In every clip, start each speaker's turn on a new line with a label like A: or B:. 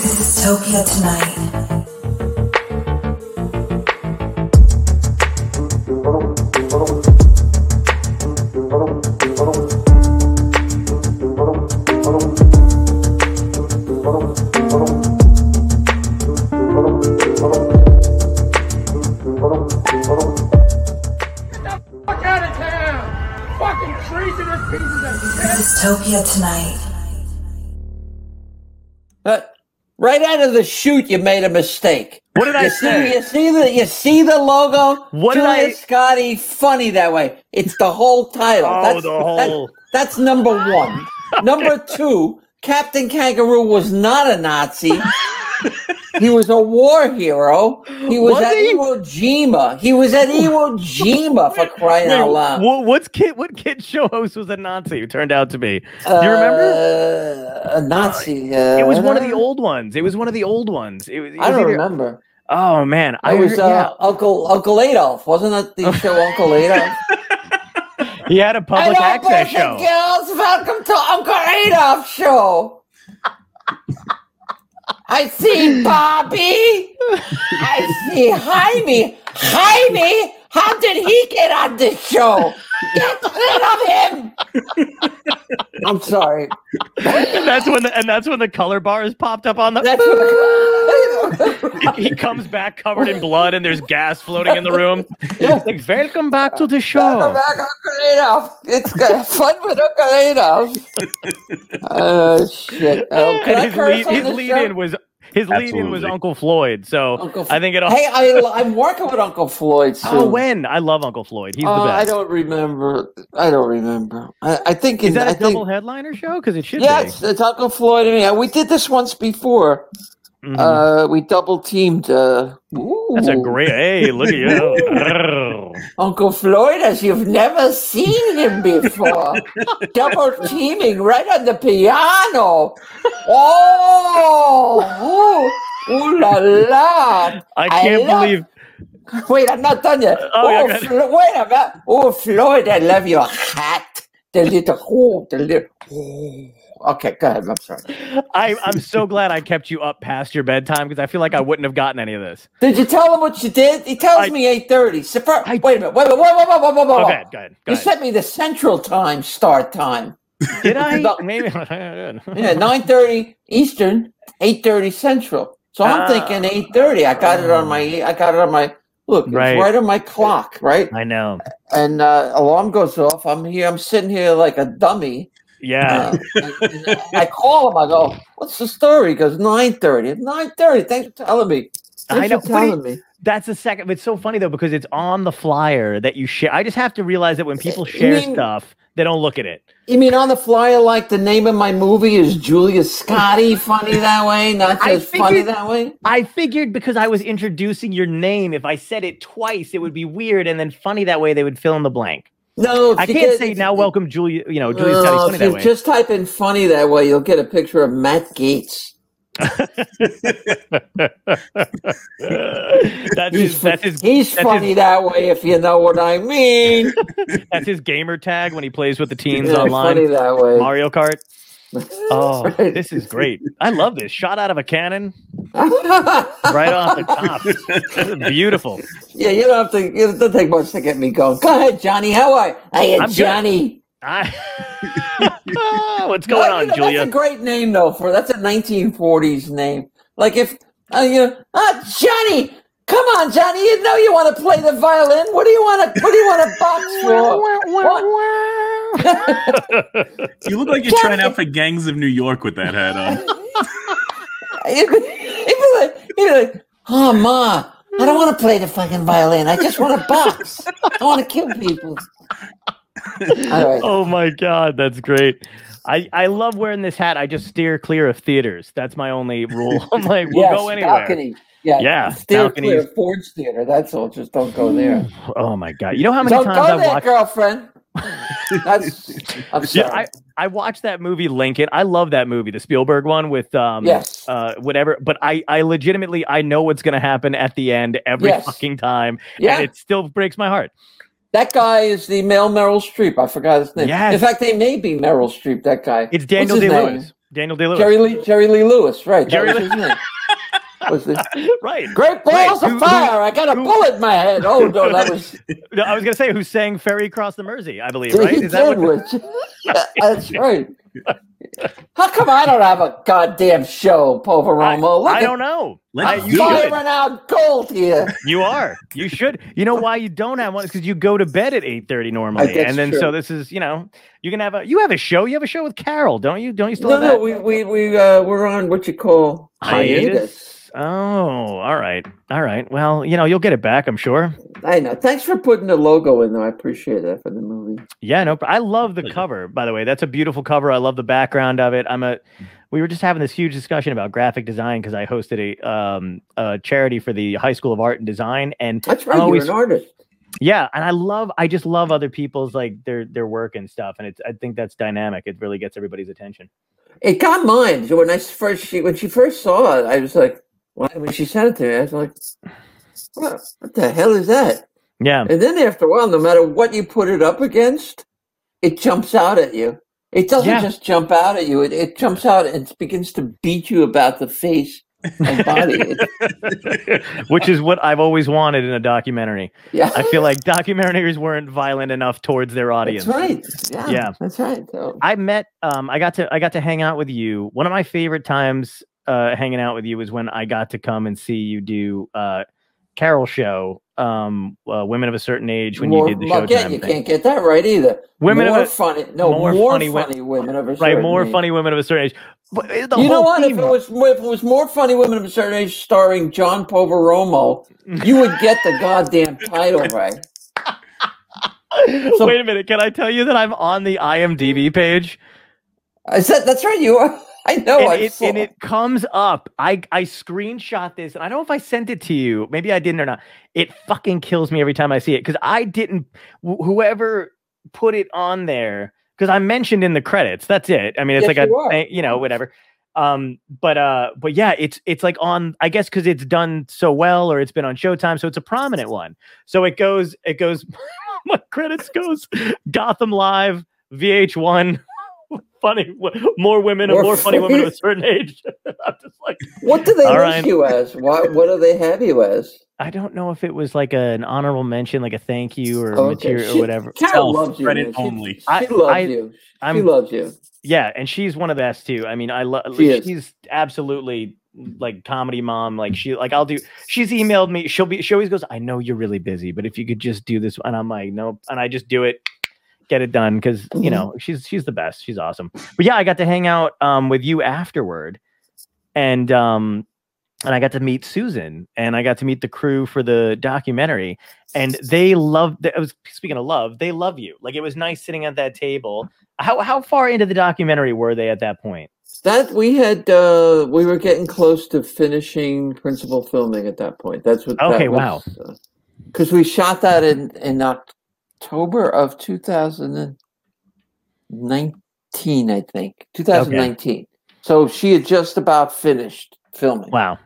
A: Utopia Tonight.
B: Fuck out of town! Fucking treasonous pieces of shit!
A: Dystopia Tonight.
C: Uh, right out of the chute, you made a mistake.
D: What did I
C: you
D: say?
C: See, you see the you see the logo.
D: What did
C: Julia
D: I-
C: Scotty funny that way. It's the whole title.
D: Oh,
C: that's,
D: the
C: that-
D: whole-
C: that's number one. Number two, Captain Kangaroo was not a Nazi. he was a war hero. He was,
D: Was
C: at
D: he?
C: Iwo Jima. He was at Iwo Jima for crying
D: Wait,
C: out loud.
D: wh- what's kid? What kid show host was a Nazi? Who turned out to be? Do you
C: Uh,
D: remember?
C: a Nazi? Uh,
D: It was one of the old ones. It was one of the old ones. It was, it
C: I
D: was
C: don't
D: either-
C: remember.
D: Oh man, I
C: It was
D: heard-
C: uh, Uncle Uncle Adolf, wasn't that the show Uncle Adolf?
D: yeah. He had a public
C: Hello,
D: access
C: boys and
D: show.
C: girls, welcome to Uncle Adolf show. I see Bobby. I see Jaime. Jaime, how did he get on this show? Get rid of him. I'm sorry.
D: And that's when the, and that's when the color bars popped up on the.
C: That's what
D: he comes back covered in blood, and there's gas floating in the room. It's like, welcome back to the show.
C: back Uncle Adolf. It's got fun with Uncle Adolf. Oh shit! Oh, can I
D: And his
C: curse
D: lead,
C: on
D: his
C: this
D: lead
C: show?
D: in was his lead in was
E: Absolutely.
D: Uncle Floyd. So
C: Uncle
D: I think it all.
C: Hey, I, I'm working with Uncle Floyd soon.
D: oh, when I love Uncle Floyd. He's
C: Uh,
D: the
C: I
D: best.
C: don't remember. I don't remember. I, I think.
D: Is
C: in-
D: that a
C: I
D: double
C: think,
D: headliner show? Because it should
C: Yeah, it's, it's Uncle Floyd and me. Uh, We did this once before.
D: be. Mhm.
C: Uh, we double teamed. Uh,
D: That's a
C: ooh,
D: great. Hey, look at you.
C: Uncle Floyd, as you've never seen him before. double teaming right on the piano. Oh, ooh, ooh la la.
D: I
C: I
D: can't
C: love-
D: believe.
C: Wait, I'm not done yet.
D: Oh,
C: Oh,
D: yeah, go ahead.
C: Flo- wait a minute. Oh, Floyd, I love your hat. The little, oh, the little. Oh. Okay, go ahead. I'm sorry.
D: I, I'm so glad I kept you up past your bedtime because I feel like I wouldn't have gotten any of this.
C: Did you tell him what you did? He tells
D: I-
C: me eight thirty. So fir-
D: I-
C: wait a minute. Wait a minute. Whoa, whoa, whoa, whoa, whoa, whoa.
D: Oh,
C: whoa.
D: go ahead, go ahead,
C: You
D: go ahead.
C: sent me the Central Time start time.
D: Did I?
C: No.
D: Maybe.
C: Yeah, nine thirty Eastern, eight thirty Central. So I'm
D: Ah.
C: thinking eight thirty. I got it on my. I got it on my. Look,
D: Right.
C: it's right on my clock, right?
D: I know.
C: And uh, alarm goes off. I'm here. I'm sitting here like a dummy.
D: Yeah.
C: Uh, and- and I call him. I go, "What's the story?" He goes, 9.30. 9.30. Thanks for telling me. Thanks
D: I know.
C: for
D: What do you-
C: telling me.
D: That's the second. It's so funny though because it's on the flyer that you share. I just have to realize that when people
C: You
D: share
C: mean-
D: stuff, they don't look at it.
C: You mean on the flyer, like the name of my movie is Julia Scotty? funny that way, not
D: I
C: just funny
D: figured-
C: that way.
D: I figured because I was introducing your name, if I said it twice, it would be weird and then funny that way. They would fill in the blank.
C: No, if
D: I
C: you
D: can't
C: get-
D: say
C: if-
D: now. Welcome, Julia. You know,
C: No,
D: Julia Scotty's funny
C: if
D: that
C: you
D: way.
C: just type in "funny that way," you'll get a picture of Matt Gates.
D: that's his. That's his.
C: He's
D: that's
C: funny
D: his-
C: that way, if you know what I mean.
D: That's his gamer tag when he plays with the teens
C: Yeah, funny
D: online.
C: that way.
D: Mario Kart. Oh,
C: Right.
D: this is great. I love this. Shot out of a cannon right off the top. This is beautiful.
C: Yeah, you don't have to. It doesn't take much to get me going. Go ahead, Johnny. How are you? Hey,
D: I'm good.
C: Johnny.
D: I- What's going
C: Well, you know,
D: on,
C: That's a
D: Julia?
C: great name, though. For that's a 1940s name. Like if uh, you know, ah, Johnny. Come on, Johnny. You know you want to play the violin. What do you want to? What do you want to box for? What-
E: You look like you're trying out for Gangs of New York with that hat on.
C: He'd be- he'd be like, he'd be like, oh ma, I don't want to play the fucking violin. I just want to box. I want to kill people. All right.
D: Oh my god, that's great. I, I love wearing this hat. I just steer clear of theaters. That's my only rule. I'm like, we'll
C: yes,
D: go anywhere.
C: balcony. Yeah,
D: Yeah,
C: Steer
D: balconies.
C: clear of Ford's Theater. That's all. Just don't go there.
D: Oh my god. You know how many
C: don't
D: times
C: go
D: I've
C: there,
D: watched
C: girlfriend. That's. I'm
D: Yeah,
C: sorry.
D: I, I watched that movie Lincoln. I love that movie, the Spielberg one with um
C: Yes.
D: uh whatever, but I I legitimately I know what's going to happen at the end every
C: Yes.
D: fucking time
C: yeah,
D: and it still breaks my heart.
C: that guy is the male Meryl Streep. I forgot his name.
D: Yes.
C: In fact, they may be Meryl Streep. That guy.
D: It's
C: What's
D: Daniel
C: his
D: Day
C: name?
D: Lewis. Daniel Day Lewis.
C: Jerry Lee. Jerry Lee Lewis. Right.
D: Jerry
C: that was his name. Was the,
D: right.
C: Great balls
D: who-
C: of fire! I got a
D: who-
C: bullet in my head. Oh no, that was
D: No, I was gonna say who sang "Ferry Across the Mersey," I believe. Right?
C: he
D: Is that
C: did.
D: what?
C: Which that's right. How come I don't have a goddamn show, Poveromo? Look
D: I, I
C: at
D: don't know.
E: Let's
D: I-
E: do
D: you,
E: it.
C: firing out gold here.
D: you are. You should. You know why you don't have one? Because you go to bed at eight thirty normally,
C: that's
D: and then
C: true.
D: so this is you know you can have a you have a show. You have a show with Carol, don't you? Don't you still
C: No,
D: have that?
C: no, we we we uh, we're on what you call hiatus.
D: Hiatus? Oh, all right, all right. Well, you know you'll get it back, I'm sure.
C: I know. Thanks for putting the logo in there. I appreciate that for the movie.
D: Yeah, no, pr- I love the
E: Pleasure.
D: cover, by the way. That's a beautiful cover. I love the background of it. I'm a we were just having this huge discussion about graphic design because I hosted a um a charity for the High School of Art and Design and
C: That's right.
D: Always-
C: You're an artist.
D: yeah, and I love I just love other people's like their their work and stuff and it's I think that's dynamic. It really gets everybody's attention.
C: It got mine. So when I first she when she first saw it, I was like, well, when she sent it to me, I was like, what, what the hell is that?
D: Yeah.
C: And then after a while, no matter what you put it up against, it jumps out at you. It doesn't
D: Yeah.
C: just jump out at you. It, it jumps out and begins to beat you about the face and body. It-
D: Which is what I've always wanted in a documentary.
C: yeah,
D: I feel like documentaries weren't violent enough towards their audience.
C: that's right. Yeah,
D: Yeah.
C: that's right. So,
D: I met um I got to I got to hang out with you. One of my favorite times uh hanging out with you was when I got to come and see you do uh Carol show um uh, women of a certain age when
C: more,
D: you did the show
C: well, again, you can't get that right either.
D: Women of
C: more
D: a-
C: funny, no
D: more
C: more,
D: funny
C: funny,
D: wo-
C: women of a
D: right
C: certain
D: more
C: age.
D: funny women of a certain age. But uh, the
C: you know
D: whole
C: what? If
D: theme-
C: it was if it was more funny women of a certain age starring John Poveromo, you would get the goddamn title right. so-
D: Wait a minute, can I tell you that I'm on the IMDb page?
C: I said that's right. You are. I know. I
D: and, it,
C: saw.
D: and it comes up. I I screenshot this, and I don't know if I sent it to you. Maybe I didn't or not. It fucking kills me every time I see it because I didn't. wh- whoever put it on there because I mentioned in the credits. That's it. I mean, it's
C: Yes,
D: like
C: you
D: a
C: are.
D: thing, you know whatever. Um, but uh, but yeah, it's it's like on. I guess because it's done so well, or it's been on Showtime, so it's a prominent one. So it goes. It goes. my credits goes Gotham Live, VH1. Funny, wo- more women and
C: More
D: more funny women of a
C: funny.
D: certain age. I'm just like,
C: what do they
D: all
C: list
D: right.
C: you as? What What do they have you as?
D: I don't know if it was like an honorable mention, like a thank you or
C: Okay,
D: material
C: she-
D: or whatever.
C: Carol loves you.
E: credit
C: man. She,
E: only.
C: She
D: I-
C: loves
D: I-
C: you.
D: I'm
C: she loves you.
D: yeah, and she's one of the best too. I mean, I love
C: She is.
D: she's absolutely like comedy mom. Like she like I'll do she's emailed me. She'll be she always goes, I know you're really busy, but if you could just do this and I'm like, nope. And I just do it, get it done. Cause you
C: Mhm.
D: know, she's she's the best. She's awesome. But yeah, I got to hang out um with you afterward. And um and I got to meet Susan and I got to meet the crew for the documentary. And they love I was speaking of love, they love you. Like it was nice sitting at that table. How how far into the documentary were they at that point?
C: That we had, uh, we were getting close to finishing principal filming at that point. That's what.
D: Okay,
C: That wow. Because we shot that in in October of 2019, I think 2019. So she had just about finished filming.
D: Wow.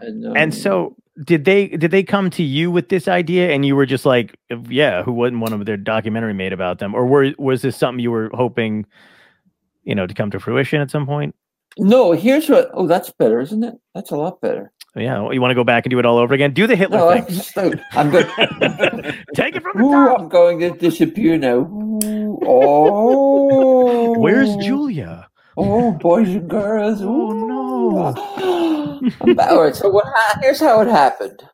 C: And, um,
D: And so did they did they come to you with this idea and you were just like yeah who wasn't one of their documentary made about them or were, was this something you were hoping you know to come to fruition at some point
C: no, here's what. Oh, that's better, isn't it? That's a lot better.
D: yeah you want to go back and do it all over again do the hitler
C: No, I'm,
D: thing
C: just, I'm good.
D: take it from the
C: Ooh,
D: top
C: I'm going to disappear now. Ooh, oh,
D: where's julia
C: Oh, boys and girls.
D: Oh,
C: no. All right, so what, ha- here's how it happened.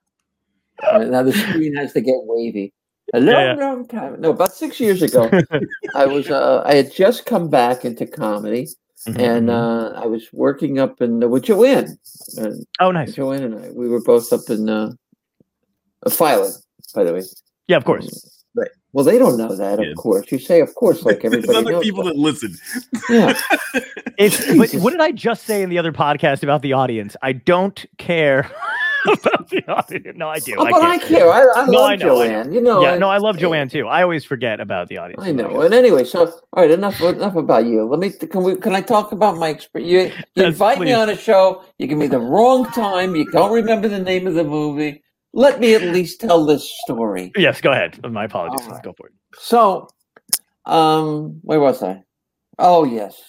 C: All right, now the screen has to get wavy. A long,
D: Yeah,
C: long time. No, about six years ago, I was uh, I had just come back into comedy,
D: Mm-hmm,
C: and uh, I was working up in with Joanne. And
D: oh nice
C: Joanne and I, we were both up in uh, a filing, by the way.
D: yeah of course
C: Right. Well, they don't know that,
E: Yeah.
C: of course. You say, of course, like
E: There's
C: everybody
E: other
C: knows.
E: people
C: that.
E: that listen.
C: yeah.
D: It's, but
C: Jesus.
D: what did I just say in the other podcast about the audience? I don't care about the audience. No, I do.
C: Oh,
D: I
C: but
D: care.
C: I care. I, I
D: No,
C: love
D: I know, I know.
C: Joanne. You know.
D: yeah,
C: I-
D: no, I love Joanne too. I always forget about the audience.
C: I know. And anyway, so all right, enough enough about you. Let me can we can I talk about my experience? You, you
D: Yes,
C: invite
D: please.
C: me on a show. You give me the wrong time. You don't remember the name of the movie. Let me at least tell this story.
D: Yes, go ahead. My apologies.
C: All right.
D: Go for it.
C: So, um, where was I? Oh yes.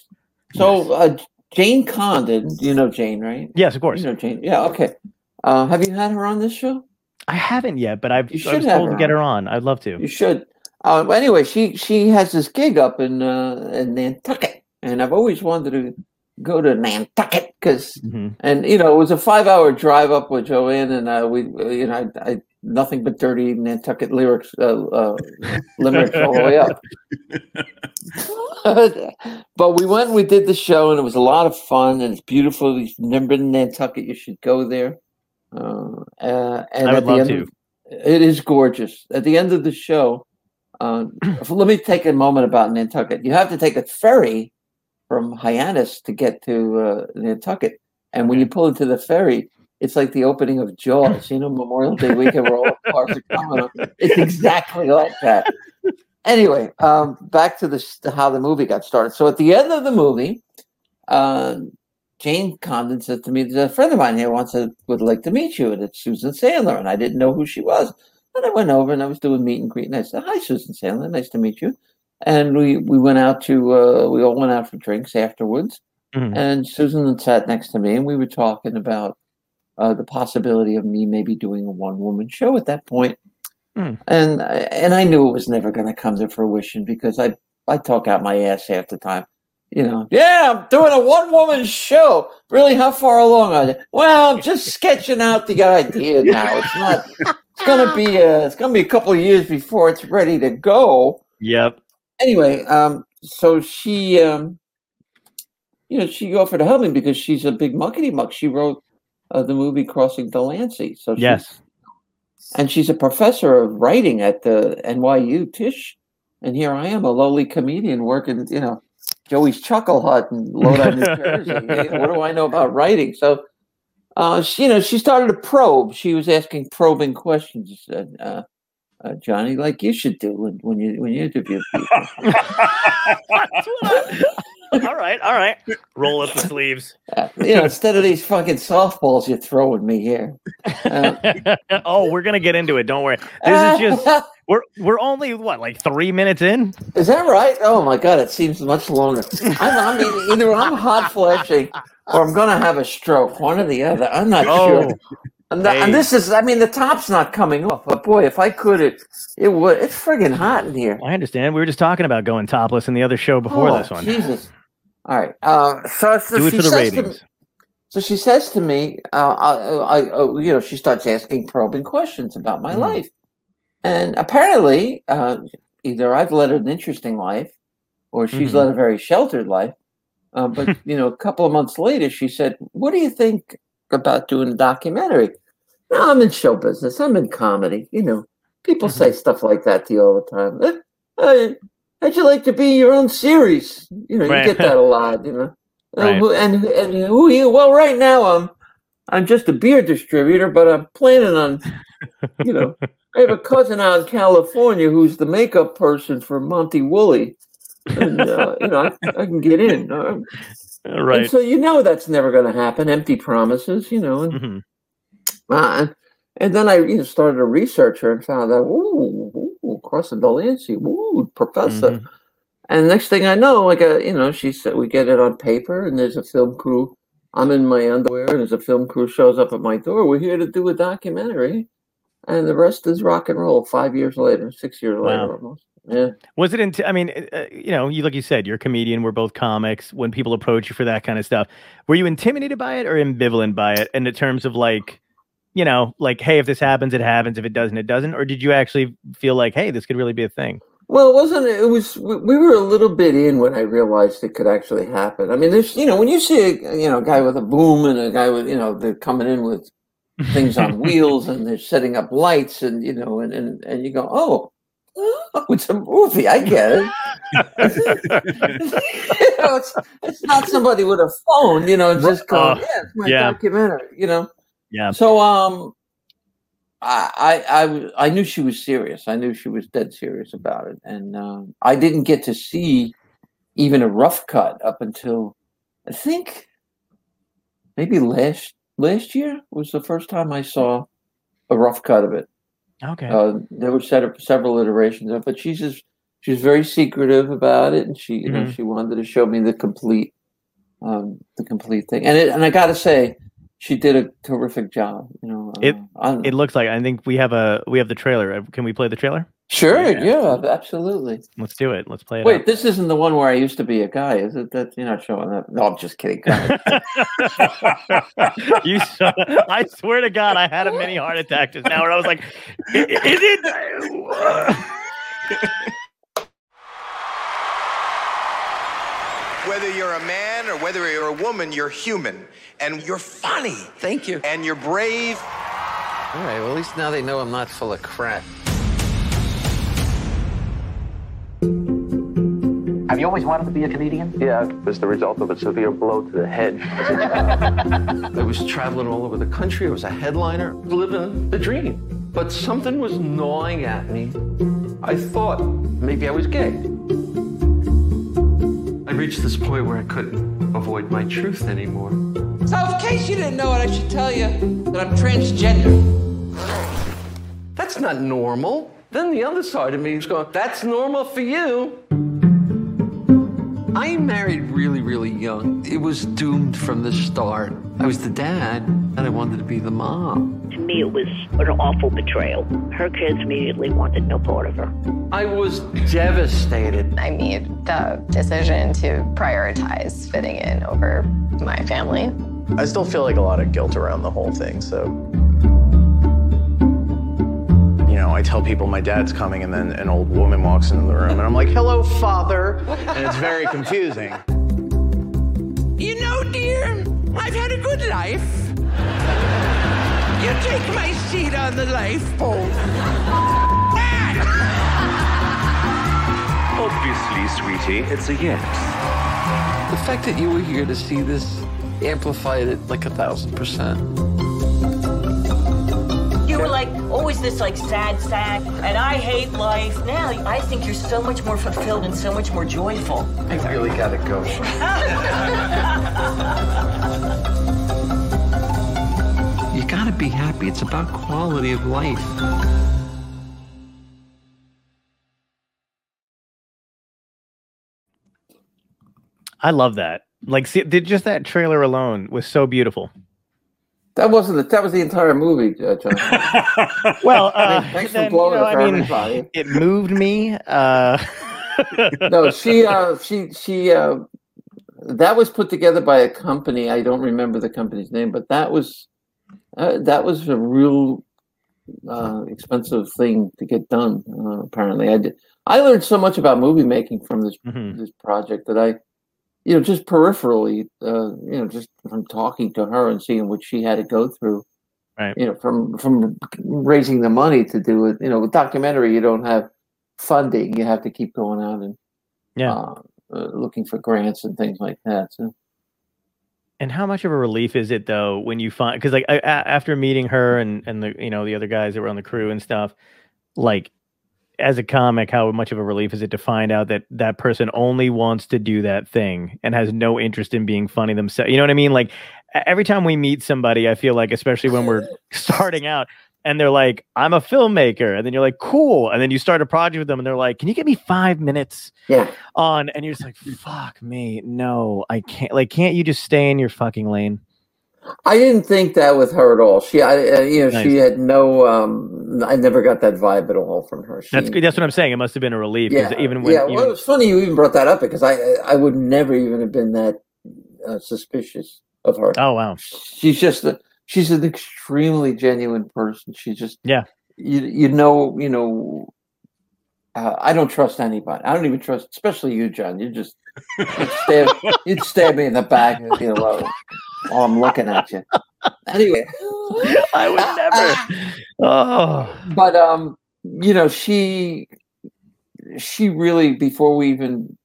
C: So uh, Jane Condon, you know Jane, right?
D: Yes, of course.
C: You know Jane. Yeah. Okay. Uh, have you had her on this show?
D: I haven't yet, but I've
C: You
D: I
C: should
D: was
C: have
D: told to
C: her
D: get
C: on.
D: her on. I'd love to.
C: You should. Uh, but anyway, she she has this gig up in uh, in Nantucket, and I've always wanted to go to Nantucket because
D: Mhm.
C: and you know it was a five hour drive up with Joanne, and uh, we uh, you know I, I nothing but dirty Nantucket lyrics uh, uh, limericks all the way up. but we went, and we did the show, and it was a lot of fun, and it's beautiful. If you've never been to Nantucket, you should go there. Uh, uh, and
D: I would
C: at the
D: love
C: end
D: to.
C: of- it is gorgeous. At the end of the show, uh, if- let me take a moment about Nantucket. You have to take a ferry from Hyannis to get to uh, Nantucket, and when you pull into the ferry, it's like the opening of Jaws. You know, Memorial Day weekend, we're all parts of common. It's exactly like that. Anyway, um, back to this how the movie got started. So at the end of the movie, uh, Jane Condon said to me, "There's a friend of mine here wants to would like to meet you, and it's Susan Sandler." And I didn't know who she was. And I went over and I was doing meet and greet, and I said, "Hi, Susan Sandler, nice to meet you." And we we went out to uh, we all went out for drinks afterwards,
D: Mhm.
C: and Susan sat next to me, and we were talking about uh, the possibility of me maybe doing a one woman show at that point.
D: Hmm.
C: And I- and I knew it was never going to come to fruition because I I talk out my ass half the time. You know, yeah, I'm doing a one woman show. Really, how far along are you? Well, I'm just sketching out the idea now. It's not. It's gonna be. A, it's gonna be a couple of years before it's ready to go
D: Yep.
C: anyway, um, so she, um, you know, she offered to help me because she's a big muckety muck. She wrote uh, the movie Crossing Delancey. So she-
D: Yes.
C: and she's a professor of writing at the NYU Tisch. And here I am, a lowly comedian working, you know, Joey's Chuckle Hut in Lodi, New Jersey. Hey, what do I know about writing? So, uh, she, you know, she started to probe. She was asking probing questions, uh, uh, uh, Johnny, like you should do when, when you when you interview people.
D: That's what I- all right. All right. Roll up the sleeves.
C: Uh, you know, instead of these fucking softballs you're throwing me here. Uh,
D: oh, we're gonna get into it. Don't worry.
C: ah,
D: This is just we're we're only what like three minutes in.
C: Is that right? Oh my god, it seems much longer. I'm, I mean, either I'm hot flashing or I'm gonna have a stroke. One or the other. I'm not
D: Oh,
C: sure. And, the- and this is, I mean, the top's not coming off. But boy, if I could, it it would. It's friggin' hot in here.
D: I understand. We were just talking about going topless in the other show before
C: Oh,
D: this one.
C: Jesus. All right. Uh, so, so
D: Do it
C: she
D: for the
C: says to me-
D: ratings.
C: So she says to me, uh, I, I, I, you know, she starts asking probing questions about my
D: Mhm.
C: life. And apparently, uh, either I've led an interesting life or she's
D: Mhm.
C: led a very sheltered life. Uh, but, you know, a couple of months later, she said, What do you think about doing a documentary? No, I'm in show business. I'm in comedy. You know, people
D: Mhm.
C: say stuff like that to you all the time. "Eh, I, how'd you like to be in your own series? You know,
D: Right.
C: you get that a lot, you know. Uh,
D: Right.
C: who- and and who are you? Well, right now I'm I'm just a beer distributor, but I'm planning on, you know, I have a cousin out in California who's the makeup person for Monty Woolley, and uh, you know I, I can get in. Uh,
D: Right.
C: And so you know that's never going to happen. Empty promises, you know. And,
D: Mhm.
C: uh, and, and then I you know, started to research her and found out, ooh, ooh Cross of Delancey, ooh, professor.
D: Mhm.
C: And next thing I know, like a you know, she said we get it on paper, and there's a film crew. I'm in my underwear, and there's a film crew shows up at my door. We're here to do a documentary, and the rest is rock and roll. Five years later, six years
D: Wow.
C: later, almost. Yeah,
D: Was it? Into, I mean, uh, you know, you like you said, you're a comedian. We're both comics. When people approach you for that kind of stuff, were you intimidated by it or ambivalent by it? In the terms of like, you know, like, hey, if this happens, it happens. If it doesn't, it doesn't. Or did you actually feel like, hey, this could really be a thing?
C: Well, it wasn't. It was. We we were a little bit in when I realized it could actually happen. I mean, there's. You know, when you see a you know a guy with a boom and a guy with you know they're coming in with things on wheels and they're setting up lights and you know and and, and you go, oh, oh, it's a movie. I get it. you know, it's, it's not somebody with a phone. You know, just going,
D: Uh,
C: yeah, it's my
D: yeah.
C: documentary. You know.
D: yeah.
C: So um, I I I w- I knew she was serious. I knew she was dead serious about it, and um, I didn't get to see even a rough cut up until I think maybe last last year was the first time I saw a rough cut of it.
D: Okay.
C: Uh, there were set several iterations of it, but she's just she's very secretive about it, and she you know
D: Mhm.
C: she wanted to show me the complete um, the complete thing. And it, and I got to say, she did a terrific job. You know,
D: It-
C: uh, on-
D: It looks like I think we have a we have the trailer. uh, Can we play the trailer?
C: sure,
E: Yeah.
C: yeah, absolutely.
D: Let's do it. Let's play it.
C: Wait, this isn't the one where I used to be a guy, is it? That you're not showing that? No, I'm just kidding. Go ahead.
D: up. you so, I swear to God, I had a mini heart attack just now, where I was like, "I- "Is it?"
F: Whether you're a man or whether you're a woman, you're human. And you're funny. Thank you. And you're brave.
G: All right, well, at least now they know I'm not full of crap.
H: Have you always wanted to be a comedian?
G: Yeah, it was the result of a severe blow to the head. I was traveling all over the country. I was a headliner, living the dream. But something was gnawing at me. I thought maybe I was gay. I reached this point where I couldn't avoid my truth anymore.
B: So, in case you didn't know it, I should tell you that I'm transgender.
G: That's not normal. Then the other side of me is going, that's normal for you. I married really, really young. It was doomed from the start. I was the dad, and I wanted to be the mom.
I: To me, it was an awful betrayal. Her kids immediately wanted no part of her.
G: I was devastated.
B: I made the decision to prioritize fitting in over my family.
H: I still feel like a lot of guilt around the whole thing, so. You know, I tell people my dad's coming, and then an old woman walks into the room, and I'm like, hello, father. And it's very confusing.
B: You know, dear, I've had a good life. You take my seat on the Ah! lifeboat.
G: Obviously, sweetie, it's a yes. The fact that you were here to see this amplified it like a thousand percent.
I: You were like always this like sad sack, and I hate life. Now I think you're so much more fulfilled and so much more joyful.
G: I really gotta go. you gotta be happy. It's about quality of life.
D: I love that. Like, see, did just that trailer alone was so beautiful.
C: that wasn't the, that was the entire movie, uh, John.
D: Well, uh,
C: Thanks for
D: then,
C: blowing
D: you know,
C: it for
D: I mean,
C: everybody.
D: it moved me. Uh,
C: no, she, uh, she, she. Uh, that was put together by a company. I don't remember the company's name, but that was uh, that was a real uh, expensive thing to get done. Uh, apparently, I did, I learned so much about movie making from this
D: Mhm.
C: this project that I, you know, just peripherally, uh, you know, just from talking to her and seeing what she had to go through,
D: Right.
C: You know, from from raising the money to do it. You know, with documentary, you don't have funding; you have to keep going out and
D: Yeah.
C: uh, uh, looking for grants and things like that. So
D: And how much of a relief is it though when you find because like I, a- after meeting her and and the you know the other guys that were on the crew and stuff, like as a comic, how much of a relief is it to find out that that person only wants to do that thing and has no interest in being funny themselves? You know what I mean? Like e- every time we meet somebody, I feel like especially when we're starting out. And they're like, I'm a filmmaker. And then you're like, cool. And then you start a project with them and they're like, can you give me five minutes?
C: yeah,
D: on and you're just like fuck me no i can't like can't you just stay in your fucking lane
C: I didn't think that with her at all. She, I, I- you know, she
D: Nice.
C: had no. um I never got that vibe at all from her. She,
D: that's good that's what i'm saying it must have been a relief 'cause even when
C: yeah,
D: you-
C: well, it's funny you even brought that up because I I would never even have been that uh, suspicious of her.
D: oh wow
C: She's just a, she's an extremely genuine person. She just
D: Yeah.
C: You you know you know. Uh, I don't trust anybody. I don't even trust, especially you, John. You just you'd stab, you'd stab me in the back, and, you know, while I'm looking at you. Anyway,
D: i would never oh
C: but um you know she she really before we even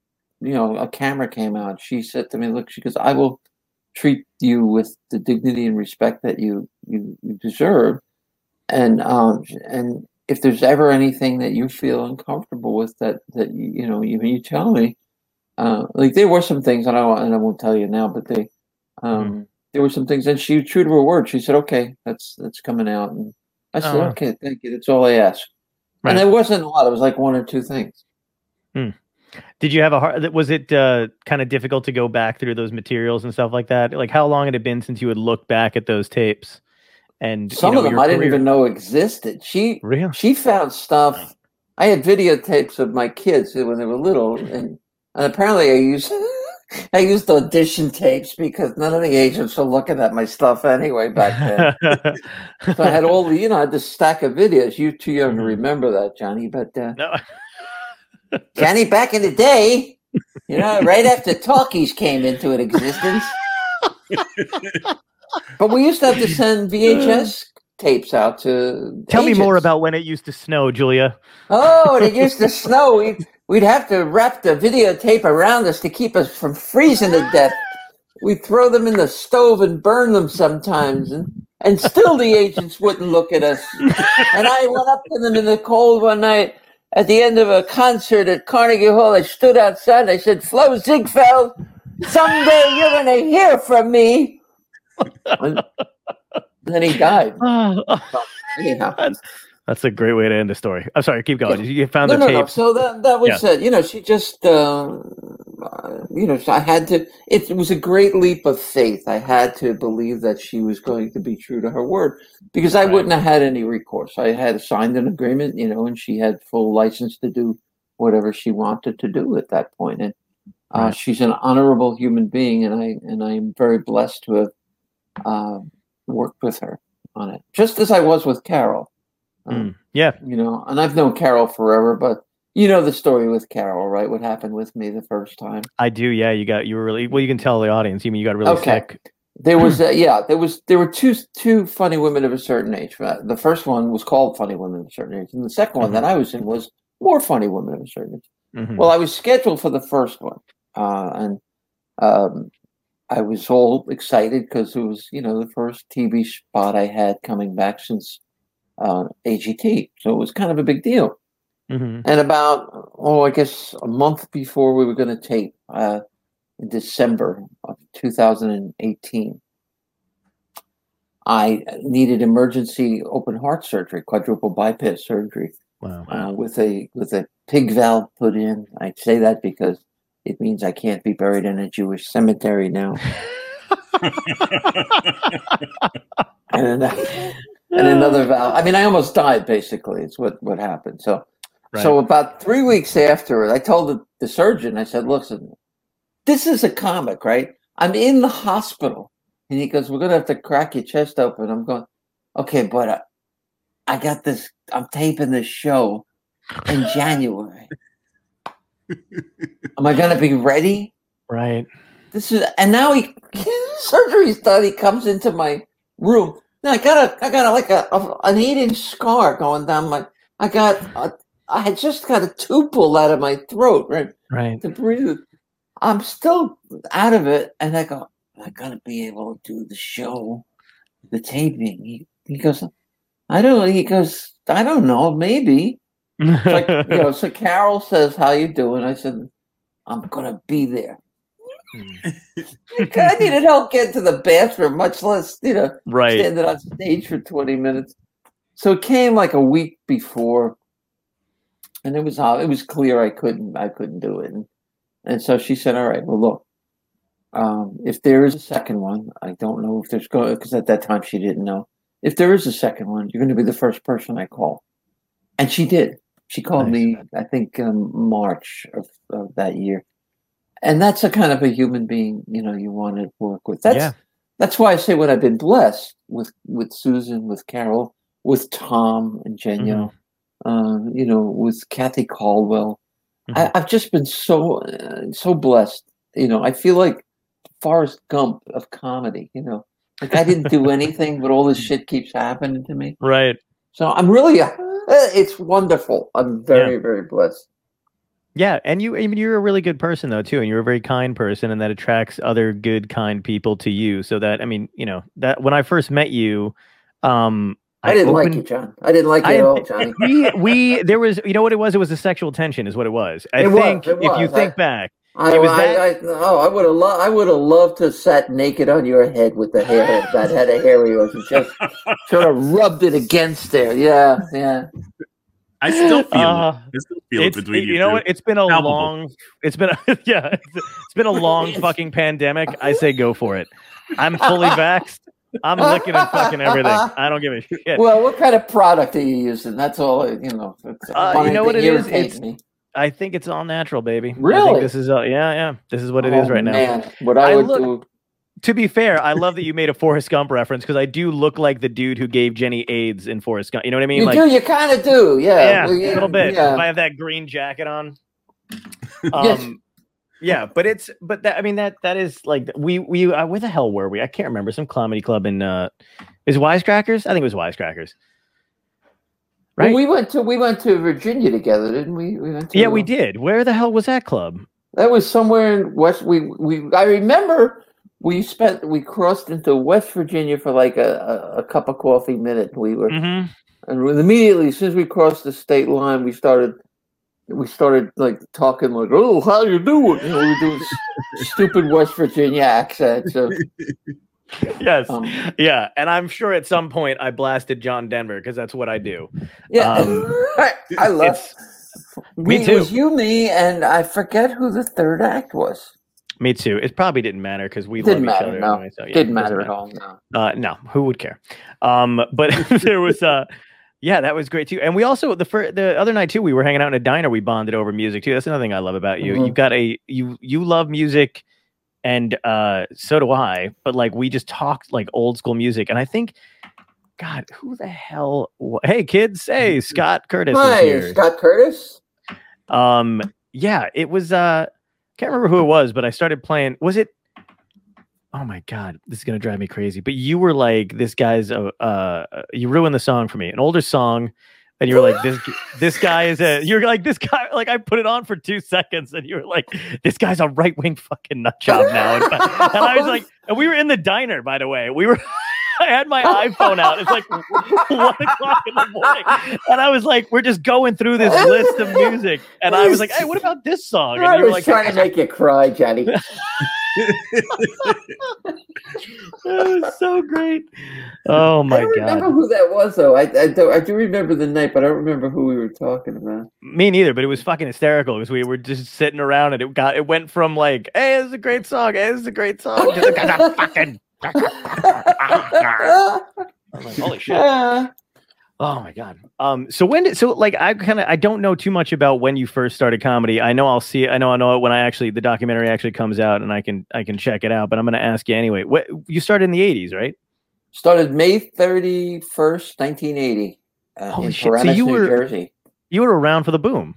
C: you know a camera came out she said to me look she goes i will treat you with the dignity and respect that you you, you deserve and um and if there's ever anything that you feel uncomfortable with that that you, you know you, you tell me uh like there were some things and i won't- and i won't tell you now but they um
D: Mm-hmm.
C: there were some things and she true to her word she said okay that's that's coming out and I said,
D: Oh, wow.
C: okay, thank you. That's all I asked.
D: Right.
C: And it wasn't a lot. It was like one or two things.
D: Did you have a hard? Was it uh, kind of difficult to go back through those materials and stuff like that? Like, how long had it been since you had looked back at those tapes? And you
C: Some
D: know,
C: of them
D: your
C: I didn't
D: career?
C: even know existed. She she found stuff. I had videotapes of my kids when they were little, and, and apparently I used I used audition tapes because none of the agents were looking at my stuff anyway back then. so I had all the you know I had this stack of videos. You too young to
D: Mm-hmm.
C: remember that, Johnny, but uh, Johnny back in the day, you know, right after talkies came into an existence. but we used to have to send VHS tapes out to
D: Tell me more
C: agents.
D: about when it used to snow, Julia.
C: Oh, and it used to snow. We'd, we'd have to wrap the videotape around us to keep us from freezing to death. We'd throw them in the stove and burn them sometimes. And, and still the agents wouldn't look at us. And I went up to them in the cold one night at the end of a concert at Carnegie Hall. I stood outside and I said, Flo Ziegfeld, someday you're going to hear from me. And then he died. Anyhow.
D: That's a great way to end the story. I'm sorry, keep going. You found
C: no,
D: the
C: no, no.
D: tapes.
C: So that that was
D: Yeah.
C: it. You know, she just, uh, uh, you know, I had to. It was a great leap of faith. I had to believe that she was going to be true to her word because I wouldn't have had any recourse. I had signed an agreement, you know, and she had full license to do whatever she wanted to do at that point. And uh,
J: Right.
C: she's an honorable human being, and I and I am very blessed to have uh, worked with her on it, just as I was with Carol.
D: yeah.
C: You know, and I've known Carol forever, but you know the story with Carol, right? What happened with me the first time.
D: I do. Yeah, you got. You were really well. You can tell the audience. You mean you got really
C: Okay.
D: sick.
C: There was a, yeah, there was there were two two funny women of a certain age. Uh, The first one was called Funny Women of a Certain Age, and the 2nd one that I was in was more Funny Women of a Certain Age.
D: Mm-hmm,
C: Well, I was scheduled for the first one, uh, and um, I was all excited because it was, you know, the first TV spot I had coming back since uh, AGT, so it was kind of a big deal.
D: mm-hmm,
C: And about oh, I guess a month before we were going to tape, uh, in December of 2018, I needed emergency open heart surgery, quadruple bypass surgery
D: Wow.
C: uh, with a with a pig valve put in. I say that because it means I can't be buried in a Jewish cemetery now. and, an- and another valve. I mean, I almost died. Basically, it's what what happened. So, so about three weeks after it, I told the, the surgeon. I said, "Listen, this is a comic, right? I'm in the hospital." And he goes, "We're gonna have to crack your chest open." I'm going, "Okay, but I, I got this. I'm taping this show in January. Am I gonna be ready?"
D: Right.
C: This is, and now he surgery's done. He comes into my room. Now I got a, I got a, like a, a- an eight inch scar going down my. I got, a, I had just got a tube pulled out of my throat, right?
D: Right.
C: To breathe. I'm still out of it, and I go, "Am I gonna be able to do the show, the taping. He, he goes, I don't. He goes, I don't know, maybe. It's like, you know, so Carol says, "How you doing?" I said, "I'm gonna be there." I needed help getting to the bathroom, much less you know
D: Right.
C: standing on stage for 20 minutes. So it came like a week before, and it was ob- it was clear I couldn't I couldn't do it, and, and so she said, "All right, well look." Um, if there is a second one, I don't know if there's going because at that time she didn't know. If there is a second one, you're going to be the first person I call, and she did. She called me, I think, um, March of, of that year, and that's the kind of a human being you know you want to work with. That's
D: Yeah.
C: that's why I say what I've been blessed with with Susan, with Carol, with Tom and Jenyo,
D: Mm-hmm.
C: um, you know, with Kathy Caldwell. I,
D: Mm-hmm.
C: I've just been so uh, so blessed. You know, I feel like Forrest Gump of comedy. You know, like I didn't do anything, but all this shit keeps happening to me.
D: Right.
C: So I'm really, uh, it's wonderful. I'm very very blessed.
D: Yeah, and you, I mean, you're a really good person though too, and you're a very kind person, and that attracts other good, kind people to you. So that, I mean, you know, that when I first met you, um,
C: I, didn't like
D: opened-
C: you, John. I didn't like you
D: I-
C: at all, Johnny.
D: we we there was you know what it was it was a sexual tension is what it was i
C: It was,
D: think
C: it
D: if you
C: was.
D: think
C: I-
D: back
C: I,
D: it was
C: I,
D: that
C: I, oh, I would have loved. I would have loved to have sat naked on your head with the hair of that had a hair yours and just sort of rubbed it against there. Yeah, yeah.
E: I still feel
D: Uh,
E: it. I still feel it
D: It's-
E: between you.
D: you know
E: two.
D: what? It's been a
E: Palpable.
D: long. It's been a, yeah. It's, it's been a long fucking pandemic. I say go for it. I'm fully vaxxed. I'm looking at fucking everything. I don't give a shit.
C: Well, what kind of product are you using? That's all. You know. It's
D: Uh, you
C: funny
D: know
C: to
D: what it is?
C: irritate
D: It's.
C: me.
D: I think it's all natural, baby. I think
C: Really?
D: this is. Uh, yeah, yeah. This is what it is
C: Oh,
D: right now.
C: man. What I would
D: look-
C: do-
D: To be fair, I love that you made a Forrest Gump reference because I do look like the dude who gave Jenny AIDS in Forrest Gump. You know what I mean?
C: you
D: like,
C: do. You kind of do. Yeah.
D: yeah, a little bit.
C: Yeah.
D: If I have that green jacket on.
C: Yes.
D: Um, yeah, but it's but that I mean that that is like we we uh, where the hell were we? I can't remember. Some comedy club in uh, is Wisecrackers? I think it was Wisecrackers.
C: Well,
D: right?
C: we went to we went to Virginia together, didn't we? we went to,
D: Yeah, we did. Where the hell was that club?
C: That was somewhere in West. We we I remember we spent we crossed into West Virginia for like a, a, a cup of coffee minute. We
D: Mm.
C: were and we- immediately as soon as we crossed the state line, we started we started like talking like oh how you doing? You know, we were doing s- stupid West Virginia accents. of-
D: yes.
C: Um,
D: yeah, and I'm sure at some point I blasted John Denver because that's what I do.
C: Yeah. I, I love.
D: Um, it's-
C: We-
D: me
C: It
D: too.
C: was you, me, and I forget who the third act was.
D: Me too. It probably didn't matter because we
C: Didn't
D: love each
C: matter,
D: other.
C: no.
D: anyway, so, yeah,
C: Didn't
D: it doesn't
C: matter at all, no.
D: Uh, no, who would care? Um, but there was uh yeah, that was great too. And we also the fir- the other night too, we were hanging out in a diner. We bonded over music too. That's another thing I love about you.
C: Mhm.
D: You've got a you you love music, and uh, so do I. But like we just talked like old school music, and I think. God, who the hell? wa- Hey, kids! Hey, Scott Curtis is
C: Hi,
D: here.
C: Scott Curtis.
D: Um, yeah, it was. Uh, can't remember who it was, but I started playing. Was it? Oh my god, this is gonna drive me crazy. But you were like, this guy's a. Uh, uh, you ruined the song for me, an older song, and you were like, this this guy is a. You're like this guy. Like I put it on for two seconds, and you were like, this guy's a right wing fucking nut job now. And, I was like, and we were in the diner, by the way. We were. I had my iPhone out. It's like one o'clock in the morning, and I was like, "We're just going through this list of music." And I was like, "Hey, what about this song?"
C: I
D: And you were
C: was
D: like,
C: trying to make you cry, Johnny.
D: "That was so great!" Oh
C: I
D: my
C: don't remember
D: god,
C: who that was though. I, I, do, I do remember the night, but I don't remember who we were talking about.
D: me neither. But it was fucking hysterical because we were just sitting around, and it got it went from like, "Hey, this is a great song. Hey, this is a great song." to, like, "Ah, fucking. I'm like, Holy shit.
C: Yeah.
D: Oh my god. Um. So when did so like I kind of I don't know too much about when you first started comedy. I know I'll see. I know I know it when I actually the documentary actually comes out and I can I can check it out. But I'm going to ask you anyway. What you started in the 80s, right?
C: Started May thirty first, nineteen eighty, uh,
D: Holy
C: in
D: shit. So
C: Paramus,
D: you
C: New
D: were-
C: Jersey.
D: You were around for the boom.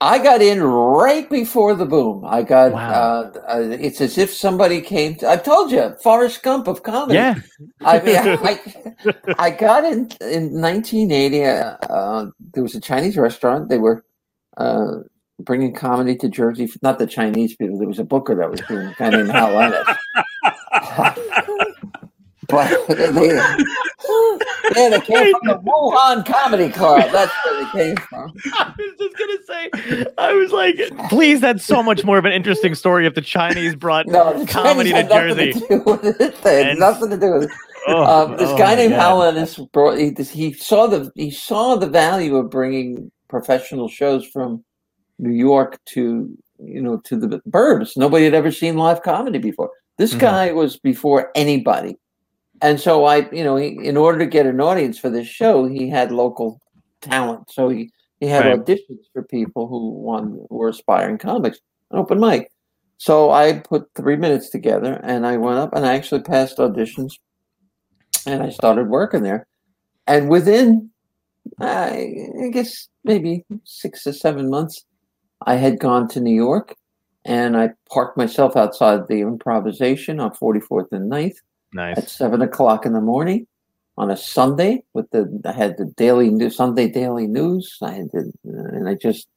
C: I got in right before the boom. I got. Uh, uh, it's as if somebody came. To, I've told you, Forrest Gump of comedy.
D: Yeah.
C: I mean, I, I got in in 1980. Uh, uh, there was a Chinese restaurant. They were uh, bringing comedy to Jersey. Not the Chinese people. There was a booker that was doing a guy named Hal Lennis. but they, they they came from the Wuhan Comedy Club. That's where they came from.
D: I was just gonna say, I was like, please. That's so much more of an interesting story if the Chinese brought
C: The Chinese
D: comedy to
C: had nothing
D: Jersey.
C: To do with it. They had
D: And-
C: nothing to do with it.
D: Oh,
C: um, this
D: oh
C: guy
D: my
C: named
D: God.
C: Hal Ennis brought he, this, he saw the he saw the value of bringing professional shows from New York to you know to the burbs. Nobody had ever seen live comedy before. This
D: Mm-hmm.
J: Mhm.
C: guy was before anybody, and so I you know he, in order to get an audience for this show, he had local talent. So he he had
J: Right.
C: auditions for people who won were aspiring comics, an open mic. So I put three minutes together and I went up and I actually passed auditions and I started working there. And within, I, I guess, maybe six or seven months, I had gone to New York and I parked myself outside the improvisation on 44th and 9th at
D: Nice.
C: seven o'clock in the morning on a Sunday with the, I had the daily news, Sunday daily news. I had the, and I just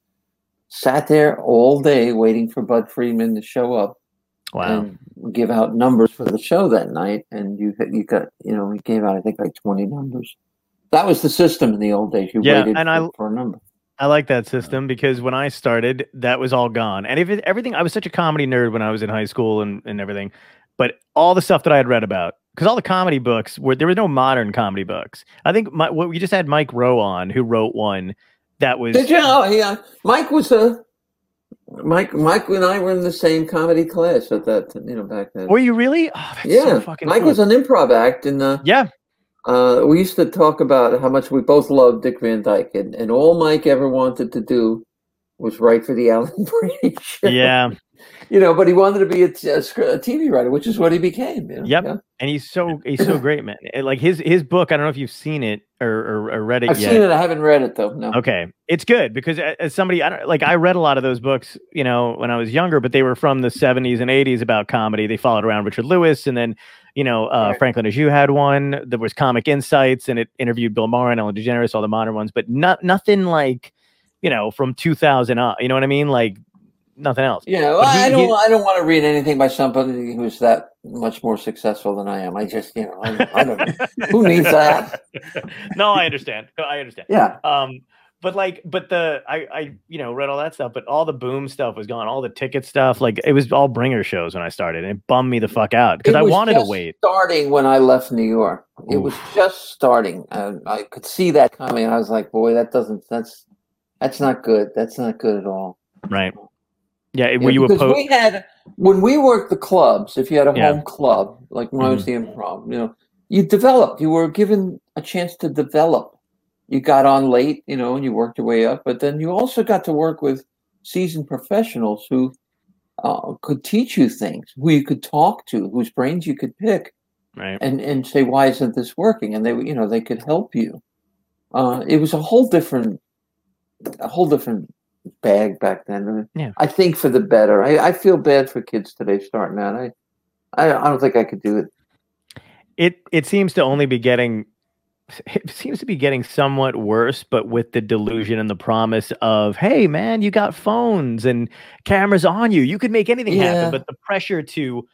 C: sat there all day waiting for Bud Freeman to show up
D: Wow.
C: and give out numbers for the show that night. And you you got you know we gave out I think like twenty numbers. That was the system in the old days. You
D: Yeah,
C: waited
D: and
C: for,
D: I-
C: for a number.
D: I like that system because when I started, that was all gone. And if it, everything, I was such a comedy nerd when I was in high school and, and everything, but all the stuff that I had read about because all the comedy books were there were no modern comedy books. I think my, what we just had Mike Rowe on who wrote one that was
C: Did you know? Yeah, Mike was a Mike. Mike and I were in the same comedy class at that. You know, back then.
D: Were you really? Oh, that's
C: yeah,
D: so fucking
C: Mike
D: cool.
C: was an improv act, and uh,
D: yeah,
C: uh, we used to talk about how much we both loved Dick Van Dyke, and, and all Mike ever wanted to do was write for the Alan Brady show.
D: yeah.
C: you know, but he wanted to be a, t- a sc- a TV writer, which is what he became. You know?
D: Yep.
C: Yeah.
D: And he's so he's so great, man. And, Like his his book, I don't know if you've seen it or or, or read it
C: I've
D: yet.
C: seen it. I haven't read it though. No.
D: Okay, it's good because a- as somebody I don't like, I read a lot of those books, you know, when I was younger, but they were from the '70s and '80s about comedy. They followed around Richard Lewis, and then you know, uh, Franklin Ajou had one. There was Comic Insights, and it interviewed Bill Maher and Ellen DeGeneres, all the modern ones, but not nothing like you know from 2000 up. You know what I mean? Like nothing else.
C: Yeah, well,
D: But he-
C: I
D: he-
C: don't. I don't want to read anything by somebody who's that much more successful than I am. I just, you know, I, I don't. who needs that?
D: no, I understand. No, I understand.
C: Yeah.
D: Um, but like, but the I I you know read all that stuff, but all the boom stuff was gone. All the ticket stuff, like it was all bringer shows when I started, and it bummed me the fuck out because
C: It
D: I
C: was
D: wanted to
C: just
D: wait.
C: Starting when I left New York, it was just starting. And I could see that coming. I was like, boy, that doesn't. That's that's not good. That's not good at all.
D: Right. Yeah. it-
C: Yeah,
D: were you a
C: because
D: post?
C: we had when we worked the clubs. If you had a
D: Yeah. Mm-hmm.
C: home club, like when I was the improv, you know, you developed. You were given a chance to develop. You got on late, you know, and you worked your way up. But then you also got to work with seasoned professionals who uh, could teach you things, who you could talk to, whose brains you could pick,
D: right?
C: And and say, why isn't this working? And they, would- you know, they could help you. Uh, it was a whole different, a whole different bag back then. And
D: Yeah.
C: I think for the better. I, I feel bad for kids today starting out. I, I, I don't think I could do it.
D: It it seems to only be getting. It seems to be getting somewhat worse, but with the delusion and the promise of, "Hey, man, you got phones and cameras on you. You could make anything
C: Yeah.
D: happen." But the pressure to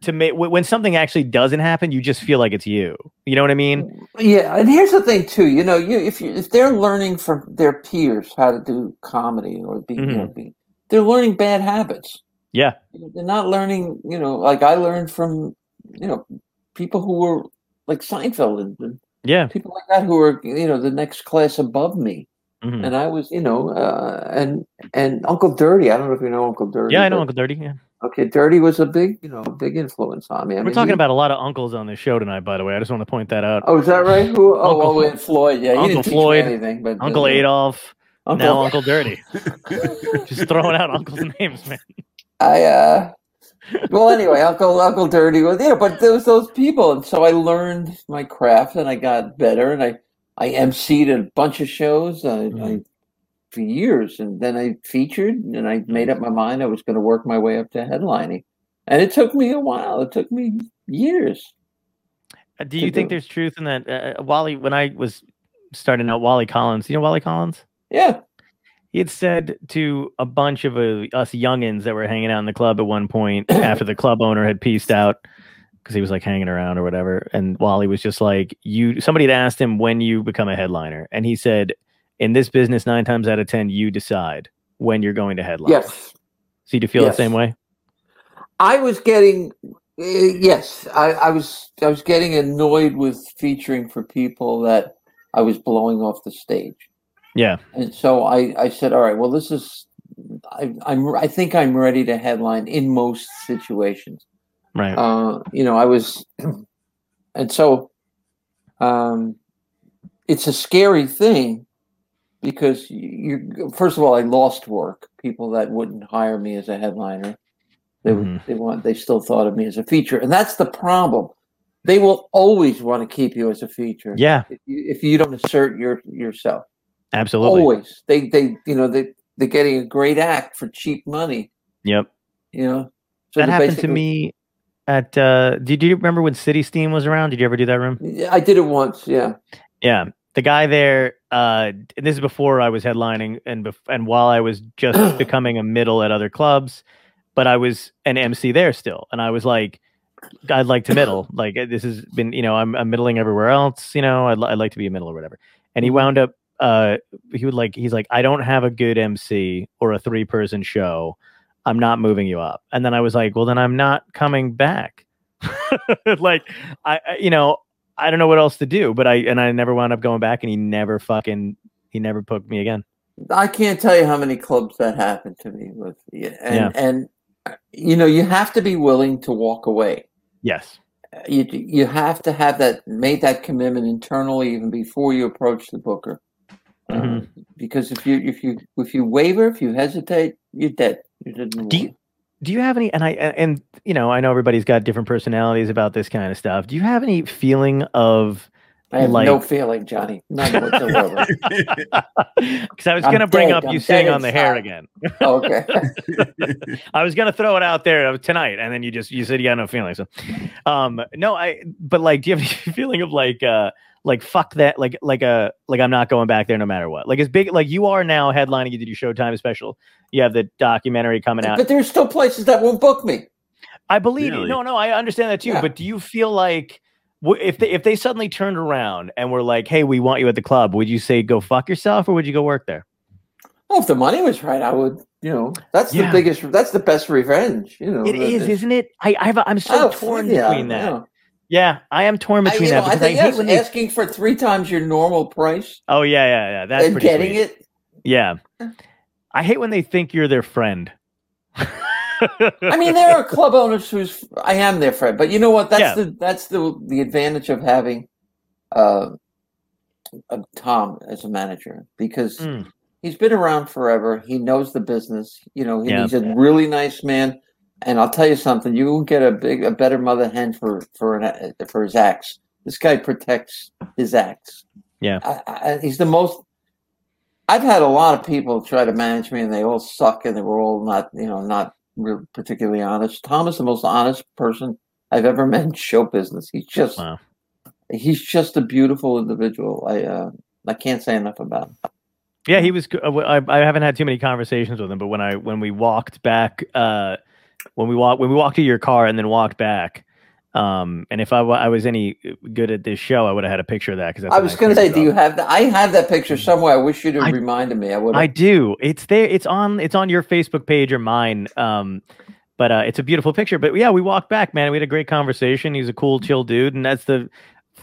D: to make when something actually doesn't happen, you just feel like it's you. You know what I
C: Mm.
D: mean?
C: Yeah, and here's the thing too. You know, you if you if they're learning from their peers how to do comedy or be, you know,
D: Mhm.
C: be they're learning bad habits.
D: Yeah.
C: they're not learning you know like i learned from you know people who were like seinfeld and, and
D: Yeah.
C: people like that who were you know the next class above me
D: Mhm.
C: and i was you know uh, and and uncle dirty i don't know if you know uncle dirty
D: Yeah, I know
C: but-
D: Uncle Dirty. Yeah.
C: okay dirty was a big you know big influence on me I
D: We're
C: mean,
D: talking
C: he-
D: about a lot of uncles on this show tonight, by the way. I just want to point that out.
C: oh is that right who oh
D: Uncle
C: well, we had floyd yeah he
D: Uncle
C: didn't teach me
D: Floyd,
C: anything but uh,
D: Uncle Adolf,
C: Oh, Uncle-
D: now Uncle Dirty. just throwing out uncles' names, man.
C: I uh well anyway, Uncle Uncle Dirty was yeah, but there was those people and so I learned my craft and I got better and I I emceed a bunch of shows I, I for years and then I featured and I made up my mind I was gonna work my way up to headlining. And it took me a while. It took me years.
D: Uh, Do
C: to
D: you think
C: do.
D: there's truth in that? Uh, Wally, when I was starting out, Wally Collins, you know Wally Collins?
C: Yeah.
D: He had said to a bunch of uh, us youngins that were hanging out in the club at one point after the club owner had pieced out because he was like hanging around or whatever. And Wally was just like, "You." Somebody had asked him when you become a headliner, and he said, "In this business, nine times out of ten, you decide when you're going to headline."
C: Yes.
D: So you feel
C: Yes.
D: the same way?
C: I was getting uh, yes, I, I was I was getting annoyed with featuring for people that I was blowing off the stage.
D: Yeah.
C: And so I, I said, all right, well, this is, I, I'm, I think I'm ready to headline in most situations.
D: Right.
C: Uh, you know, I was, and so, um, it's a scary thing because you, you first of all, I lost work. People that wouldn't hire me as a headliner, they would,
D: Mm-hmm.
C: they want, they still thought of me as a feature, and that's the problem. They will always want to keep you as a feature.
D: Yeah.
C: If you, if you don't assert your yourself.
D: Absolutely.
C: Always. They they you know they they're getting a great act for cheap money.
D: Yep.
C: You know.
D: that
C: they're
D: happened to
C: basically-
D: me at. Uh, did you remember when City Steam was around? Did you ever do that room?
C: Yeah, I did it once. Yeah.
D: Yeah. The guy there, uh, d- and this is before I was headlining and bef- and while I was just becoming a middle at other clubs, but I was an MC there still. And I was like, I'd like to middle. Like uh, this has been, you know, I'm, I'm middling everywhere else, you know, I'd, li- I'd like to be a middle or whatever. And he wound up, uh, he would like, he's like, I don't have a good MC or a three person show. I'm not moving you up. And then I was like, well, then I'm not coming back. like I, I- you know, I don't know what else to do. But I and I never wound up going back, and he never fucking he never booked me again.
C: I can't tell you how many clubs that happened to me with, yeah, and
D: Yeah.
C: and uh, you know you have to be willing to walk away.
D: Yes.
C: Uh, You you have to have that made that commitment internally even before you approach the booker, Uh,
D: Mm-hmm.
C: because if you if you if you waver, if you hesitate, you're dead. You didn't.
D: Do you do you have any? And I and you know I know everybody's got different personalities about this kind of stuff. Do you have any feeling of
C: I have
D: like?
C: no feeling, Johnny. None whatsoever.
D: Because I was
C: I'm
D: going to bring
C: dead.
D: up
C: I'm
D: you
C: dead
D: sitting on the hair
C: inside.
D: again.
C: okay.
D: I was going to throw it out there tonight, and then you just you said you had no feeling. So, um, no, I. But like, do you have any feeling of like, uh, like fuck that, like like a like I'm not going back there no matter what. Like as big like you are now headlining. You did your Showtime special. You have the documentary coming out.
C: But there's still places that won't book me.
D: I believe
C: Really?
D: you. No, no, I understand that too.
C: Yeah.
D: But do you feel like w- if they if they suddenly turned around and were like, "Hey, we want you at the club," would you say go fuck yourself or would you go work there?
C: Well, if the money was right, I would. You know, that's
D: Yeah.
C: the biggest. That's the best revenge. You know,
D: It
C: that-
D: is,
C: that-
D: isn't it? I, I have, a- I'm so
C: Oh,
D: torn
C: yeah,
D: between that.
C: yeah.
D: Yeah. I am torn
C: I, you
D: between
C: know,
D: that
C: I
D: because I,
C: think
D: hate
C: yes,
D: when they.
C: asking for three times your normal price
D: oh yeah, yeah, yeah. That's
C: and
D: pretty
C: getting
D: sweet.
C: it.
D: Yeah, I hate when they think you're their friend.
C: I mean, there are club owners who's I am their friend, but you know what? That's
D: Yeah.
C: the that's the the advantage of having uh, uh, Tom as a manager because
D: Hmm.
C: he's been around forever. He knows the business. You know, and
D: Yeah.
C: he's a really nice man. And I'll tell you something: you will get a big, a better mother hen for for an, for his axe. This guy protects his axe.
D: Yeah.
C: I, I, he's the most. I've had a lot of people try to manage me, and they all suck, and they were all not, you know, not real particularly honest. Tom is the most honest person I've ever met in show business. He's just, he's just a beautiful individual. I, uh, I can't say enough about him.
D: Yeah, he was. g- uh, w- I, I haven't had too many conversations with him, but when I when we walked back, uh, when we walked when we walked to your car and then walked back, um, and if I wa- I was any good at this show, I would have had a picture of that because
C: I was going to say, do you have that? I have that picture somewhere. I wish you'd have reminded me. I would.
D: I do. It's there. It's on. It's on your Facebook page or mine. Um, but uh, it's a beautiful picture. But yeah, we walked back, man. We had a great conversation. He's a cool, chill dude, and that's the.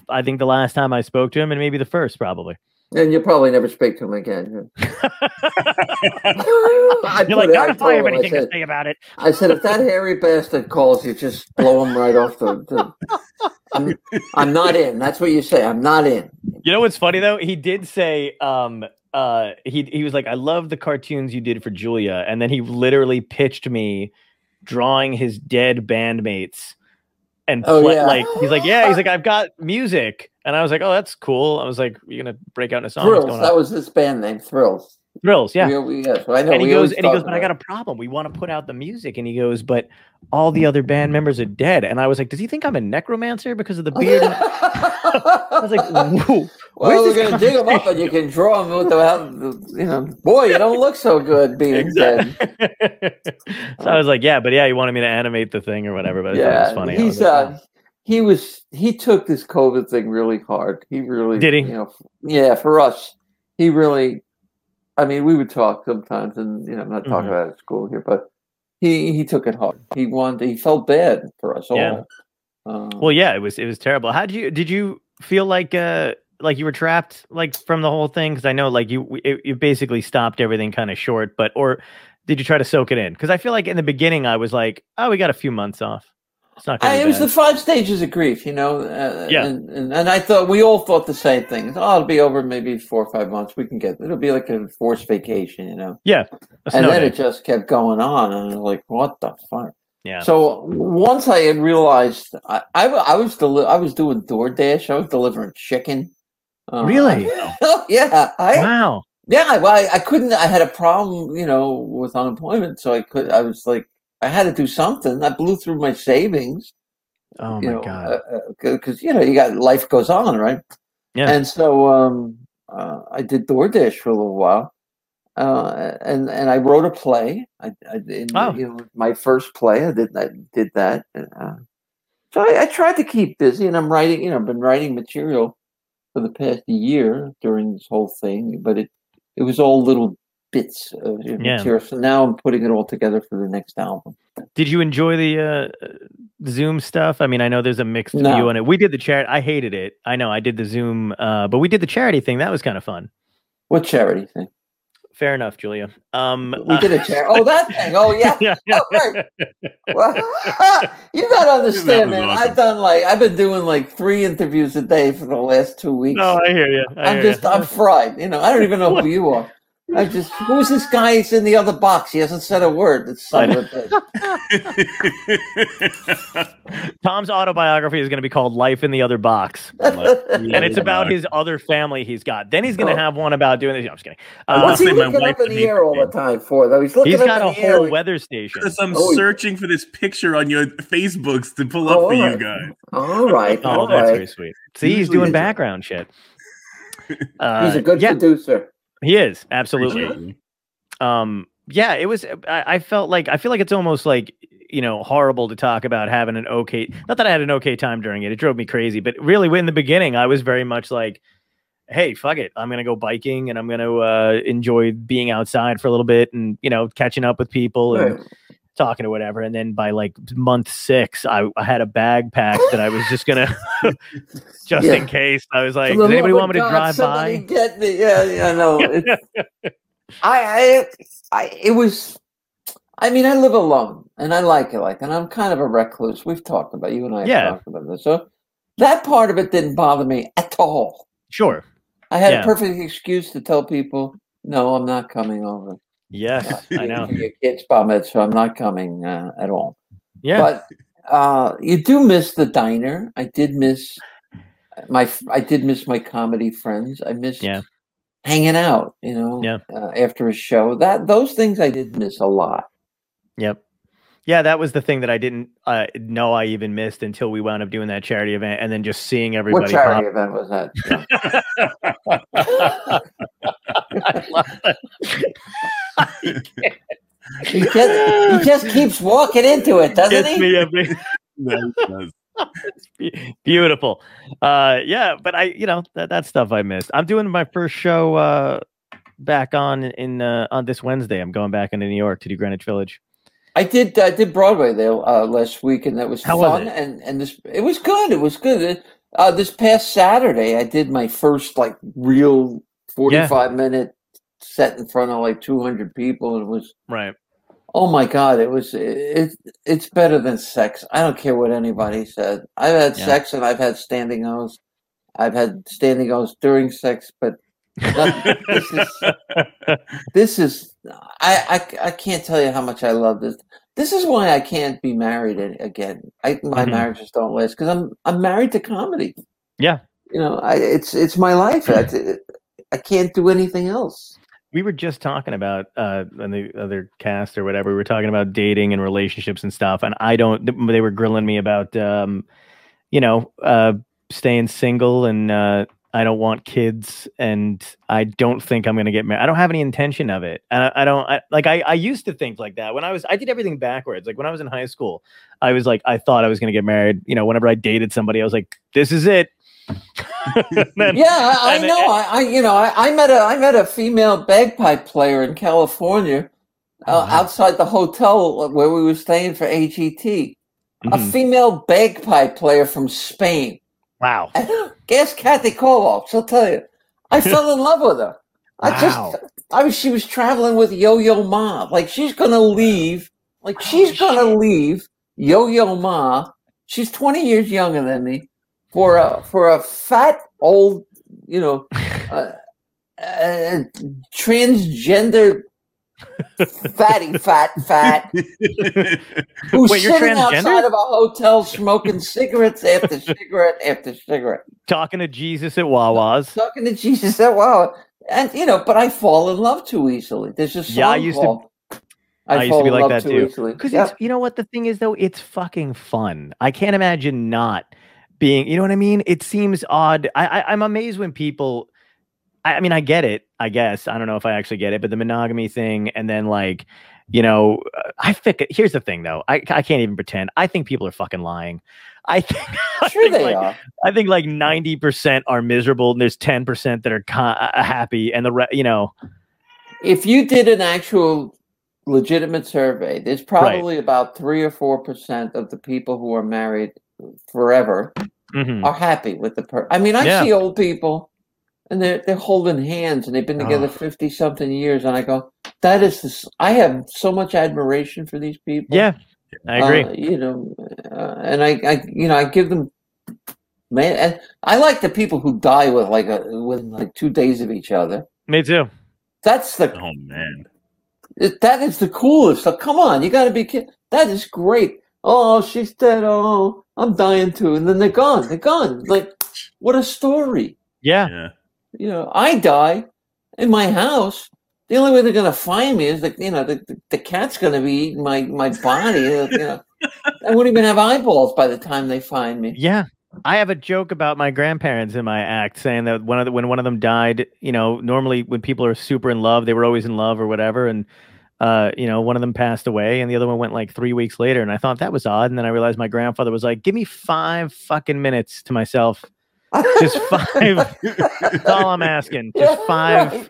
D: I think the last time I spoke to him, and maybe the first, probably.
C: And you'll probably never speak to him again. I put
D: You're like,
C: it- I
D: not if I
C: told
D: have
C: him, I
D: anything to
C: said-
D: say about it.
C: I said, if that hairy bastard calls you, just blow him right off the. the I'm, I'm not in. That's what you say. I'm not in.
D: You know what's funny though? He did say um uh he he was like I love the cartoons you did for Julia and then he literally pitched me drawing his dead bandmates and
J: Oh,
D: pla-
J: yeah.
D: like he's like yeah he's like I've got music and I was like oh that's cool I was like you're going to break out in a song What's
C: Thrills.
D: going
C: That
D: on?"
C: was his band name, Thrills.
D: Thrills, yeah.
C: We, we, yes, I know.
D: and he
C: we
D: goes
C: always
D: and he goes
C: talk
D: but I
C: about
D: got a problem we want to put out the music and he goes but all the other band members are dead and I was like does he think I'm a necromancer because of the beard I was like whoa
C: Well,
D: where's
C: we're
D: this
C: going to dig them up, and you can draw them without. You know, boy, you don't look so good being
D: Exactly.
C: dead.
D: So
C: uh,
D: I was like, yeah, but yeah, you wanted me to animate the thing or whatever, but yeah, it was funny. I was
C: he's
D: like, "Oh."
C: uh, he was he took this COVID thing really hard. He really
D: Did he?
C: You know, f- yeah, for us, he really. I mean, we would talk sometimes, and you know, I'm not talking
D: Mhm.
C: about at school here, but he he took it hard. He wanted. He felt bad for us
D: Yeah.
C: all. Uh,
D: "Oh." well, yeah, it was it was terrible. How did you did you feel like uh like you were trapped like from the whole thing? Because I know like you w- it, you basically stopped everything kind of short, but or did you try to soak it in? Because I feel like in the beginning I was like, oh, we got a few months off. It's not. Gonna
C: I,
D: be
C: it was
D: bad.
C: the five stages of grief, you know. Uh,
D: Yeah.
C: And, and, and I thought we all thought the same thing. Oh, it'll be over in maybe four or five months. We can get it'll be like a forced vacation, you know.
D: yeah. a
C: and
D: snow
C: then
D: day.
C: it just kept going on, and I was like, "What the fuck?"
D: Yeah.
C: So once I had realized, I I, wa- I was deli- I was doing DoorDash. I was delivering chicken. Uh,
D: really
C: yeah. I,
D: wow.
C: Yeah. Well, I, I couldn't. I had a problem, you know, with unemployment, so I could. I was like, I had to do something. I blew through my savings
D: Oh
C: you
D: my
C: know, uh,
D: god.
C: because you know you got life goes on, right?
D: Yeah.
C: And so um, uh, I did DoorDash for a little while, uh, and and I wrote a play. I, I in, you know my first play. I did I did that. And, uh, so I, I tried to keep busy, and I'm writing. You know, I've been writing material for the past year during this whole thing, but it it was all little bits of
D: Yeah.
C: material. So now I'm putting it all together for the next album.
D: Did you enjoy the uh, Zoom stuff? I mean, I know there's a mixed
C: No.
D: view on it. We did the charity. I hated it. I know I did the Zoom, uh, but we did the charity thing. That was kind of fun.
C: What charity thing?
D: Fair enough, Julia. Um,
C: We did a chair. Oh, that thing. Oh, yeah. Oh, right. Well, you gotta understand,
D: That
C: man.
D: was awesome.
C: I've done like I've been doing like three interviews a day for the last two weeks.
D: No, I hear you. I
C: I'm
D: hear
C: just
D: ya.
C: I'm fried. You know, I don't even know who you are. I just who's this guy? He's in the other box. He hasn't said a word. It's son of a bitch.
D: Tom's autobiography is going to be called "Life in the Other Box," and it's about his other family he's got. Then he's going to have one about doing this. I'm just kidding. Uh,
C: What's Oh. he looking up in the air all the time for? Though he's looking
D: He's
C: up
D: got
C: in
D: a
C: the air.
D: whole weather station.
E: Because I'm
C: Oh, yeah.
E: searching for this picture on your Facebooks to pull up
C: Oh,
E: for you
C: alright.
E: guys.
C: All right.
D: Oh,
C: all
D: that's
C: right.
D: very sweet. See, he's
C: Usually
D: doing
C: it's-
D: background shit. Uh,
C: he's a good producer.
D: He is absolutely. Um, yeah, it was. I, I felt like I feel like it's almost like you know horrible to talk about having an okay. Not that I had an okay time during it. It drove me crazy. But really, in the beginning, I was very much like, "Hey, fuck it. I'm gonna go biking and I'm gonna uh, enjoy being outside for a little bit and you know catching up with people and."
C: Right.
D: Talking or whatever, and then by like month six, I, I had a bag packed that I was just gonna, just
C: Yeah.
D: in case. I was like,
C: For the
D: "Does anybody
C: love
D: want
C: of
D: me to
C: God,
D: drive
C: somebody
D: by?"
C: Get me. Yeah, yeah, I know. It's- I, I, I, it was. I mean, I live alone, and I like it. Like, and I'm kind of a recluse. We've talked about you and I have
D: Yeah.
C: talked about this. So that part of it didn't bother me at all.
D: Sure.
C: I had
D: Yeah.
C: a perfect excuse to tell people, "No, I'm not coming over."
D: Yes, I know.
C: for your kids' bar mitzvah, so I'm not coming uh, at all.
D: Yeah.
C: but uh, you do miss the diner. I did miss my f- I did miss my comedy friends. I missed
D: Yeah.
C: hanging out. You know,
D: Yeah.
C: uh, after a show, that those things I did miss a lot.
D: Yep. Yeah, that was the thing that I didn't uh, know I even missed until we wound up doing that charity event, and then just seeing everybody.
C: what charity event
D: pop-
C: was that? he just he just keeps walking into it, doesn't
D: Gets
C: he?
D: me every- Be- Beautiful. Uh, yeah, but I, you know, that that stuff I missed. I'm doing my first show uh, back on in uh, on this Wednesday. I'm going back into New York to do Greenwich Village.
C: I did. I did Broadway there uh, last week, and that was
D: How was
C: fun. And and this it was good. It was good. Uh, this past Saturday, I did my first like real forty-five minute set in front of like two hundred people, and it was
D: right.
C: Oh my god, it was it, it. It's better than sex. I don't care what anybody said. I've had
D: Yeah.
C: sex, and I've had standing O's. I've had standing O's during sex, but nothing- this is this is I, I I can't tell you how much I love this. This is why I can't be married a- again. I my
D: Mhm.
C: marriages don't last because I'm I'm married to comedy.
D: Yeah.
C: You know, I it's it's my life. That's it. I can't do anything else.
D: we were just talking about uh on the other cast or whatever we were talking about dating and relationships and stuff and i don't they were grilling me about um you know uh staying single and uh i don't want kids and i don't think i'm gonna get married i don't have any intention of it and i, I don't I, like I, I used to think like that when i was i did everything backwards like when i was in high school i was like i thought i was gonna get married you know whenever i dated somebody i was like this is it And then-
C: yeah, I, I
D: and-
C: know. I, I you know, I, I met a I met a female bagpipe player in California uh,
D: Mm-hmm.
C: outside the hotel where we were staying for AGT. A
D: Mm-hmm.
J: Mhm.
C: female bagpipe player from Spain.
D: Wow.
C: Guess Kathy Koloff. She'll tell you. I fell in love with her. I
D: Wow.
C: just I was she was traveling with Yo-Yo Ma. Like she's gonna leave. Like she's gonna leave Yo-Yo Ma. She's 20 years younger than me for a for a fat old, you know, uh, uh, transgender fatty fat fat who's
D: Wait, you're
C: sitting outside
D: transgender?
C: of a hotel smoking cigarettes after cigarette after cigarette.
D: talking to jesus at wawa's
C: Talking to Jesus, oh, wow. And you know, but I fall in love too easily. There's a song
D: Yeah, I used to-
C: called
D: I, used to
C: Fall
D: be
C: in
D: like
C: Love
D: that
C: Too
D: too.
C: Easily.
D: Because
C: Yeah.
D: it's you know what the thing is though, it's fucking fun. I can't imagine not being. You know what I mean? It seems odd. I, I I'm amazed when people. I, I mean, I get it. I guess I don't know if I actually get it, but the monogamy thing, and then like, you know, uh, I think here's the thing though. I I can't even pretend. I think people are fucking lying. I think I
C: Sure
D: think,
C: they
D: like,
C: are.
D: I think like ninety percent are miserable, and there's ten percent that are con- uh, happy, and the re- you know,
C: If you did an actual legitimate survey, there's probably about three or four percent of the people who are married forever
D: Mhm.
C: are happy with the person. I mean, I
D: Yeah.
C: see old people and they're they're holding hands and they've been together
D: Ugh.
C: fifty something years, and I go, that is this. I have so much admiration for these people.
D: Yeah, I agree.
C: Uh, you know, uh, and I, I, you know, I give them. Man, and I like the people who die with like a with like two days of each other.
D: Me too.
C: That's the
E: oh man,
D: Oh.
C: that is the coolest. Like, come on, you got to be kidding. That is great. Oh, she's dead. Oh, I'm dying too, and then they're gone. They're gone. Like, what a story.
D: Yeah.
C: You know, I die in my house. The only way they're gonna find me is that you know the, the, the cat's gonna be eating my my body. You know, I wouldn't even have eyeballs by the time they find me.
D: Yeah. I have a joke about my grandparents in my act saying that one of the, when one of them died, you know, normally when people are super in love, they were always in love or whatever. And, uh, you know, one of them passed away and the other one went like three weeks later. And I thought that was odd. And then I realized my grandfather was like, give me five fucking minutes to myself. Just five. that's all I'm asking. Just
K: Yeah,
D: five
K: right.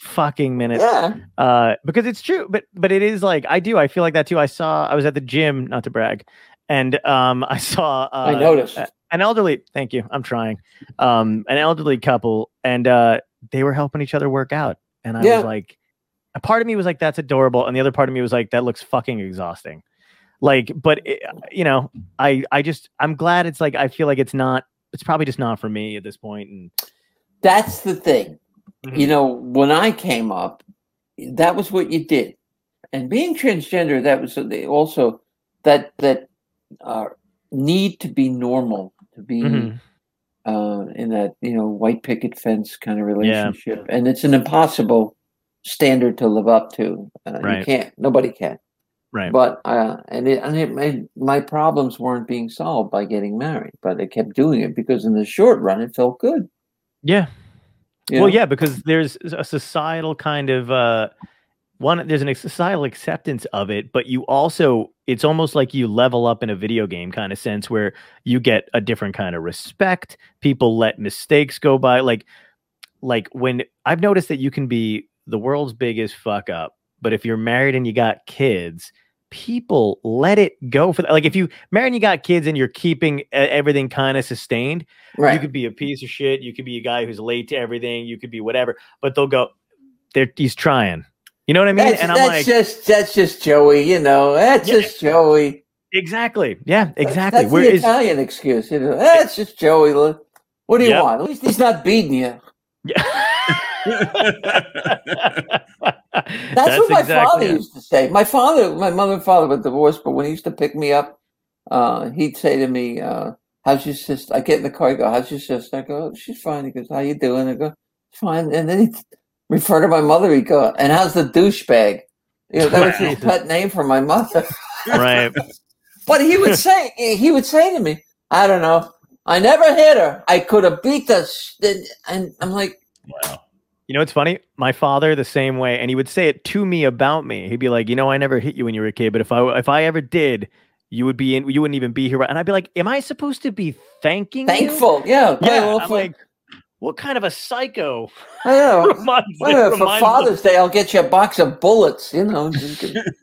D: fucking minutes.
K: Yeah.
D: Uh, because it's true, but but it is like I do. I feel like that too. I saw I was at the gym, not to brag, and um, I saw uh,
C: I noticed.
D: a- an elderly. Thank you. I'm trying. Um, an elderly couple, and uh, they were helping each other work out, and I
K: Yeah.
D: was like, a part of me was like, that's adorable, and the other part of me was like, that looks fucking exhausting. Like, but it, uh, you know, I I just I'm glad it's like I feel like it's not. It's probably just not for me at this point, and
C: That's the thing.
D: Mm-hmm.
C: You know, when I came up, that was what you did. And being transgender, that was also that that uh, need to be normal, to be
D: Mm-hmm.
K: Mhm.
C: uh, in that you know white picket fence kind of relationship, and it's an impossible standard to live up to. Uh, You
K: Right.
C: can't. Nobody can.
D: Right.
C: But uh, and it, and it made, my problems weren't being solved by getting married, but I kept doing it because in the short run, it felt good.
D: Yeah.
C: You know?
D: Well, yeah, because there's a societal kind of uh, one. There's an ex- societal acceptance of it, but you also it's almost like you level up in a video game kind of sense where you get a different kind of respect. People let mistakes go by, like like when I've noticed that you can be the world's biggest fuck up, but if you're married and you got kids, people let it go for that. Like if you married and you got kids and you're keeping e- everything kind of sustained, you
K: Right.
D: could be a piece of shit. You could be a guy who's late to everything. You could be whatever, but they'll go, "They're he's trying. You know what I mean?
C: That's,
D: and I'm
C: that's
D: like,
C: just that's just Joey, you know. That's
D: Yeah.
C: just Joey.
D: exactly. Yeah, exactly.
C: That's
D: Where
C: the
D: is
C: Italian excuse? You know, that's just Joey. Look, What do you
D: Yep.
C: want? At least he's not beating you. That's,
D: That's
C: what my
D: exactly
C: father
D: it.
C: used to say. My father, my mother and father were divorced, but when he used to pick me up, uh, he'd say to me, uh, "How's your sister?" I get in the car. I go, "How's your sister?" I go, "Oh, "She's fine." He goes, "How you doing?" I go, "Fine." And then he'd refer to my mother. He'd go, "And how's the douchebag?" You know, that was his
K: Wow.
C: pet name for my mother.
D: right?
C: But he would say, he would say to me, I don't know. I never hit her. I could have beat the. Sh-. And, and I'm like,
D: Mm-hmm. You know, it's funny. My father, the same way, and he would say it to me about me. He'd be like, "You know, I never hit you when you were a kid, but if I if I ever did, you would be in. You wouldn't even be here." And I'd be like, "Am I supposed to be thanking? you?"
C: Thankful, yeah,
D: yeah."
C: thankful
D: I'm
C: for-
D: like, what kind of a psycho?
C: I know.
D: Reminds-
C: Wait a minute, for
D: reminds me-
C: Father's Day, I'll get you a box of bullets, you know. just give-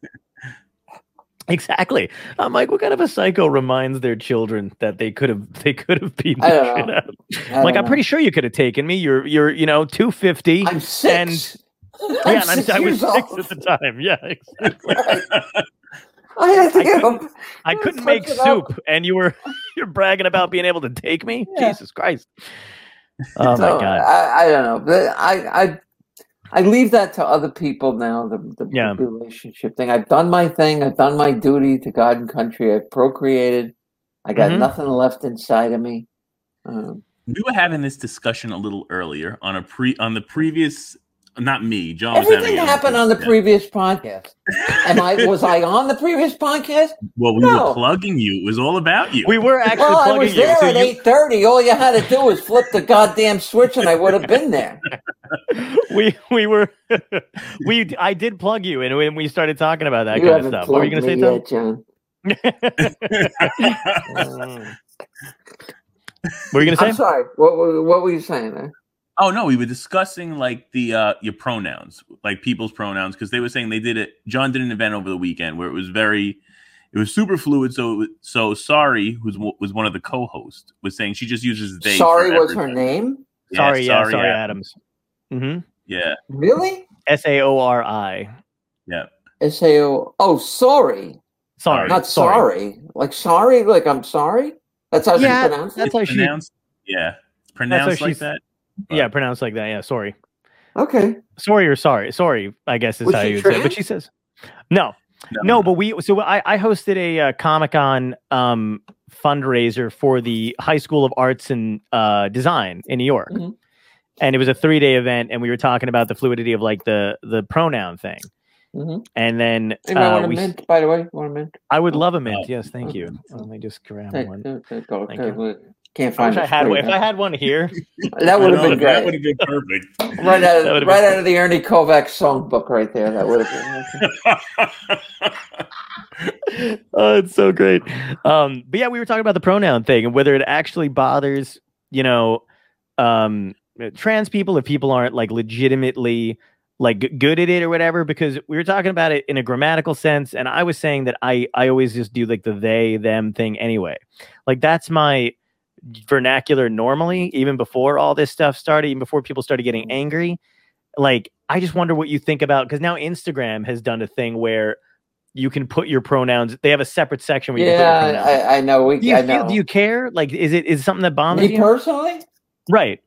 D: Exactly. I'm like, what kind of a psycho reminds their children that they could have they could have beaten
C: I
D: the
C: don't
D: shit
C: know.
D: out? of
C: I
D: them. Like,
C: don't
D: I'm pretty sure you could have taken me. You're you're you know 250. I'm
C: six.
D: And,
C: I'm
D: yeah, and I'm,
C: six
D: I was
C: years
D: six
C: old.
D: at the time. Yeah, exactly.
C: I had to
D: I
C: give
D: couldn't-
C: him.
D: I couldn't make
C: Punch it up.
D: soup, and you were you're bragging about being able to take me.
C: Yeah.
D: Jesus Christ! Oh my
C: So,
D: God!
C: I, I don't know. But I, I, I leave that to other people now. The, the relationship thing. I've done my thing. I've done my duty to God and country. I've procreated. I got
D: Mm-hmm.
E: Mhm.
C: nothing left inside of me. Um,
E: we were having this discussion a little earlier on a pre on the previous. Not me, John. was having
C: Everything
E: it
C: happened on the previous podcast. Am I was I on the previous podcast?
E: Well, we
C: No.
E: were plugging you. It was all about you.
D: We were
C: well, I was there at eight thirty. All you had to do was flip the goddamn switch, and I would have been there.
D: we we were we I did plug you, and when we started talking about that
C: You
D: kind of
C: haven't
D: stuff, what were you going
C: plugged
D: to say,
C: me yet, John?
D: Tom? What were you gonna say?
C: Uh, I'm sorry. What, were- what were you saying Uh, there?
E: Oh no, we were discussing like the uh your pronouns, like people's pronouns, because they were saying they did it. John did an event over the weekend where it was very, it was super fluid. So it was- so sorry, who's w- was one of the co-hosts, was saying she just uses they. for
C: Sorry was her
E: everything.
C: name?
E: Yeah,
D: Sorry, yeah,
E: Sorry
D: sorry,
E: Adams.
D: Adams. Mm-hmm.
E: Yeah.
C: Really?
D: S A O R I.
E: Yeah.
C: S A O. Oh, sorry.
D: Sorry.
C: Not
D: Sorry.
C: sorry. Like sorry. Like I'm sorry. That's how
D: Yeah,
C: she pronounced it.
D: that's how she-
E: pronounced. Yeah, it's pronounced like
D: she's-
E: that.
D: Yeah, pronounced like that. Yeah, sorry.
C: Okay.
D: Sorry or sorry. Sorry, I guess is
C: Was
D: how
C: she
D: you would say. it, But
C: trans?
D: she says, no. No, but we so I, I hosted a uh, Comic Con um, fundraiser for the High School of Arts and uh, Design in New York,
C: Mm-hmm.
D: and it was a three day event, and we were talking about the fluidity of like the the pronoun thing,
C: Mhm.
D: and then
C: You might
D: uh,
C: want a
D: we-
C: mint, by the way. You want a mint?
D: I would love a mint.
C: Oh.
D: Yes, thank you. Let me just grab
C: Hey,
D: one.
C: there- there you go.
D: Thank
C: uh, Okay,
D: you.
C: well, Can't
D: I
C: find
D: wish I
C: it.
D: had
C: There
D: one.
C: you
D: If
C: go.
D: I had one here,
C: That would
E: I
C: have
E: know,
C: been
E: That would
C: great.
E: have been perfect.
C: Right out,
D: That
C: of,
D: would've
C: right
D: been-
C: out of the Ernie Kovac songbook, right there. That would have been.
D: oh, it's so great. Um, but yeah, we were talking about the pronoun thing and whether it actually bothers, you know, um, trans people if people aren't like legitimately like g- good at it or whatever. Because we were talking about it in a grammatical sense, and I was saying that I I always just do like the they them thing anyway. Like that's my vernacular normally, even before all this stuff started, even before people started
C: Mm-hmm.
D: getting angry. Like I just wonder what you think about because now Instagram has done a thing where you can put your pronouns. They have a separate section where you can put your
C: Yeah,
D: pronouns.
C: I, I know. We,
D: do you
C: I
D: feel-
C: know.
D: do you care? Like, is it is it something that bothers
C: Me
D: you?
C: personally,
D: Right,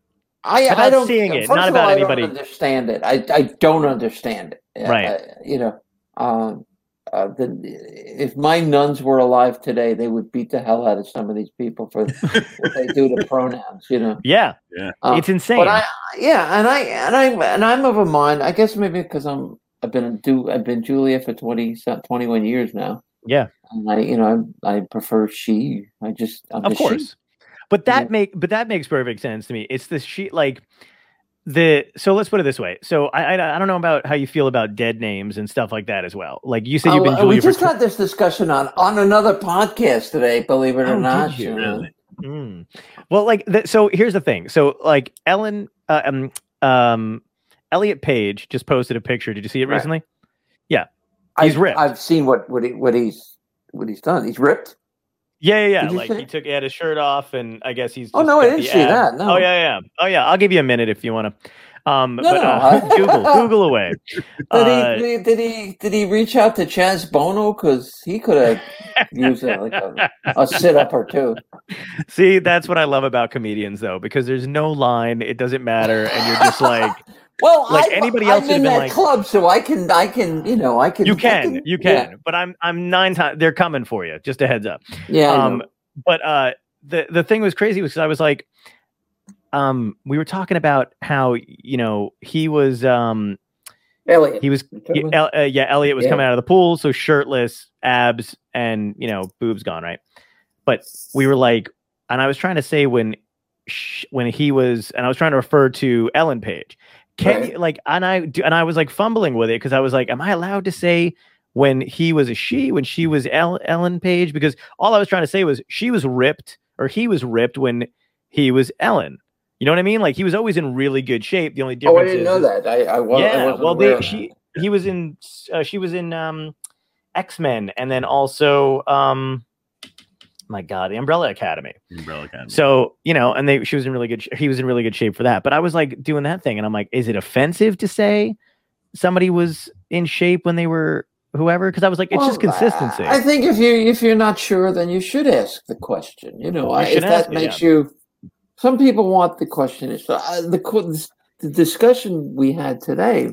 C: I,
D: About
C: I don't
D: seeing it,
C: first
D: not
C: of
D: about
C: all,
D: anybody.
C: I don't understand it. I, I don't understand it.
D: Right.
C: I- you know, um, uh, the, if my nuns were alive today, they would beat the hell out of some of these people for what they do to pronouns. You know.
D: yeah,
E: Yeah.
C: Uh,
D: it's insane.
C: But I, yeah, and I and I and I'm of a mind. I guess maybe because I'm I've been do I've been Julia for 20, some- 21 years now,
D: yeah,
C: and I you know I, I prefer she. I just I'm
D: of
C: just she.
D: course. But that
C: Yeah.
D: make but that makes perfect sense to me. It's the sheet like the so let's put it this way. So I, I I don't know about how you feel about dead names and stuff like that as well. Like you said, you've been
C: Oh, we
D: Julia for
C: just had this discussion on on another podcast today. Believe it
D: Oh,
C: or
D: did
C: not,
D: you?
C: know.
E: Really?
D: Mm. Well, like, th- so here's the thing. So, like, Ellen, uh, um, um, Elliot Page just posted a picture. Did you see it
C: Right.
D: recently? Yeah, He's
C: I've,
D: ripped.
C: I've seen what what he, what he's what he's done. He's ripped.
D: yeah, yeah. yeah.
C: Did you
D: Like,
C: see
D: he
C: it?
D: took he had his shirt off, and I guess he's.
C: Oh,
D: just
C: no, I
D: got
C: didn't
D: the
C: see
D: ab.
C: that, no.
D: Oh yeah, yeah. Oh yeah. I'll give you a minute if you want to. Um,
C: No,
D: but
C: no,
D: uh,
C: I-
D: Google, Google away.
C: Did,
D: Uh,
C: he, did he did he did he reach out to Chaz Bono because he could have used a, like a, a sit up or two.
D: see, that's what I love about comedians, though, because there's no line. It doesn't matter, and you're just like,
C: Well,
D: Like
C: I,
D: anybody else
C: I'm
D: would've
C: in
D: been
C: that
D: like-
C: club, so I can I can you know I can
D: you
C: I
D: can, you
C: yeah,
D: can. But I'm, I'm nine times. They're coming for you. Just a heads up.
C: yeah. I
D: um
C: know.
D: but uh the the thing was crazy was 'cause i was like um we were talking about how you know he was um
C: Elliot.
D: he was
C: you
D: yeah,
C: talking about-
D: El- uh, yeah elliot was
C: Yeah.
D: coming out of the pool so shirtless abs and you know boobs gone right but we were like and i was trying to say when sh- when he was and i was trying to refer to ellen page can
C: Right.
D: you like and i do and i was like fumbling with it because i was like am i allowed to say when he was a she when she was El- ellen page because all i was trying to say was she was ripped or he was ripped when he was ellen you know what i mean like he was always in really good shape the only difference
C: Oh, I didn't
D: is,
C: know
D: is-
C: that. I, I was. I
D: yeah
C: wasn't
D: well
C: aware
D: they
C: of
D: she he was in uh, she was in um x-men and then also um my god the umbrella academy
E: Umbrella Academy.
D: so you know, and they she was in really good. sh- He was in really good shape for that. But I was like doing that thing, and I'm like, is it offensive to say somebody was in shape when they were whoever? Because I was like, it's just
C: Well, I-
D: consistency.
C: I, think if you if you're not sure, then you should ask the question. You know, I,
D: should
C: if that
D: ask it,
C: makes you. Some people want the question. So uh, the qu- the discussion we had today,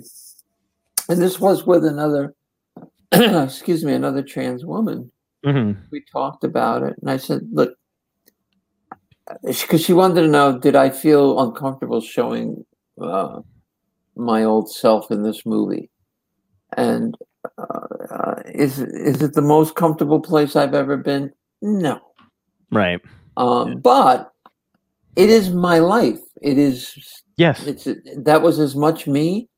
C: and this was with another, excuse me, another trans woman.
D: Mhm.
C: We talked about it, and I said, "Look," because she wanted to know, did I feel uncomfortable showing uh, my old self in this movie? And uh, is is it the most comfortable place I've ever been? No,
D: Right.
C: um, but it is my life. It is
D: Yes.
C: it's that was as much me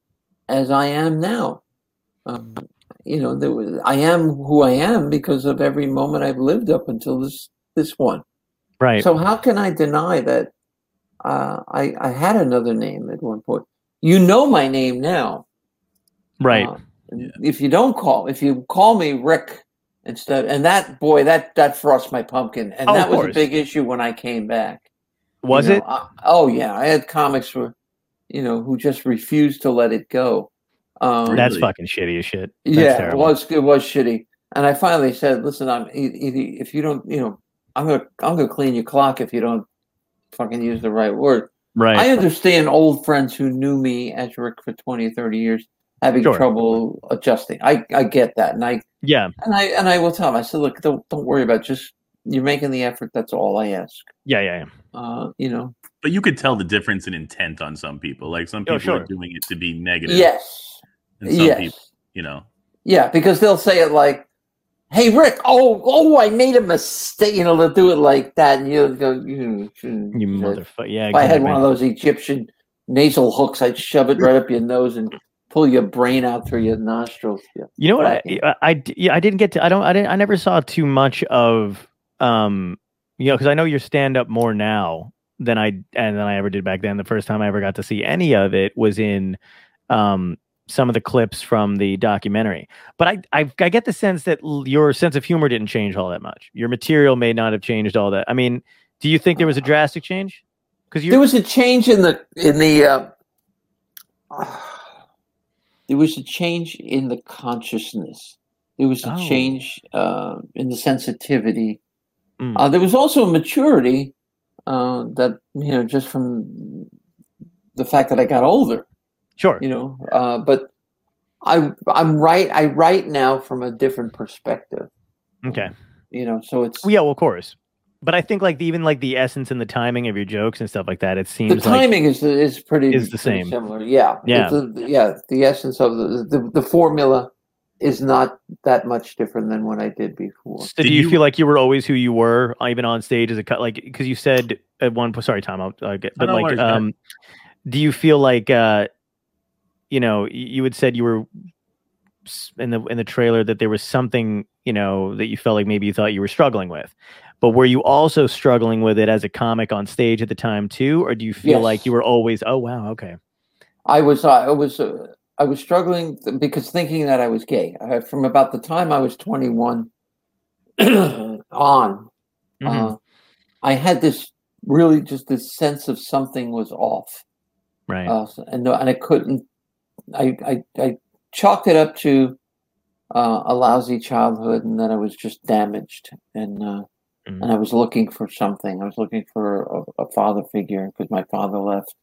C: as I am now. Um, you know, there was, I am who I am because of every moment I've lived up until this this one.
D: Right.
C: So how can I deny that uh, I, I had another name at one point. You know my name now.
D: Right.
C: uh, If you don't call, if you call me Rick instead, and that boy, that that frost my pumpkin, and
D: Oh,
C: that
D: of
C: was a
D: course.
C: big issue when I came back. You
D: Was
C: know,
D: it?
C: I- oh yeah, I had comics who, you know, who just refused to let it go. Um,
D: That's fucking shitty as shit. That's
C: yeah,
D: terrible.
C: it was it was shitty. And I finally said, "Listen, I'm e- e- if you don't, you know, I'm gonna I'm gonna clean your clock if you don't fucking use the right word."
D: Right.
C: I understand old friends who knew me as Rick for 20, 30 years having
D: Sure.
C: trouble adjusting. I I get that, and I
D: yeah.
C: and I and I will tell them. I said, "Look, don't don't worry about it. just you're making the effort. That's all I ask."
D: Yeah, yeah, yeah.
C: Uh, you know,
E: But you could tell the difference in intent on some people. Like some
C: Oh,
E: people
C: sure.
E: are doing it to be negative.
C: Yes.
E: And some
C: Yes.
E: people, you know.
C: Yeah, because they'll say it like, "Hey, Rick, oh, oh, I made a mistake." You know, they'll do it like that, and you'll go, "You, you
D: You motherfucker. Yeah.
C: If I had one of
D: exactly.
C: those Egyptian nasal hooks, I'd shove it right up your nose and pull your brain out through your nostrils. Yeah.
D: You know what? I, I, I d- yeah, I didn't get to. I don't. I didn't. I never saw too much of. Um, you know, because I know your stand up more now than I and than I ever did back then. The first time I ever got to see any of it was in, um, some of the clips from the documentary. But I, I, I get the sense that l- your sense of humor didn't change all that much. Your material may not have changed all that. I mean, do you think there was a drastic change? Because you
C: There was a change in the in the. Uh, there was a change in the consciousness. There was a
B: Oh.
C: change uh, in the sensitivity. Uh, there was also a maturity uh, that you know just from the fact that I got older.
D: Sure.
C: You know, uh, but I I'm right. I write now from a different perspective.
D: okay.
C: You know, so it's
D: yeah, well, of course. But I think like the, even like the essence and the timing of your jokes and stuff like that. It seems
C: The
D: like
C: timing is is pretty
D: is the
C: pretty
D: same.
C: similar. Yeah,
D: Yeah.
C: The, the- yeah. The essence of the, the the formula is not that much different than what I did before.
D: So do you, feel like you were always who you were, uh, even on stage as a cut? Like, because you said at one point, sorry, Tom, I'll, i get,
C: Oh,
D: but
C: no
D: like,
C: worries, go ahead.
D: um, do you feel like, uh, you know, y- you had said you were s- in the in the trailer that there was something, you know, that you felt like maybe you thought you were struggling with, but were you also struggling with it as a comic on stage at the time too, or do you feel
C: Yes.
D: like you were always, oh wow, okay,
C: I was I was uh, I was struggling th- because thinking that I was gay uh, from about the time I was 21 on.
D: Mm-hmm.
C: Uh,
B: Mhm.
C: I had this really just this sense of something was off,
D: Mm-hmm. right?
C: uh, s- and no- and I couldn't. I I, I chalked it up to uh, a lousy childhood, and that I was just damaged, and uh, and I was looking for something. I was looking for a, a father figure because my father left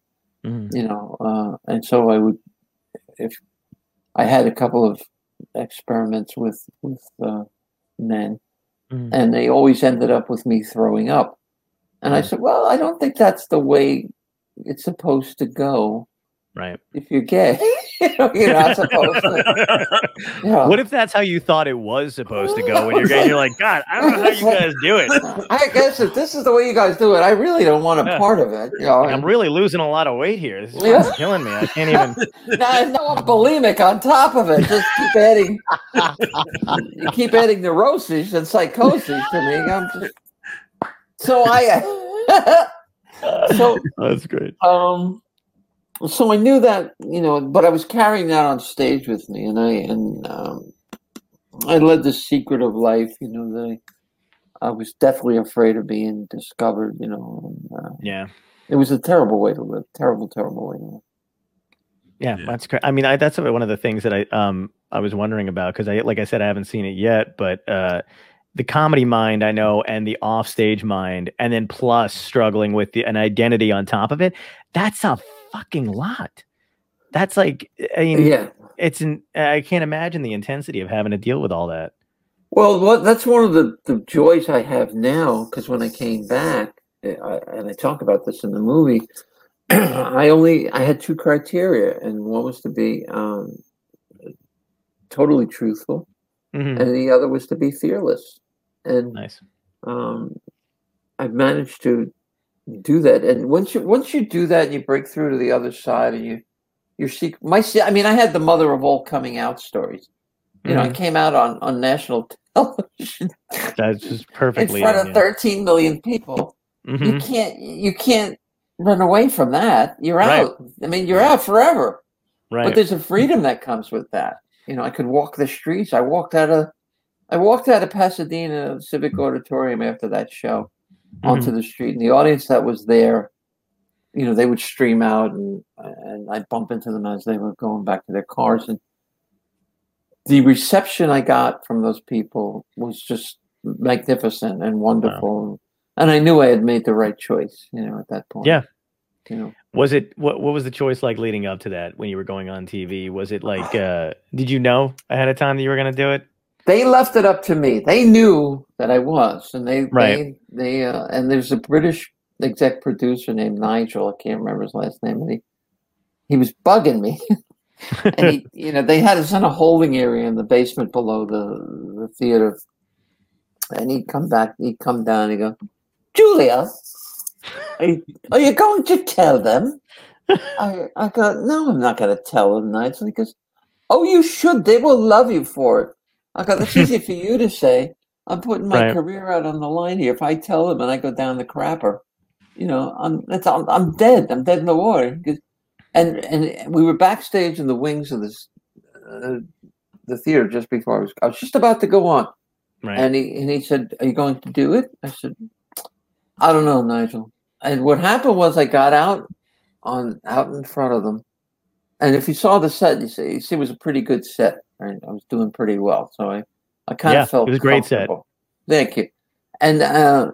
C: you know uh, and so i would if i had a couple of experiments with with uh, men
D: Mm-hmm.
B: Mhm.
C: and they always ended up with me throwing up and i
B: Mhm.
C: said well i don't think that's the way it's supposed to go
D: right
C: if you're gay you know, you're not supposed to Yeah.
D: What if that's how you thought it was supposed to go when you're gay? and You're like, God, I don't know how you guys do it.
C: i guess if this is the way you guys do it i really don't want a part of it you know,
D: I'm really losing a lot of weight here. This is
C: Yeah.
D: fucking killing me. I can't even.
C: now, now I'm bulimic on top of it. Just keep adding, you keep adding neuroses and psychoses to me. I'm just so I. so
D: that's great.
C: Um, so I knew that you know, but I was carrying that on stage with me, and I and um, I led the secret of life. You know, the I was definitely afraid of being discovered. You know, and, uh,
D: Yeah.
C: it was a terrible way to live. Terrible, terrible way to live.
D: Yeah, that's correct. I mean, I, that's one of the things that I um I was wondering about because I like I said I haven't seen it yet, but uh, the comedy mind I know and the offstage mind, and then plus struggling with the, an identity on top of it. That's a fucking lot. That's like I mean,
C: Yeah.
D: it's an I can't imagine the intensity of having to deal with all that.
C: Well, what, that's one of the, the joys I have now because when I came back, eh, I, and I talk about this in the movie, I only I had two criteria, and one was to be um, totally truthful,
D: Mhm.
C: and the other was to be fearless. And
D: nice,
C: um, I've managed to do that. And once you once you do that, and you break through to the other side, and you you see my se- I mean, I had the mother of all coming out stories. You know, I
D: Mhm.
C: came out on on national television
D: That's just
C: in
D: perfectly
C: front
D: yeah.
C: of 13 million people. You
D: Mhm.
C: can't you can't run away from that. You're
D: Right.
C: out. I mean, you're out forever.
D: Right.
C: But there's a freedom that comes with that. You know, I could walk the streets. I walked out of, I walked out of Pasadena
D: Mm-hmm.
C: Civic Auditorium after that show, onto the street, and the audience that was there, you know, they would stream out, and and I'd bump into them as they were going back to their cars, and the reception I got from those people was just magnificent and wonderful. And I knew I had made the right choice, you know, at that point.
D: Yeah.
C: You know,
D: Was it what? What was the choice like leading up to that when you were going on TV? Was it like, uh, did you know ahead of time that you were going to do it?
C: they left it up to me. They knew that I was, and they
D: Right.
C: they, they uh, and there's a British exec producer named Nigel. I can't remember his last name, but he he was bugging me. and he, you know, they had us in a holding area in the basement below the the theater, and he'd come back. He'd come down. He would go, Julia, are you, are Oh, you going to tell them? I I go, no, I'm not going to tell them, Nigel. He goes, oh, you should. They will love you for it. I go, that's easy for you to say. I'm putting my
D: Right.
C: career out on the line here. If I tell them and I go down the crapper, you know, I'm that's I'm, I'm dead. I'm dead in the water. He goes, And and we were backstage in the wings of this uh, the theater just before I was I was just about to go on.
D: Right.
C: And he and he said, "Are you going to do it?" I said, "I don't know, Nigel." And what happened was I got out on out in front of them, and if you saw the set, you see, you see it was a pretty good set. Right? I was doing pretty well, so I I kind
D: Yeah,
C: of felt
D: it was a great set.
C: comfortable. Thank you. And uh,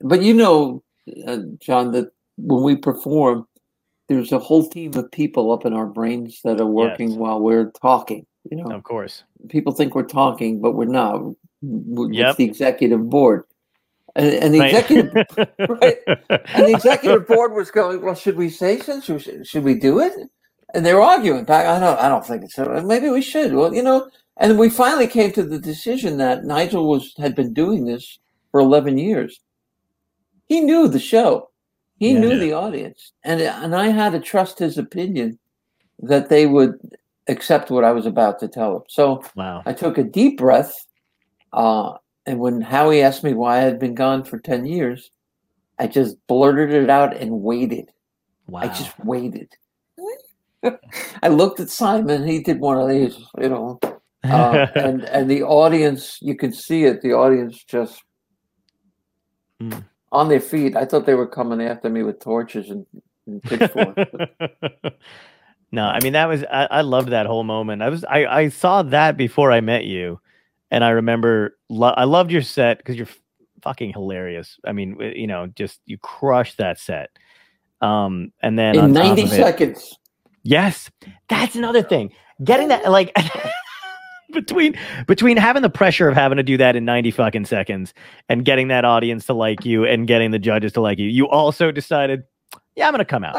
C: but you know, uh, John, that when we perform, there's a whole team of people up in our brains that are working while we're talking. You know,
D: Of course.
C: people think we're talking, but we're not. W-
D: Yep.
C: It's the executive board, and, and the
D: Right.
C: executive right? and the executive board was going. Well, should we say since we should, should we do it? And they were arguing back. I don't. I don't think it's. Uh, Maybe we should. Well, you know. And we finally came to the decision that Nigel was had been doing this for eleven years. He knew the show. He
D: Yeah.
C: knew the audience, and and I had to trust his opinion that they would accept what I was about to tell them. So
D: Wow.
C: I took a deep breath. Uh, and when Howie asked me why I had been gone for 10 years, I just blurted it out and waited.
D: Wow.
C: I just waited. I looked at Simon. He did one of these, you know. Uh, and, and the audience, you could see it. The audience just
D: Mm.
C: on their feet. I thought they were coming after me with torches and, and pitchforks.
D: no, I mean that was I, I loved that whole moment. I was I, I saw that before I met you, and I remember lo- I loved your set because you're f- fucking hilarious. I mean, w- you know, just you crushed that set. Um, and then
C: In
D: on top
C: 90
D: of it-
C: seconds.
D: Yes, that's another thing. Getting that like between between having the pressure of having to do that in ninety fucking seconds and getting that audience to like you and getting the judges to like you, you also decided, yeah, I'm gonna come out.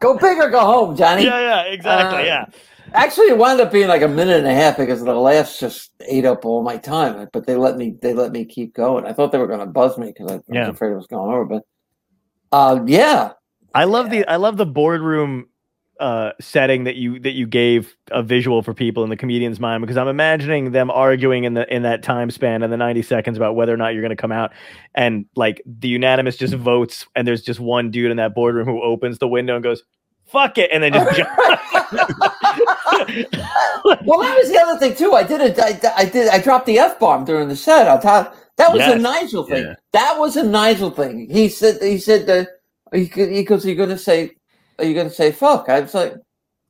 C: go big or go home, Johnny.
D: Yeah, yeah, exactly.
C: Uh,
D: yeah,
C: Actually, it wound up being like a minute and a half because the last just ate up all my time. But they let me, they let me keep going. I thought they were going to buzz me because I was
D: Yeah.
C: afraid it was going over. But uh, yeah,
D: I love the I love the boardroom uh setting that you that you gave a visual for people in the comedian's mind because I'm imagining them arguing in the in that time span in the 90 seconds about whether or not you're going to come out and like the unanimous just votes and there's just one dude in that boardroom who opens the window and goes fuck it and then just jump.
C: well, that was the other thing too. I did a, I, I did, I dropped the f bomb during the set. I thought that was a
D: Yes.
C: Nigel thing.
E: Yeah.
C: That was a Nigel thing. He said, he said that he, go- he goes, "Are you going to say, are you going to say fuck?" I was like,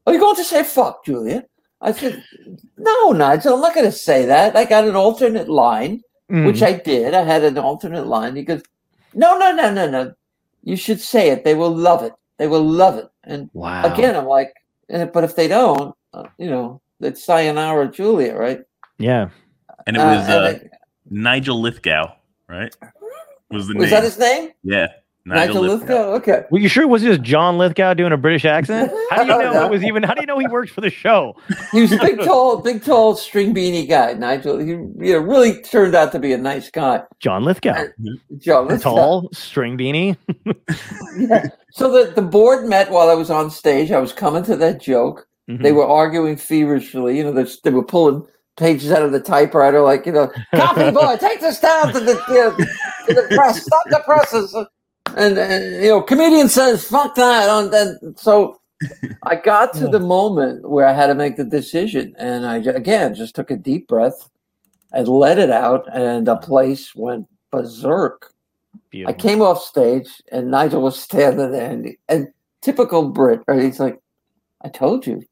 C: "Are you going to say fuck, Julia?" I said, "No, Nigel, I'm not going to say that." I got an alternate line,
D: Hmm,
C: which I did. I had an alternate line. He goes, "No, no, no, no, no. You should say it. They will love it. They will love it." And
D: wow
C: again, I'm like, eh, but if they don't, uh, you know, it's Sayonara Julia, right?
D: yeah
E: And it was
C: and
E: uh,
C: it-
E: Nigel Lithgow, right? Was the
C: was
E: name?
C: that his name?
E: yeah,
C: Nigel, Lithgow. Okay.
D: were you sure it was just John Lithgow doing a British accent how do you know it was even how do you know he worked for the show
C: He was a big, tall, big, tall string beanie guy. Nigel, he you know, really turned out to be a nice guy.
D: John Lithgow
C: Joe, let's not-
D: tall string beanie
C: So the, the board met while I was on stage. I was coming to that joke. They
D: Mhm.
C: were arguing feverishly. You know, they, they were pulling pages out of the typewriter, like you know, copy boy, take this down to the, you know, to the press, stop the presses. and, and you know, comedian says, "Fuck that." On then, so I got to the moment where I had to make the decision, and I ju- again just took a deep breath and let it out, and the place went berserk. I came off stage, and Nigel was standing there, and, and typical Brit, right? He's like, "I told you."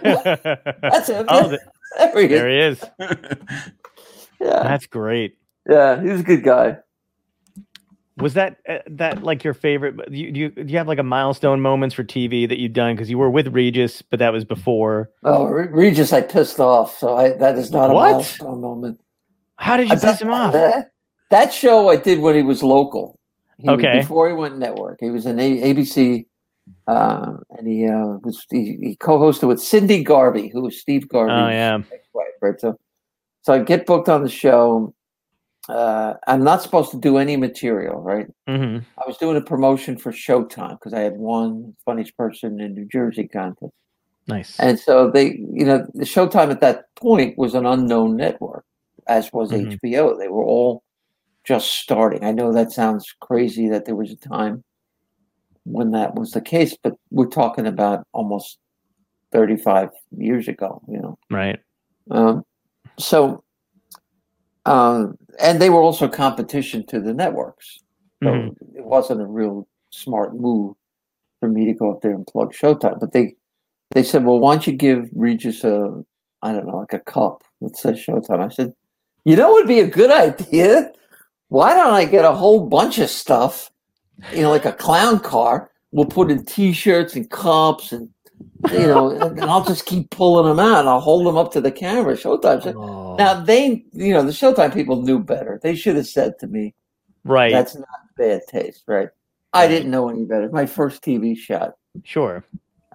D: That's
C: him.
D: Oh, the-
C: There he is.
D: there he is. That's great.
C: Yeah, he's a good guy.
D: Was that uh, that like your favorite? Do you, do you do you have like a milestone moments for TV that you've done? Because you were with Regis, but that was before.
C: Oh, Re- Regis, I pissed off, so I, that is not a
D: What?
C: milestone moment.
D: How did you piss him off?
C: That, that show I did when he was local. He was-
D: Okay.
C: before he went network, he was in a- ABC, uh, and he uh, was he, he co-hosted with Cindy Garvey, who was Steve Garvey.
D: Oh yeah.
C: Right, right. So, so I get booked on the show. Uh, I'm not supposed to do any material, right?
D: hmm
C: I was doing a promotion for Showtime because I had won funniest person in New Jersey contest.
D: Nice.
C: And so they, you know, the Showtime at that point was an unknown network, as was
D: Mhm.
C: HBO. They were all just starting. I know that sounds crazy that there was a time when that was the case, but we're talking about almost 35 years ago, you know.
D: Right.
C: Um, so, um, and they were also competition to the networks. So
D: Mhm.
C: it wasn't a real smart move for me to go up there and plug Showtime. But they they said, well, why don't you give Regis a I don't know, like a cup that says Showtime? I said, you know, what would be a good idea. Why don't I get a whole bunch of stuff, you know, like a clown car? We'll put in T-shirts and cups and you know, and I'll just keep pulling them out. And I'll hold them up to the camera. Showtime. said-
D: Mm-hmm. Oh.
C: Now they, you know, the Showtime people knew better. They should have said to me,
D: Right.
C: "That's not bad taste, right?" I didn't know any better. My first TV shot,
D: sure.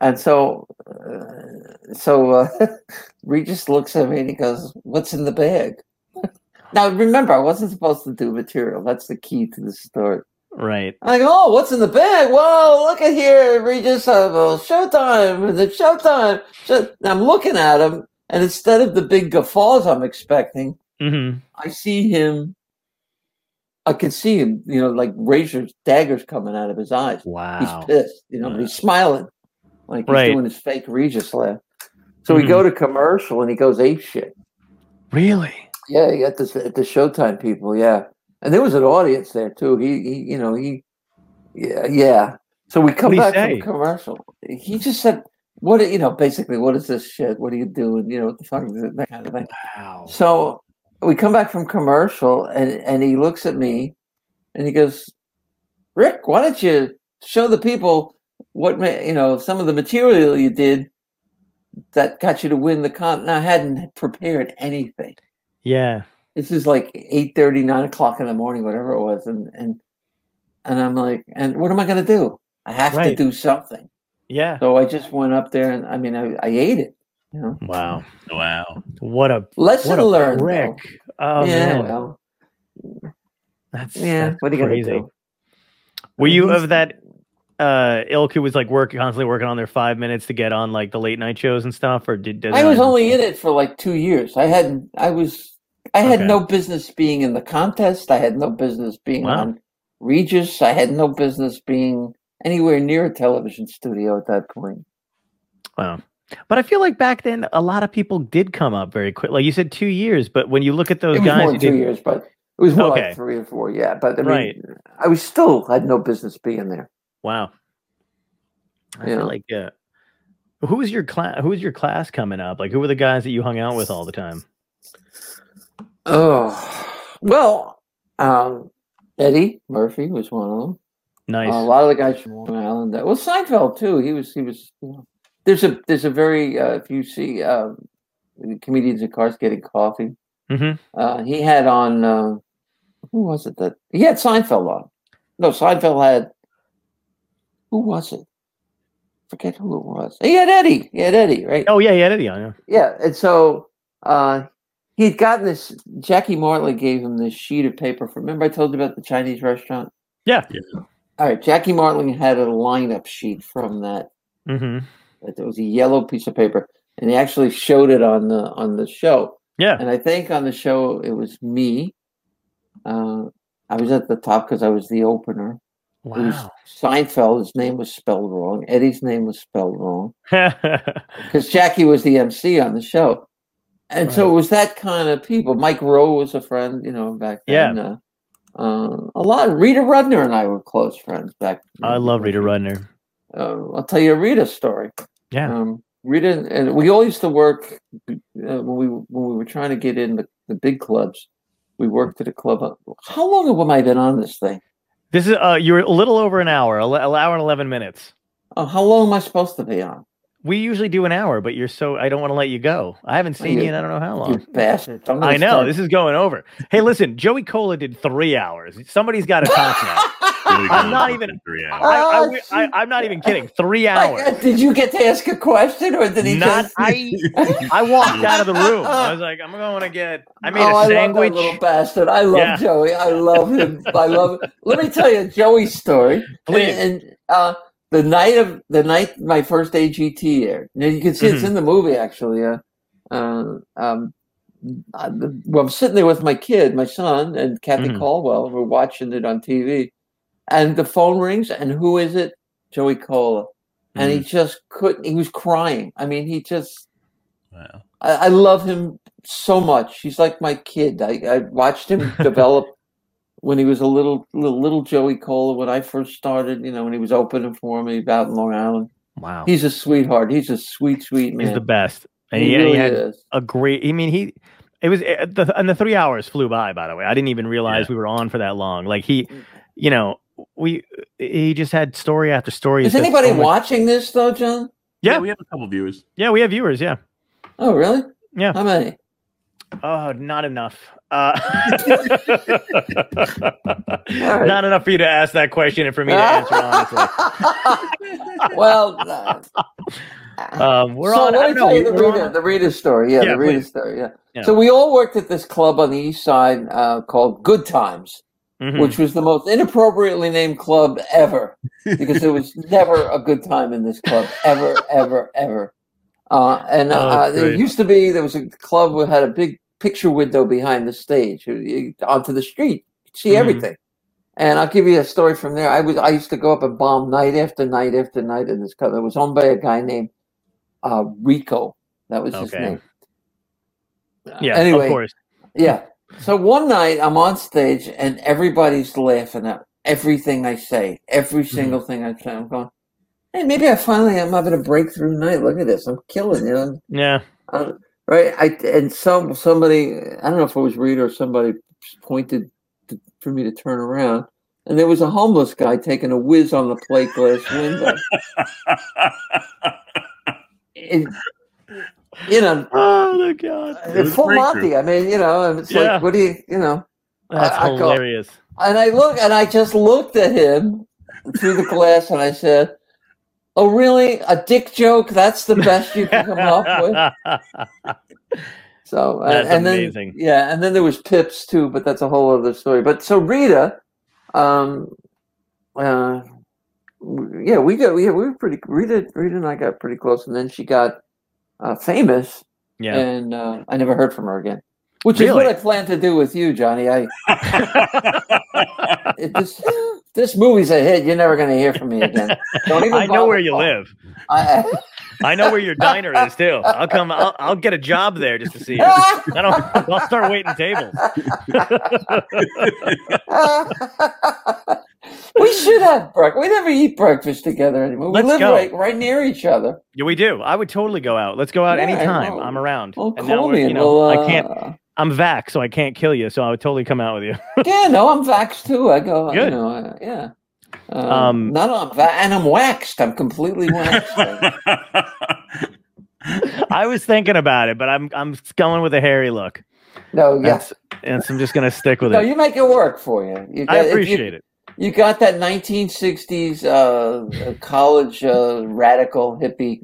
C: and so, uh, so uh, Regis looks at me and he goes, "What's in the bag?" now remember, I wasn't supposed to do material. That's the key to the story.
D: Right.
C: I go, oh, what's in the bag? Whoa, look at here, Regis. Uh, well, showtime. Is it showtime? Show- And I'm looking at him, and instead of the big guffaws I'm expecting,
D: hmm
C: I see him. I can see him, you know, like razors, daggers coming out of his eyes.
D: Wow.
C: He's pissed, you know, but he's smiling like he's
D: Right. Hmm.
C: doing his fake Regis laugh. So we go to commercial, and he goes ape shit.
D: Really?
C: Yeah, he got this at the Showtime people. Yeah, and there was an audience there too. He, he you know, he, yeah, yeah. So we come back
D: What'd he
C: from
D: say?
C: the commercial. He just said, "What? are- You know, basically, what is this shit? What are you doing? You know, what the fuck is it? That kind of thing."
D: Wow.
C: So we come back from commercial, and and he looks at me, and he goes, "Rick, why don't you show the people what ma- you know some of the material you did that got you to win the con?" And I hadn't prepared anything
D: Yeah.
C: this is like 8 9 o'clock in the morning whatever it was and and and i'm like and what am i going to do i have to
D: Right.
C: do something
D: Yeah.
C: so i just went up there and i mean i, I ate it you know
D: Wow.
E: Wow.
D: What a
C: lesson
D: what a
C: learned
D: prick.
C: though.
D: Oh
C: yeah
D: man.
C: well
D: That's
C: yeah
D: that's
C: what are you going to
D: crazy.
C: do
D: Were
C: mean,
D: you
C: he's-
D: of that uh ilk who was like work constantly working on their five minutes to get on like the late night shows and stuff, or did? did
C: i was
D: that-
C: only in it for like two years i hadn't i was i had
D: Okay.
C: no business being in the contest i had no business being
D: Wow.
C: on regis i had no business being anywhere near a television studio at that point
D: Wow. But I feel like back then a lot of people did come up very quick. Like you said, two years. But when you look at those
C: it was
D: guys,
C: more
D: who
C: than two
D: did-
C: years, but it was more
D: Okay.
C: like three or four. Yeah, but I mean,
D: Right.
C: I was still had no business being there.
D: Wow. I
C: Yeah.
D: feel like uh, who was your class? Who was your class coming up? Like who were the guys that you hung out with all the time?
C: Oh, well, um, Eddie Murphy was one of them.
D: Nice.
C: Uh, a lot of the guys from Long Island. That, well, Seinfeld too. He was. He was. You know, there's a. There's a very. Uh, if you see um, comedians in cars getting coffee,
D: Mhm.
C: uh, he had on. Uh, who was it that he had Seinfeld on? No, Seinfeld had. Who was it? Forget who it was. He had Eddie. He had Eddie, right?
D: Oh yeah, yeah, Eddie. I know.
C: Yeah, and so uh, he'd gotten this. Jackie Martley gave him this sheet of paper. From, remember, I told you about the Chinese restaurant.
D: Yeah.
C: All right, Jackie Martley had a lineup sheet from that.
D: Mm-hmm.
C: It was a yellow piece of paper, and he actually showed it on the on the show.
D: Yeah.
C: And I think on the show it was me. Uh, I was at the top because I was the opener. It was Seinfeld, his name was spelled wrong. Eddie's name was spelled wrong because Jackie was the MC on the show, and so it was that kind of people. Mike Rowe was a friend, you know, back then.
D: Yeah.
C: Uh, uh, a lot. Rita Rudner and I were close friends back.
D: I love Rita Rudner.
C: Uh, I'll tell you a Rita story.
D: Yeah.
C: Um, Rita and we all used to work uh, when we when we were trying to get in the, the big clubs. We worked at a club. How long have I been on this thing?
D: This is uh, you're a little over an hour, ele- an hour and eleven minutes.
C: Oh, how long am I supposed to be on?
D: We usually do an hour, but you're so I don't want to let you go. I haven't seen
C: you-
D: you in I don't know how
C: You
D: long.
C: bastard! I'm gonna
D: I know
C: start-
D: this is going over. Hey, listen, Joey Cola did three hours. Somebody's got to talk now. I'm not even.
C: Oh,
D: I, I, I, I'm not even kidding. Three hours.
C: Uh, Did you get to ask a question, or did he
D: Not
C: just?
D: I. I walked out of the room. I was like, I'm going to get. I made
C: oh,
D: a
C: I love
D: sandwich.
C: that little bastard. I love
D: Yeah.
C: Joey. I love him. I love. Let me tell you Joey's story.
D: Please.
C: And, and, uh, the night of the night my first AGT aired. Now you can see it's
D: Mm-hmm.
B: Mhm.
C: in the movie actually. Uh, uh, um, I, well, I'm sitting there with my kid, my son, and Kathy
D: Mm-hmm.
B: Mhm.
C: Caldwell. We're watching it on TV, and the phone rings, and who is it? Joey Cola, and
E: Mm,
D: Mm-hmm.
C: he just couldn't. He was crying. I mean, he just I, I love him so much. He's like my kid. I, I watched him develop when he was a little little, little Joey Cola when I first started. You know, when he was opening for me out in Long Island.
D: Wow,
C: he's a sweetheart. He's a sweet, sweet man.
D: He's the best. And
C: He
D: he, and he
C: really
D: had
C: is.
D: a great. I mean, he. It was eh, the and the three hours flew by. By the way, I didn't even realize we were on for that long. Like he, you know, we he just had story after story.
C: Is
D: It's just
C: anybody
D: so much-
C: watching this though, John?
D: Yeah.
E: we have a couple viewers.
D: Yeah, we have viewers. Yeah.
C: Oh, really?
D: Yeah.
C: How many?
D: Oh, not enough. Uh, Not enough for you to ask that question and for me to answer honestly.
C: well, uh,
D: Um, we're
C: so
D: on. I
C: let me
D: don't know.
C: tell you the
D: we're on-
C: Rita, the Rita story. Yeah,
D: Yeah,
C: the Rita
D: please.
C: story. Yeah.
D: Yeah.
C: So we all worked at this club on the east side uh, called Good Times,
D: Mhm.
C: which was the most inappropriately named club ever because there was never a good time in this club ever, ever, ever. Uh, and
B: Oh,
C: uh, there
B: great.
C: used to be there was a club that had a big picture window behind the stage you- you- onto the street. You could see
D: Mm-hmm.
B: Mhm.
C: everything. And I'll give you a story from there. I was I used to go up and bomb night after night after night in this club. It was owned by a guy named uh, Rico. That was his
D: Okay.
C: name.
D: Yeah, of
C: Anyway,
D: course.
C: yeah. So one night I'm on stage and everybody's laughing at everything I say, every single thing I say. I'm going, hey, maybe I finally am having a breakthrough night. Look at this. I'm killing it. I'm
D: Yeah.
C: uh, right. I and some somebody I don't know if it was Rita or somebody pointed to, for me to turn around, and there was a homeless guy taking a whiz on the plate glass window. And, you know,
D: oh my god,
C: it's full Monty. I mean, you know, and it's
D: Yeah.
C: like, what do you, you know?
D: That's
C: I- I go-
D: hilarious.
C: and I look, and I just looked at him through the glass, and I said. Oh really? A dick joke? That's the best you can come up with. So uh,
B: That's
C: and then
B: amazing.
C: yeah, and then there was Pips too, but that's a whole other story. But so Rita, um, uh, w- yeah, we got yeah we were pretty Rita Rita and I got pretty close, and then she got uh, famous.
B: Yeah.
C: and uh, I never heard from her again, which is
B: Really?
C: what I plan to do with you, Johnny. I if this this movie's a hit. You're never going to hear from me again. Don't even
D: I know
C: bother
D: where you
C: calling.
D: live.
C: I,
D: I know where your diner is too. I'll come. I'll, I'll get a job there just to see you. I don't. I'll start waiting tables.
C: we should have breakfast. We never eat breakfast together anymore. We
D: Let's
C: live
D: go.
C: right, right near each other.
D: yeah, we do. I would totally go out. Let's go out
C: Yeah,
D: anytime.
C: well,
D: I'm around.
C: well, call
D: and now
C: me
D: we're, you
C: and
D: know,
C: we'll,
D: I can't.
C: uh,
D: I'm vax, so I can't kill you. So I would totally come out with you.
C: Yeah, no, I'm vaxxed too. I go, you
D: Good.
C: know, I- yeah.
D: Um,
C: um, not on va- and I'm waxed. I'm completely waxed.
D: I was thinking about it, but I'm I'm going with a hairy look.
C: No, yes.
D: That's- and so I'm just gonna stick with
C: No,
D: it.
C: you make it work for you. you got-
D: I
C: if you-
D: appreciate it.
C: You got that 1960s uh, college uh, radical hippie,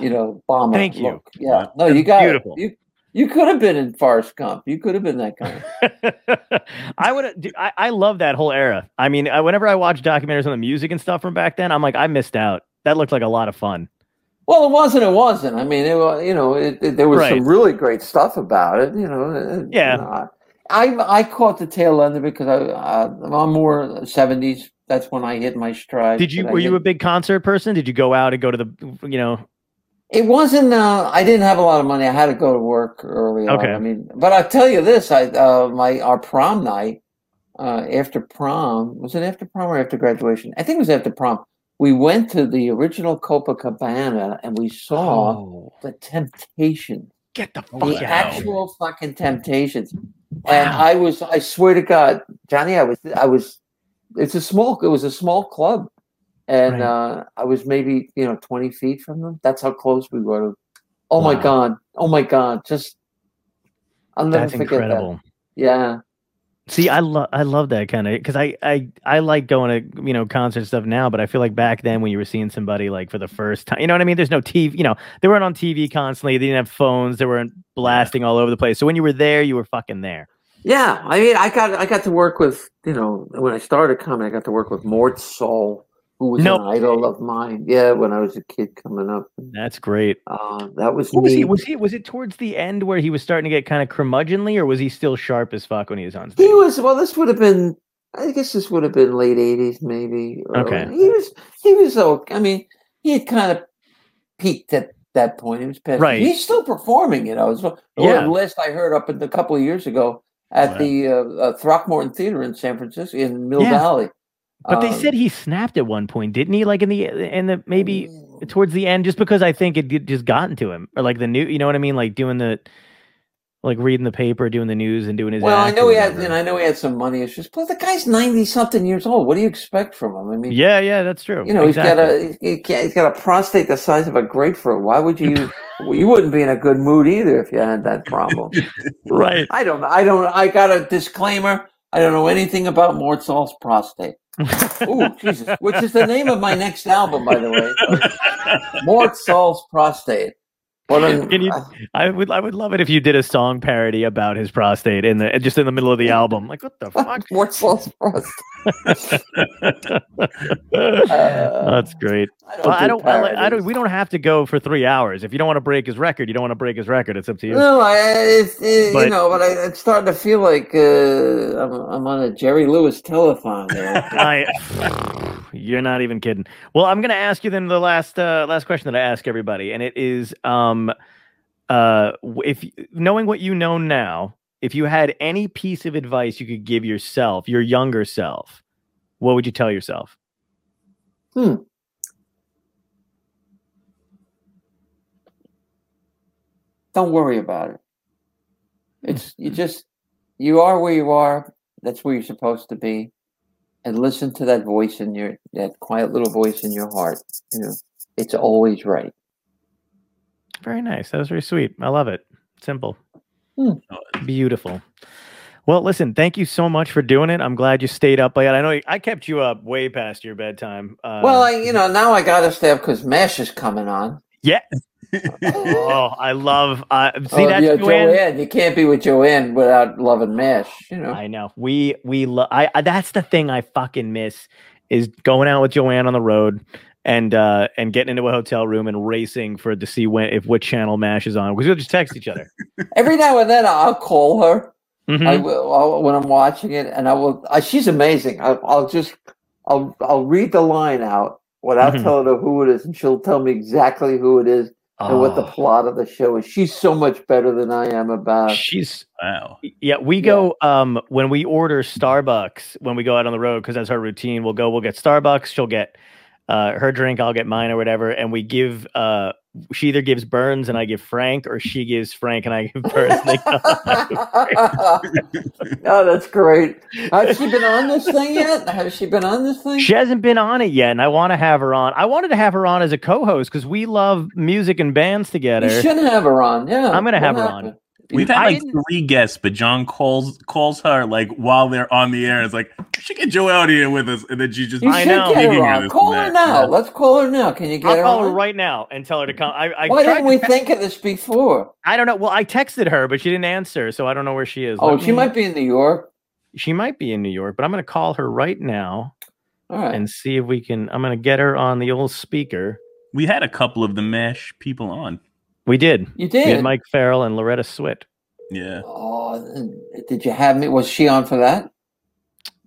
C: you know, bomber.
D: Thank you.
C: look. Yeah. No, you got it.
D: beautiful.
C: You, you could have been in Forrest Gump. You could have been that guy.
D: I would. I, I love that whole era. I mean, I, whenever I watch documentaries on the music and stuff from back then, I'm like, I missed out. That looked like a lot of fun.
C: Well, it wasn't. It wasn't. I mean, it was. You know, it, it- there was
D: Right.
C: some really great stuff about it. You know. uh,
D: Yeah.
C: you know, I I I caught the tail end of it because I, I I'm more '70s that's when I hit my stride.
D: Did you
C: But I
D: were you
C: hit-
D: a big concert person? Did you go out and go to the you know?
C: It wasn't. Uh, I didn't have a lot of money. I had to go to work early. on.
D: Okay.
C: I mean, but I tell you this: I uh, my our prom night uh, after prom was it after prom or after graduation? I think it was after prom. We went to the original Copacabana and we saw
D: Oh.
C: the Temptations.
D: Get the
C: the
B: fuck out.
C: actual fucking Temptations. And I was, I swear to God, Johnny, I was, I was, it's a small, it was a small club. And uh, I was maybe, you know, 20 feet from them. That's how close we were to, oh my
D: Wow.
C: God, oh my God, just, I'll never
D: That's
C: forget
D: incredible.
C: that. Yeah.
D: See, I love I love that kind of because I, I I like going to you know concert stuff now, but I feel like back then when you were seeing somebody like for the first time, you know what I mean? There's no TV, you know, they weren't on TV constantly. They didn't have phones. They weren't blasting all over the place. So when you were there, you were fucking there.
C: Yeah, I mean, I got I got to work with you know when I started comedy, I got to work with Mort Saul, who was
D: No
C: an idol of mine. Yeah, when I was a kid coming up,
D: That's great.
C: Uh, that was
D: What was he?
C: neat.
D: Was he? Was it towards the end where he was starting to get kind of curmudgeonly, or was he still sharp as fuck when he was on?
C: He was well. This would have been, I guess, this would have been late eighties, maybe. or-
D: Okay.
C: He was, he was. Okay. I mean, he had kind of peaked at that point. He was past,
D: Right.
C: He's still performing, you know. It's the
D: Yeah.
C: last I heard up in a couple of years ago at
D: Wow.
C: the uh, uh, Throckmorton Theater in San Francisco in Mill
D: Yeah.
C: Valley.
D: But they
C: Um,
D: said he snapped at one point, didn't he? Like in the in the maybe towards the end, just because I think it did- just gotten to him, or like the new, you know what I mean? Like doing the, like reading the paper, doing the news, and doing his.
C: Well, I
D: act
C: know
D: or
C: he had,
D: whatever.
C: you know, I know he had some money issues. Plus, the guy's ninety something years old. What do you expect from him? I mean,
D: Yeah, yeah, that's true.
C: you know,
D: Exactly.
C: he's got a he can't, he's got a prostate the size of a grapefruit. Why would you? well, you wouldn't be in a good mood either if you had that problem,
D: right?
C: I don't. I don't. I got a disclaimer. I don't know anything about Mort Saul's prostate. Ooh, Jesus! Which is the name of my next album, by the way. Mort Saul's prostate. What an, uh,
D: Can you, I would, I would love it if you did a song parody about his prostate in the just in the middle of the album. Like what the fuck?
C: Mort Saul's prostate.
D: That's great.
C: I
D: Uh, Well, I don't.
C: don't do
D: I, like- I don't.
C: parodies.
D: We don't have to go for three hours. If you don't want to break his record, you don't want to break his record. It's up to you.
C: No, I, it's, it,
D: But-
C: you know, but I, it's starting to feel like uh, I'm, I'm on a Jerry Lewis telethon. There.
D: I, you're not even kidding. Well, I'm going to ask you then the last uh, last question that I ask everybody, and it is, um, uh, w- if y- knowing what you know now, if you had any piece of advice you could give yourself, your younger self, what would you tell yourself?
C: Hmm. Don't worry about it. It's you just you are where you are. That's where you're supposed to be, and listen to that voice in your that quiet little voice in your heart. You know, it's always right.
D: Very nice. That was very sweet. I love it. Simple.
C: Hmm.
D: Beautiful. Well, listen, thank you so much for doing it. I'm glad you stayed up late. I know I kept you up way past your bedtime. Uh,
C: well, I, you know, now I got to stay up because Mash is coming on.
D: Yeah. oh, I love. Uh, see,
C: Oh,
D: that's
C: yeah,
D: Joanne.
C: Joanne. You can't be with Joanne without loving Mash. You know.
D: I know. We we love. I, I that's the thing I fucking miss is going out with Joanne on the road and uh and getting into a hotel room and racing for to see when if what channel Mash is on because we'll just text each other.
C: Every now and then I'll call her.
D: Mhm.
C: I will I'll, when I'm watching it, and I will. I, she's amazing. I, I'll just I'll I'll read the line out without
D: Mm-hmm.
B: Mhm.
C: telling her who it is, and she'll tell me exactly who it is and what the
D: Oh.
C: plot of the show is. She's so much better than I am about.
D: She's
E: wow.
D: Yeah, we go um when we order Starbucks when we go out on the road because that's her routine. We'll go, we'll get Starbucks, she'll get uh her drink, I'll get mine or whatever, and we give uh she either gives Burns and I give Frank, or she gives Frank and I give Burns. They go-
C: oh, that's great. Has she been on this thing yet? Has she been on this thing?
D: She hasn't been on it yet, and I want to have her on. I wanted to have her on as a co-host because we love music and bands together.
C: You should have her on. Yeah,
D: I'm
C: what
D: gonna have her
C: happened?
D: on.
E: We've
D: I
E: had like
D: didn't-
E: three guests, but John calls calls her like while they're on the air. It's like "You should get Joe out here with us, and then she just
C: You should get her on. Call her now. Let's call her now. Can you get
D: I'll
C: her
D: call
C: on?
D: her right now and tell her to come. I, I
C: Why
D: tried
C: didn't
D: to
C: we
D: text-
C: think of this before?
D: I don't know. Well, I texted her, but she didn't answer, so I don't know where she is.
C: Oh,
D: Let
C: she
D: me-
C: might be in New York.
D: She might be in New York, but I'm going to call her right now
C: All right.
D: and see if we can. I'm going to get her on the old speaker.
E: We had a couple of the Mesh people on.
D: We did.
C: You
D: We
C: did.
D: had Mike Farrell and Loretta Swit.
E: Yeah.
C: Oh, did you have me? Was she on for that?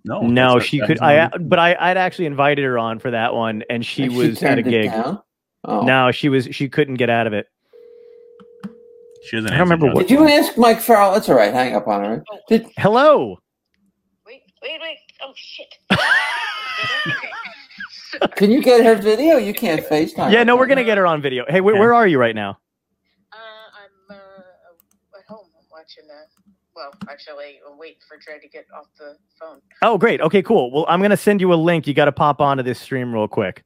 E: No,
D: no,
E: that's-
D: she
E: that's
D: could.
E: not-
D: I but I I'd actually invited her on for that one, and she
E: And she
D: was at a
E: turned it
D: gig.
E: down?
C: Oh.
D: No, she was she couldn't get out of it.
E: She doesn't.
D: I don't remember what.
C: Did you ask Mike Farrell? That's all right. Hang up on her. Did,
D: Hello.
C: Can you get her video? You can't FaceTime.
D: Yeah, no, we're gonna get her on video. Hey, where, where are you right now?
J: Uh, Well, actually, I'll wait for Dre to get off the phone.
D: Oh, great. Okay, cool. Well, I'm gonna send you a link. You got to pop onto this stream real quick.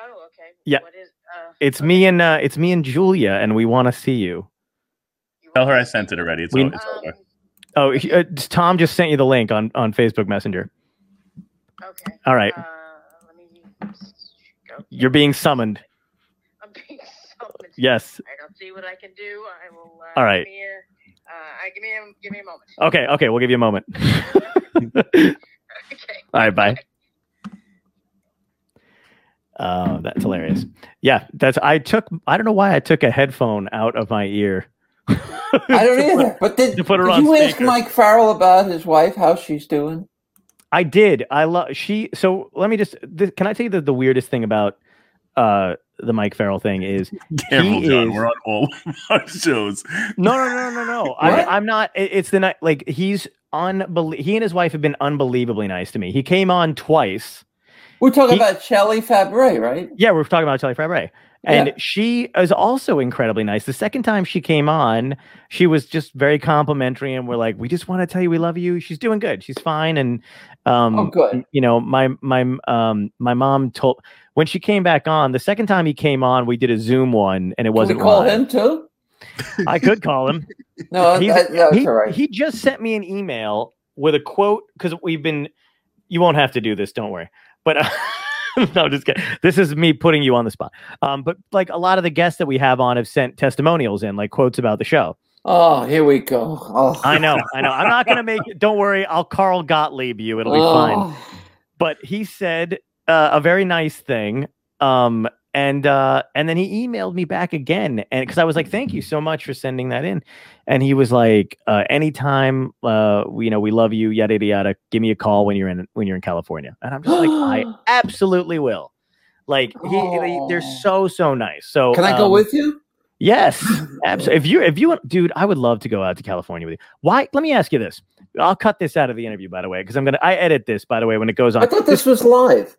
J: Oh, okay.
D: Yeah.
J: What is, uh,
D: It's me and uh, it's me and Julia, and we want to see you.
E: Tell her I sent it already. It's,
D: We-
E: all, it's over.
D: Oh, he- uh, Tom just sent you the link on on Facebook Messenger.
J: Um,
D: Okay. All right.
J: Uh,
D: You're being summoned.
J: I'm being summoned.
D: Yes.
J: I don't see what I can do. I will. Uh,
D: All right.
J: Give me a, uh, I- give me a, give me a moment.
D: Okay. Okay. We'll give you a moment. All right. Bye. Oh, that's hilarious. Yeah, that's. I took. I don't know why I took a headphone out of my ear.
C: I don't either. But did,
D: to put her
C: did
D: on
C: you ask
D: speaker.
C: Mike Farrell about his wife, how she's doing?
D: I did. I love she. So let me just. Th- can I tell you the, the weirdest thing about uh the Mike Farrell thing is
E: Careful,
D: he
E: John.
D: is
E: We're on all our shows.
D: no no no no no. no. I, I'm not. it- It's the night. Like he's unbelievable. He and his wife have been unbelievably nice to me. He came on twice.
C: We're talking about Shelley Fabre, right?
D: Yeah, we're talking about Shelley Fabre. And
C: Yeah.
D: she is also incredibly nice. The second time she came on, she was just very complimentary, and we're like, "We just want to tell you we love you." She's doing good. She's fine, and um,
C: Oh, good.
D: You know, my my um my mom told when she came back on the second time he came on, we did a Zoom one, and it
C: Can we
D: wasn't
C: call
D: live.
C: him too?
D: I could call him.
C: No,
D: He's-
C: that, that's
D: he,
C: all right.
D: he just sent me an email with a quote because we've been. You won't have to do this. Don't worry. But uh, no, just kidding. This is me putting you on the spot. Um, but like a lot of the guests that we have on have sent testimonials in, like quotes about the show.
C: oh, here we go. Oh.
D: I know, I know. I'm not gonna make it. Don't worry. I'll Carl Gottlieb you. It'll be fine.
C: Oh.
D: But he said uh, a very nice thing. Um, and uh, and then he emailed me back again, and because I was like, "Thank you so much for sending that in," and he was like, uh, "Anytime, uh, we- you know, we love you, yada yada yada. Give me a call when you're in when you're in California." And I'm just like, "I absolutely will." Like he, they- they're so so nice. So
C: Can I go
D: um,
C: with you?
D: Yes, absolutely. If you if you want, dude, I would love to go out to California with you. Why? Let me ask you this. I'll cut this out of the interview, by the way, because I'm gonna I edit this, by the way, when it goes on.
C: I thought this was live.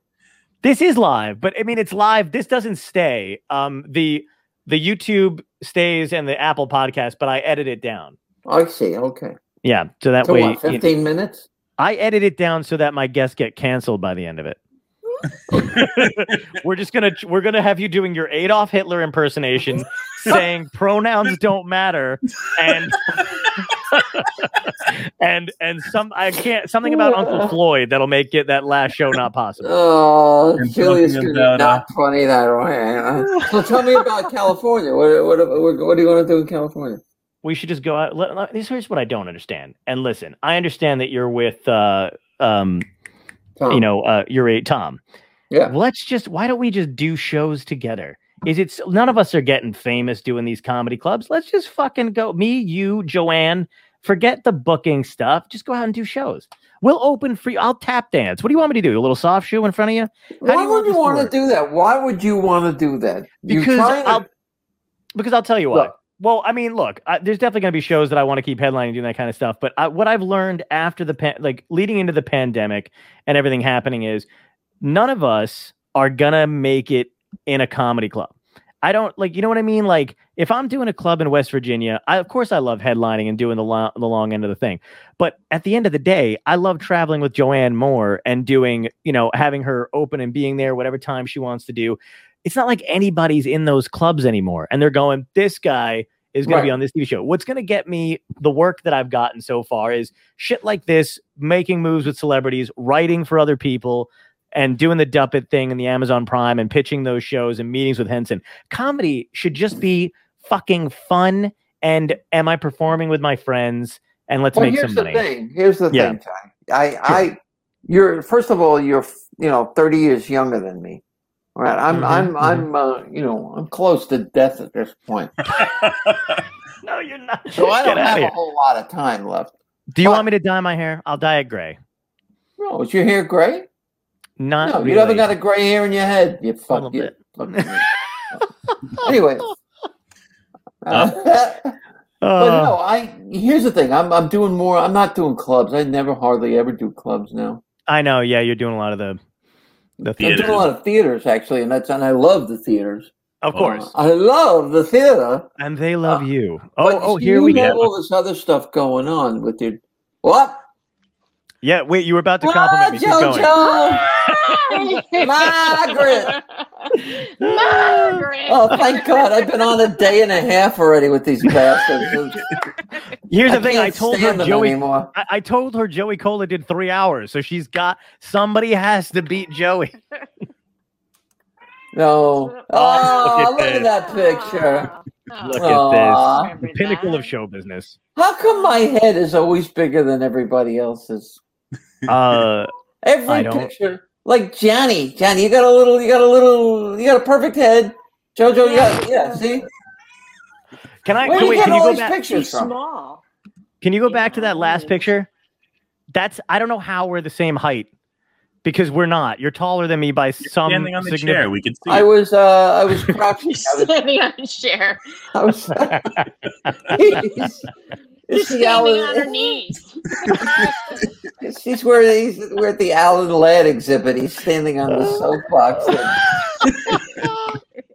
D: This is live, but I mean it's live. This doesn't stay. Um, the the YouTube stays and the Apple podcast, but I edit it down.
C: I see. Okay.
D: Yeah, so that
C: So
D: way
C: what,
D: you-
C: 15 minutes?
D: I edit it down so that my guests get canceled by the end of it. we're just gonna we're gonna have you doing your Adolf Hitler impersonation, saying pronouns don't matter, and and and some I can't something about Uncle Floyd that'll make it that last show not possible.
C: Oh,
D: And
C: Julia's
D: talking
C: going to
D: about, uh,
C: not funny that way. So tell me about California. What, what, what, what do you want to do in California?
D: we should just go out. Let, let- this here's what I don't understand. And listen, I understand that you're with, uh, um, you
C: Tom.
D: know, uh, you're a Tom.
C: Yeah.
D: Let's just. Why don't we just do shows together? Is it so- none of us are getting famous doing these comedy clubs? Let's just fucking go. Me, you, Joanne. Forget the booking stuff. Just go out and do shows. We'll open free. I'll tap dance. What do you want me to do? A little soft shoe in front of you?
C: Why would you
D: this
C: want
D: work?
C: to do that? Why would you want to do that? You
D: Because
C: trying to-
D: I'll- because I'll tell you why. Well, I mean, look, I, there's definitely going to be shows that I want to keep headlining, doing that kind of stuff. But I, what I've learned after the pan, like leading into the pandemic and everything happening is none of us are gonna make it in a comedy club. I don't like, you know what I mean? Like, if I'm doing a club in West Virginia, I, of course I love headlining and doing the long, the long end of the thing. But at the end of the day, I love traveling with Joanne Moore and doing, you know, having her open and being there whatever time she wants to do. It's not like anybody's in those clubs anymore, and they're going, "This guy is going to be
L: Right.
D: on this TV show." What's going to get me the work that I've gotten so far is shit like this, making moves with celebrities, writing for other people, and doing the Duppet thing and the Amazon Prime and pitching those shows and meetings with Henson. Comedy should just be fucking fun. And am I performing with my friends? And let's
C: Well,
D: make
C: here's
D: some
C: the
D: money.
C: thing. Here's the
D: Yeah.
C: thing, Ty. I, I, you're first of all, you're you know 30 years younger than me. All right, I'm,
L: Mhm,
C: I'm,
D: Mm-hmm,
L: mhm.
C: I'm, uh, you know, I'm close to death at this point.
D: no, you're not.
C: So I
D: Get
C: don't
D: outta
C: have
D: here.
C: a whole lot of time left.
D: Do you want me to dye my hair? I'll dye it gray.
C: No, is your hair gray?
D: Not
C: no, you
D: really.
C: haven't got a gray hair in your head. You fuck you. anyway. Uh, but
D: Oh,
C: no, I here's the thing. I'm I'm doing more. I'm not doing clubs. I never hardly ever do clubs now.
D: I know. Yeah, you're doing a lot of the the
C: I'm doing a
D: theater.
C: lot of theaters actually, and that's and I love the theaters. Uh,
D: Of course.
C: I love the theater.
D: And they love you.
C: Uh, But
D: Oh, oh,
C: you
D: here we
C: have
D: go.
C: all this other stuff going on with your what?
D: Yeah, wait, you were
C: Ah,
D: about to compliment me. Keep going.
C: JoJo, Margaret.
D: Uh,
J: Margaret.
C: Oh, thank God! I've been on a day and a half already with these bastards.
D: Here's the
C: I
D: thing. I
C: can't
D: told
C: stand
D: her
C: them
D: Joey.
C: anymore.
D: I, I told her Joey Cola did three hours, so she's got somebody has to beat Joey.
C: No.
D: Oh,
C: Oh,
D: look
C: look
D: at
C: at that picture.
D: Look
C: Aw.
D: at this, the pinnacle of show business.
C: How come my head is always bigger than everybody else's?
D: Uh, I
C: Every
D: don't-
C: picture, like Johnny. Johnny, you got a little. You got a little. You got a perfect head. Jojo, you got, yeah. See,
D: Can I?
C: Where do
D: so
C: you
D: wait,
C: get
D: can you
C: all
D: go
C: these
D: back?
C: pictures from?
J: Small.
D: Can you go back to that last picture? That's I don't know how we're the same height because we're not. You're taller than me by some
E: standing on the chair,
D: significant-
E: we can
C: I was. Uh, I was crouching. I was.
J: Standing on a chair.
C: I was
J: Just
C: it's the
J: standing on her
C: Alan,
J: knees.
C: she's where he's we're at the Alan Ladd exhibit. He's standing on the soapbox. That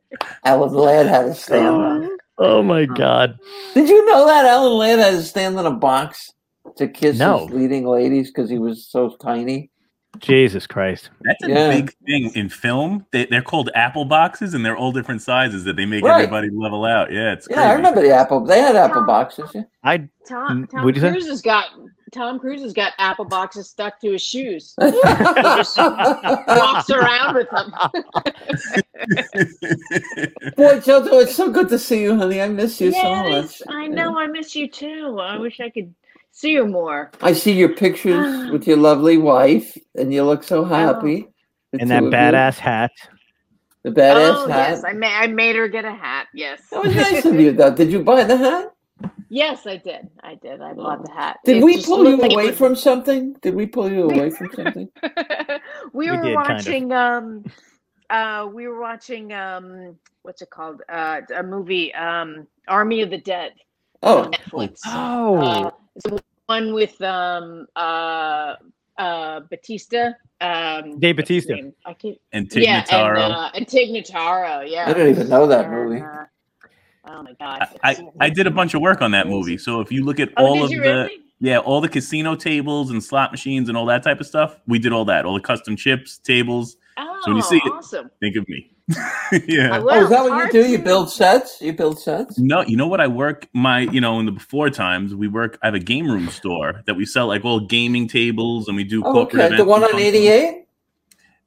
C: Alan Ladd had to stand on.
D: Oh my god.
C: Did you know that Alan Ladd had to stand in a box to kiss
D: No.
C: his leading ladies because he was so tiny?
D: Jesus Christ.
E: That's a
C: Yeah.
E: big thing in film. They, they're called apple boxes, and they're all different sizes that they make
C: Right.
E: everybody level out. Yeah, it's
C: Yeah,
E: crazy.
C: I remember the apple. They had apple boxes. Yeah.
D: I
J: Tom,
D: Mm,
J: Tom
D: what'd you say?
J: Cruise has got Tom Cruise has got apple boxes stuck to his shoes. Walks around with them.
C: Boy, Jojo, it's so good to see you, honey. I miss you
J: yes,
C: so much.
J: I know. I miss you too. I wish I could see you more.
C: I see your pictures with your lovely wife, and you look so happy. The
D: And that
C: two of you.
D: badass hat.
C: the badass
J: oh
C: hat.
J: yes, I made I made her get a hat. Yes,
C: That was nice of you, though. Did you buy the hat?
J: yes, I did. I did. I bought the hat.
C: Did
J: It
C: we
J: just
C: pull you
J: looked like it
C: away
J: was-
C: from something? Did we pull you away from something?
D: We
J: we were
D: did, kind of.
J: watching um uh we were watching um what's it called uh a movie um army of the dead
C: Oh,
J: netflix
D: Oh.
J: Uh, it's the one with um uh uh batista um
D: Dave
J: what's his
D: Bautista.
J: name? i can't
E: And Tig
J: yeah and,
E: Notaro.
J: uh, and tig notaro yeah
C: I didn't even know that
J: And,
C: movie.
J: uh, oh my god
E: I, I did a bunch of work on that movie. So if you look at
J: Oh,
E: all
J: did
E: of
J: you
E: the
J: really?
E: yeah, all the casino tables and slot machines and all that type of stuff, we did all that. All the custom chips, tables.
J: oh
E: when you see it-
J: awesome
E: Think of me. yeah.
J: I will.
C: Oh, is that what
J: Hard
C: you do? You
J: to-
C: build sets? You build sets?
E: No, you know what? I work my, you know, in the before times, we work. I have a game room store that we sell like all gaming tables and we do
C: Oh,
E: corporate
C: okay. The
E: events
C: one
E: and
C: on
E: fun-
C: 88?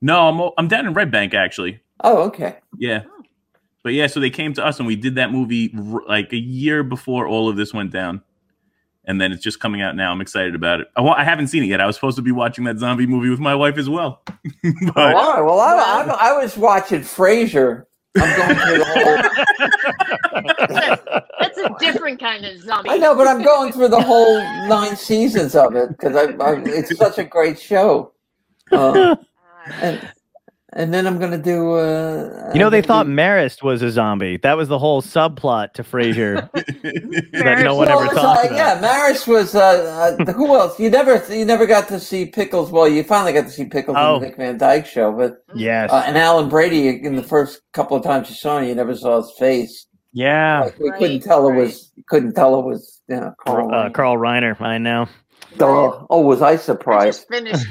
E: No, I'm, o- I'm down in Red Bank actually.
C: Oh, okay.
E: Yeah. But yeah, so they came to us and we did that movie r- like a year before all of this went down. And then it's just coming out now. I'm excited about it. I, wa- I haven't seen it yet. I was supposed to be watching that zombie movie with my wife as well.
C: Well,
E: but
C: all right. Well, I, I'm, I was watching Frasier. I'm going through the whole.
J: that's a different kind of zombie
C: I know, but I'm going through the whole nine seasons of it because I, I, it's such a great show. Uh, and, and then I'm going to do. Uh,
D: You know,
C: I'm gonna
D: they thought
C: do-
D: Marist was a zombie. That was the whole subplot to Frasier. that no one
C: Well,
D: ever
C: it's,
D: talked
C: uh,
D: about.
C: Yeah, Maris was. Uh, uh, who else? You never, you never got to see Pickles. Well, you finally got to see Pickles
D: Oh.
C: on the Dick Van Dyke Show, but
D: Yes.
C: uh, and Alan Brady in the first couple of times you saw him, you never saw his face.
D: yeah.
C: Like, we
J: Right,
C: couldn't tell it
J: right.
C: was. Couldn't tell it was. You know, Carl.
D: Uh, Carl Reiner. I know.
C: Duh. oh, was I
J: I
C: surprised?
J: just finished.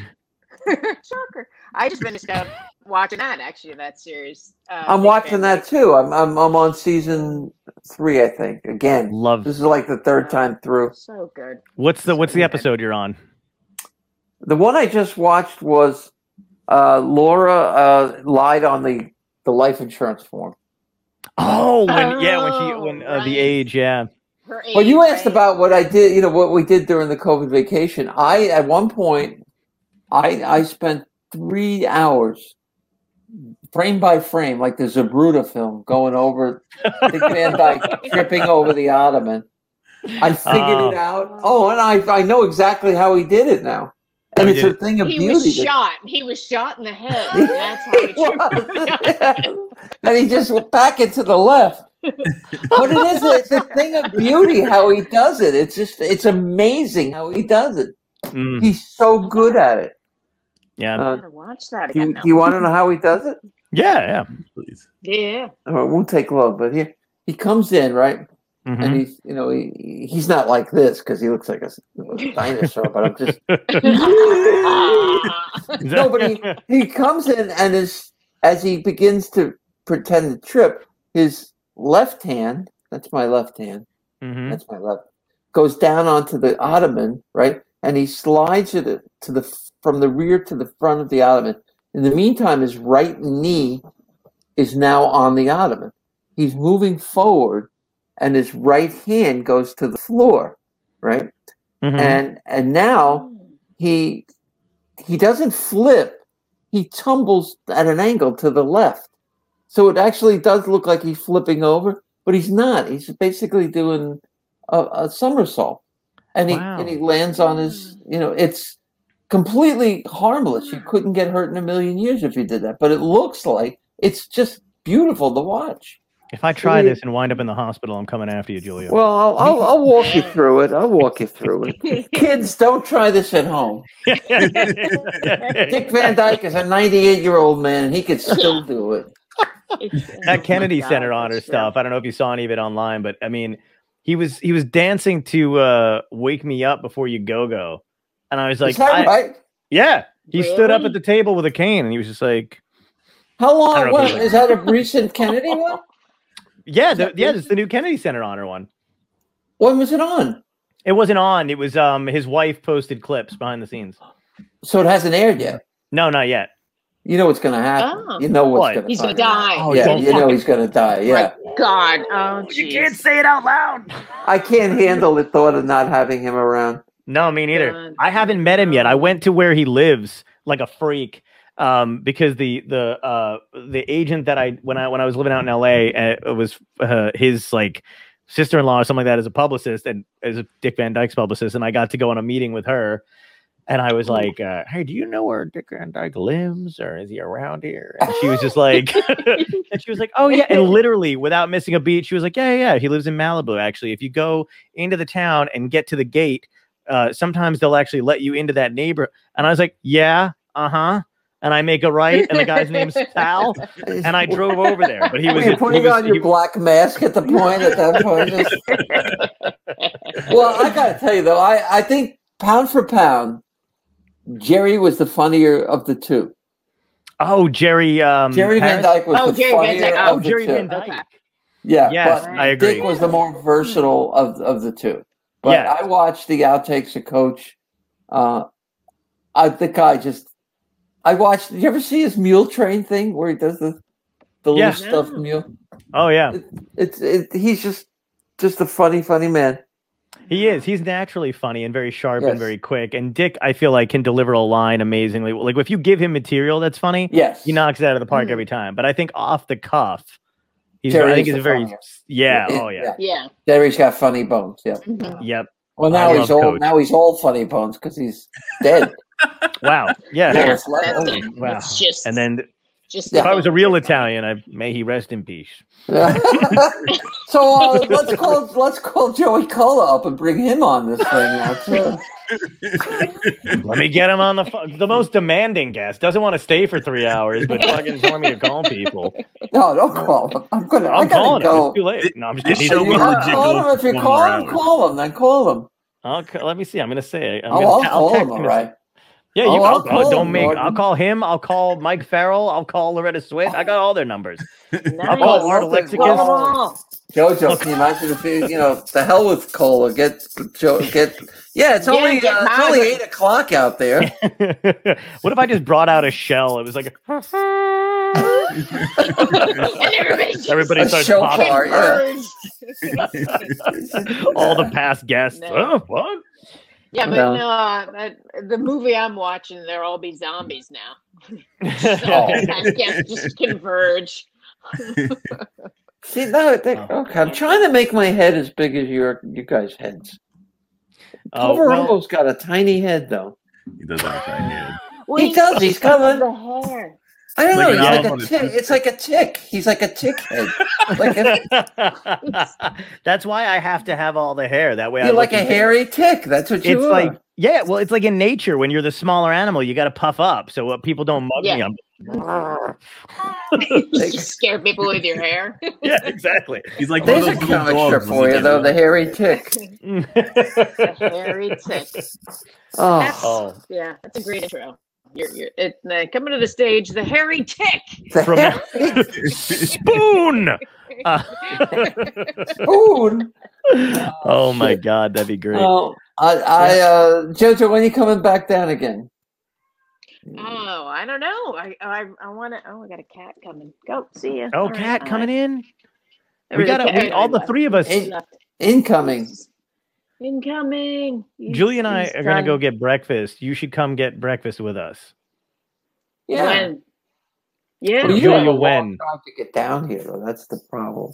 J: Shocker! I just finished up watching that. Actually, that series. Uh,
C: I'm
J: Big
C: watching
J: Bang
C: that too. I'm, I'm I'm on season three, I think. Again,
D: Love.
C: this is like the third time through.
J: Theory. So good.
D: What's the What's the
J: Yeah.
D: episode you're on?
C: The one I just watched was uh, Laura uh, lied on the the life insurance form.
D: Oh, when yeah, when she when
J: Oh,
D: uh, the
J: right.
D: age, yeah.
J: Her
C: Well, you
J: age,
C: asked
J: right?
C: about what I did. You know what we did during the COVID vacation. I at one point, I I spent three hours, frame by frame, like the Zabruta film, going over Dick Van Dyke tripping over the ottoman. I figured
D: Oh.
C: it out. Oh, and I I know exactly how he did it now. And it's a thing of
J: he
C: beauty.
J: was
C: that-
J: shot. He was shot in the head. That's how he
C: and he just went back into the left. But it is it's a thing of beauty how he does it. It's just it's amazing how he does it. He's so good at it.
D: Mm, Yeah.
C: Uh,
J: I gotta watch that
C: do,
J: again.
C: you,
J: now.
C: do you want to know how he does it?
D: Yeah,
E: yeah.
J: Yeah.
C: Or it won't take long, but he he comes in right,
D: Mm-hmm.
C: and he's you know he he's not like this because he looks like a, s- a dinosaur, but I'm just no, but he, he comes in and is as he begins to pretend to trip, his left hand that's my left hand
D: Mm-hmm.
C: that's my left goes down onto the ottoman right, and he slides it to the from the rear to the front of the ottoman. In the meantime, his right knee is now on the ottoman. He's moving forward, and his right hand goes to the floor, right?
D: Mm-hmm.
B: Mhm.
C: And and now he he doesn't flip; he tumbles at an angle to the left. So it actually does look like he's flipping over, but he's not. He's basically doing a, a somersault, and he and he lands on his. You know, it's completely harmless. You couldn't get hurt in a million years if you did that. But it looks like it's just beautiful to watch.
D: If I try
C: Yeah.
D: this and wind up in the hospital, I'm coming after you, Julia.
C: Well, I'll, I'll, I'll walk you through it. I'll walk you through it. Kids, don't try this at home. Dick Van Dyke is a 98 year old man. He could still do it. Oh
D: that Kennedy Center honor stuff. I don't know if you saw any of it online, but I mean, he was he was dancing to uh, "Wake Me Up Before You Go Go," and I was like,
C: Is that
D: I-
C: right?
D: Yeah, he stood up at
C: Really?
D: the table with a cane, and he was just like,
C: How
D: I
C: long?
D: don't know if
C: What,
D: he was-
C: is that a recent Kennedy one?
D: "Yeah, the, yeah, it's the new Kennedy Center honor one."
C: When was it on?
D: It wasn't on. It was um his wife posted clips behind the scenes.
C: So it hasn't aired yet.
D: No, not yet.
C: You know what's going to happen.
J: Oh.
C: You know what's
D: What?
C: going to
J: He's gonna die. Oh,
C: yeah,
J: don't
C: you know
J: fucking-
C: he's going to die. Yeah.
J: God. Oh, you can't
D: say it out loud.
C: I can't handle the thought of not having him around.
D: No, me neither. I haven't met him yet. I went to where he lives like a freak um, because the the uh, the agent that I when I when I was living out in L.A. Uh, it was uh, his like sister in law or something like that as a publicist and as a Dick Van Dyke's publicist, and I got to go on a meeting with her. And I was like, uh, "Hey, do you know where Dick Van Dyke lives, or is he around here?" And she was just like, and she was like, "Oh yeah," and literally without missing a beat, she was like, "Yeah, yeah, yeah, he lives in Malibu. Actually, if you go into the town and get to the gate, uh, sometimes they'll actually let you into that neighbor." And I was like, "Yeah, uh huh." And I make a right, and the guy's name's Sal, and I drove over there. But he was
C: You're putting
D: he was-
C: on your
D: he-
C: black mask at the point at that point. Just- well, I gotta tell you though, I, I think pound for pound, Jerry was the funnier of the two.
D: oh Jerry, um,
C: Jerry Van
D: Harris?
C: Dyke was the funnier
D: Oh,
C: of the
D: Jerry
C: two.
D: Van Dyke.
C: Yeah,
D: Yes,
C: but
D: I agree.
C: Dick was the more versatile of of the two. But
D: Yeah.
C: I watched the outtakes of Coach. Uh, I think I just I watched. Did you ever see his mule train thing where he does the the
D: Yeah.
C: little stuffed mule?
D: Oh yeah,
C: It's it, he's just just a funny funny man.
D: He is. He's naturally funny and very sharp
C: Yes.
D: and very quick. And Dick, I feel like, can deliver a line amazingly. Like if you give him material that's funny,
C: yes,
D: he knocks it out of the park every time. But I think off the cuff, he's.
C: Jerry
D: I think
C: is
D: he's a
C: the
D: very.
C: funnier.
D: Yeah.
C: Yeah.
D: Oh yeah.
J: Yeah.
C: Jerry's got funny bones. Yeah.
D: Yep.
C: Well, now
D: I
C: he's
D: love
C: all
D: Coach.
C: now he's all funny bones because he's dead.
D: Wow. Yeah.
C: Yeah, it's like- That's it.
D: Wow.
C: It's just-
D: and then,
J: just
D: if I was a real Italian, I may he rest in peace.
C: so uh, let's call let's call Joey Cola up and bring him on this thing uh, now too.
D: Let me get him on the phone. The most demanding guest doesn't want to stay for three hours, but fucking telling me to call people.
C: No, don't call him. I'm gonna. I
D: I'm
C: gotta
D: calling him.
C: go.
D: It's too late. No, I'm just
C: This
D: kidding.
C: show will Yeah, legit call go him if you one call more him, hour. call him. Then call him.
D: Okay, let me see. I'm gonna say. it. I'm
C: Oh,
D: gonna,
C: I'll call
D: text
C: him, all
D: as-
C: right.
D: Yeah, you.
C: Oh,
D: I'll,
C: I'll
D: oh,
C: call
D: don't
C: him,
D: make. I'll
C: Gordon.
D: call him. I'll call Mike Farrell. I'll call Loretta Swit. I got all their numbers. I'll
C: Nice.
D: call Art
C: Love it.
D: Alexicus.
C: Jojo, can you imagine if you, you know the hell with Cola? Get Joe. Get yeah. It's
D: Yeah,
C: only
D: get
C: uh, it's only
D: Margaret.
C: eight o'clock out there.
D: What if I just brought out a shell? It was like everybody
C: A
D: starts
C: show
D: popping.
C: car, yeah.
D: all the past guests. Oh, what?
J: Yeah, but
D: No.
J: no, uh, the movie I'm watching, they'll all be zombies now.
D: Oh.
J: I guess just converge.
C: See, no, they,
D: Oh.
C: okay. I'm trying to make my head as big as your you guys' heads.
D: Oh,
C: Poveromo's got a tiny head, though.
E: He does everything I needed.
J: Well,
C: he does. He's coming.
J: The hair.
C: I don't
E: Like an
C: know. He's
E: olive on
C: like a
E: a
C: tick. It's like a tick. He's like a tick head. like a,
D: That's why I have to have all the hair. That way, I
C: you're like
D: look
C: a
D: and fit.
C: hairy tick. That's what you
D: It's
C: are.
D: like yeah, well, it's like in nature when you're the smaller animal, you got to puff up so what people don't mug me.
J: Yeah.
D: I'm,
J: you scare people with your hair.
D: yeah, exactly.
E: He's like
C: There's a comic strip for you though. The hairy tick.
J: the hairy tick.
C: Oh.
J: That's- Yeah, that's a great intro. You're, you're it, uh, coming to the stage, the hairy tick.
D: From spoon. Uh,
C: Spoon.
D: oh my god, that'd be great.
C: Oh, I, I uh, Jojo, when are you coming back down again?
J: Oh, I don't know. I I, I want to. Oh, I got a cat coming. Go see ya.
D: Oh, cat coming in. We got to all the three of us.
C: Incoming.
J: Incoming. He's-
D: Julie and I
J: he's
D: are gonna
J: done.
D: go get breakfast. You should come get breakfast with us.
C: Yeah.
J: When? Yeah.
D: Well, you
C: have a
D: will
C: long
D: win.
C: drive to get down here, though. That's the problem.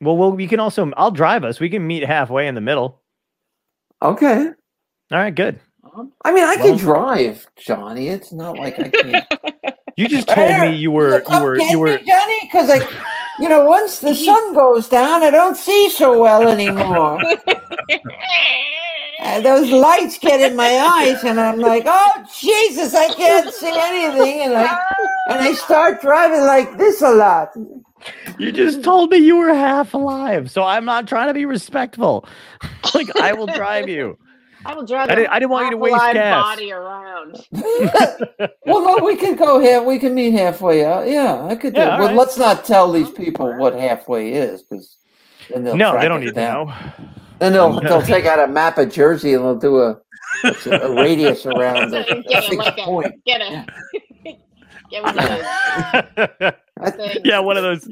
D: Well, well, we can also. I'll drive us. We can meet halfway in the middle.
C: Okay.
D: All right, good.
C: I mean, I
D: Well-
C: can drive, Johnny. It's not like I can't.
D: You just told me you were you were you were
C: Johnny, because I, you know, once the sun goes down, I don't see so well anymore. And those lights get in my eyes, and I'm like, oh Jesus, I can't see anything, and I and I start driving like this a lot.
D: you just told me you were half alive. So I'm not trying to be respectful. like I will drive you.
J: I will drive.
D: I
J: a
D: didn't- I didn't want you to waste
J: half alive
D: gas.
J: Body around.
C: Well, no, we can go here. We can meet halfway. Uh, yeah, I could do.
D: Yeah,
C: it.
D: all
C: Well,
D: right.
C: let's not tell these people what halfway is, because
D: No, they don't need to know.
C: Then they'll
D: No.
C: they'll take out a map of Jersey and they'll do a a radius around
J: So
C: the
J: you get a,
C: six
J: like a,
C: point.
J: get a, get one of those uh, things.
D: yeah, one of those.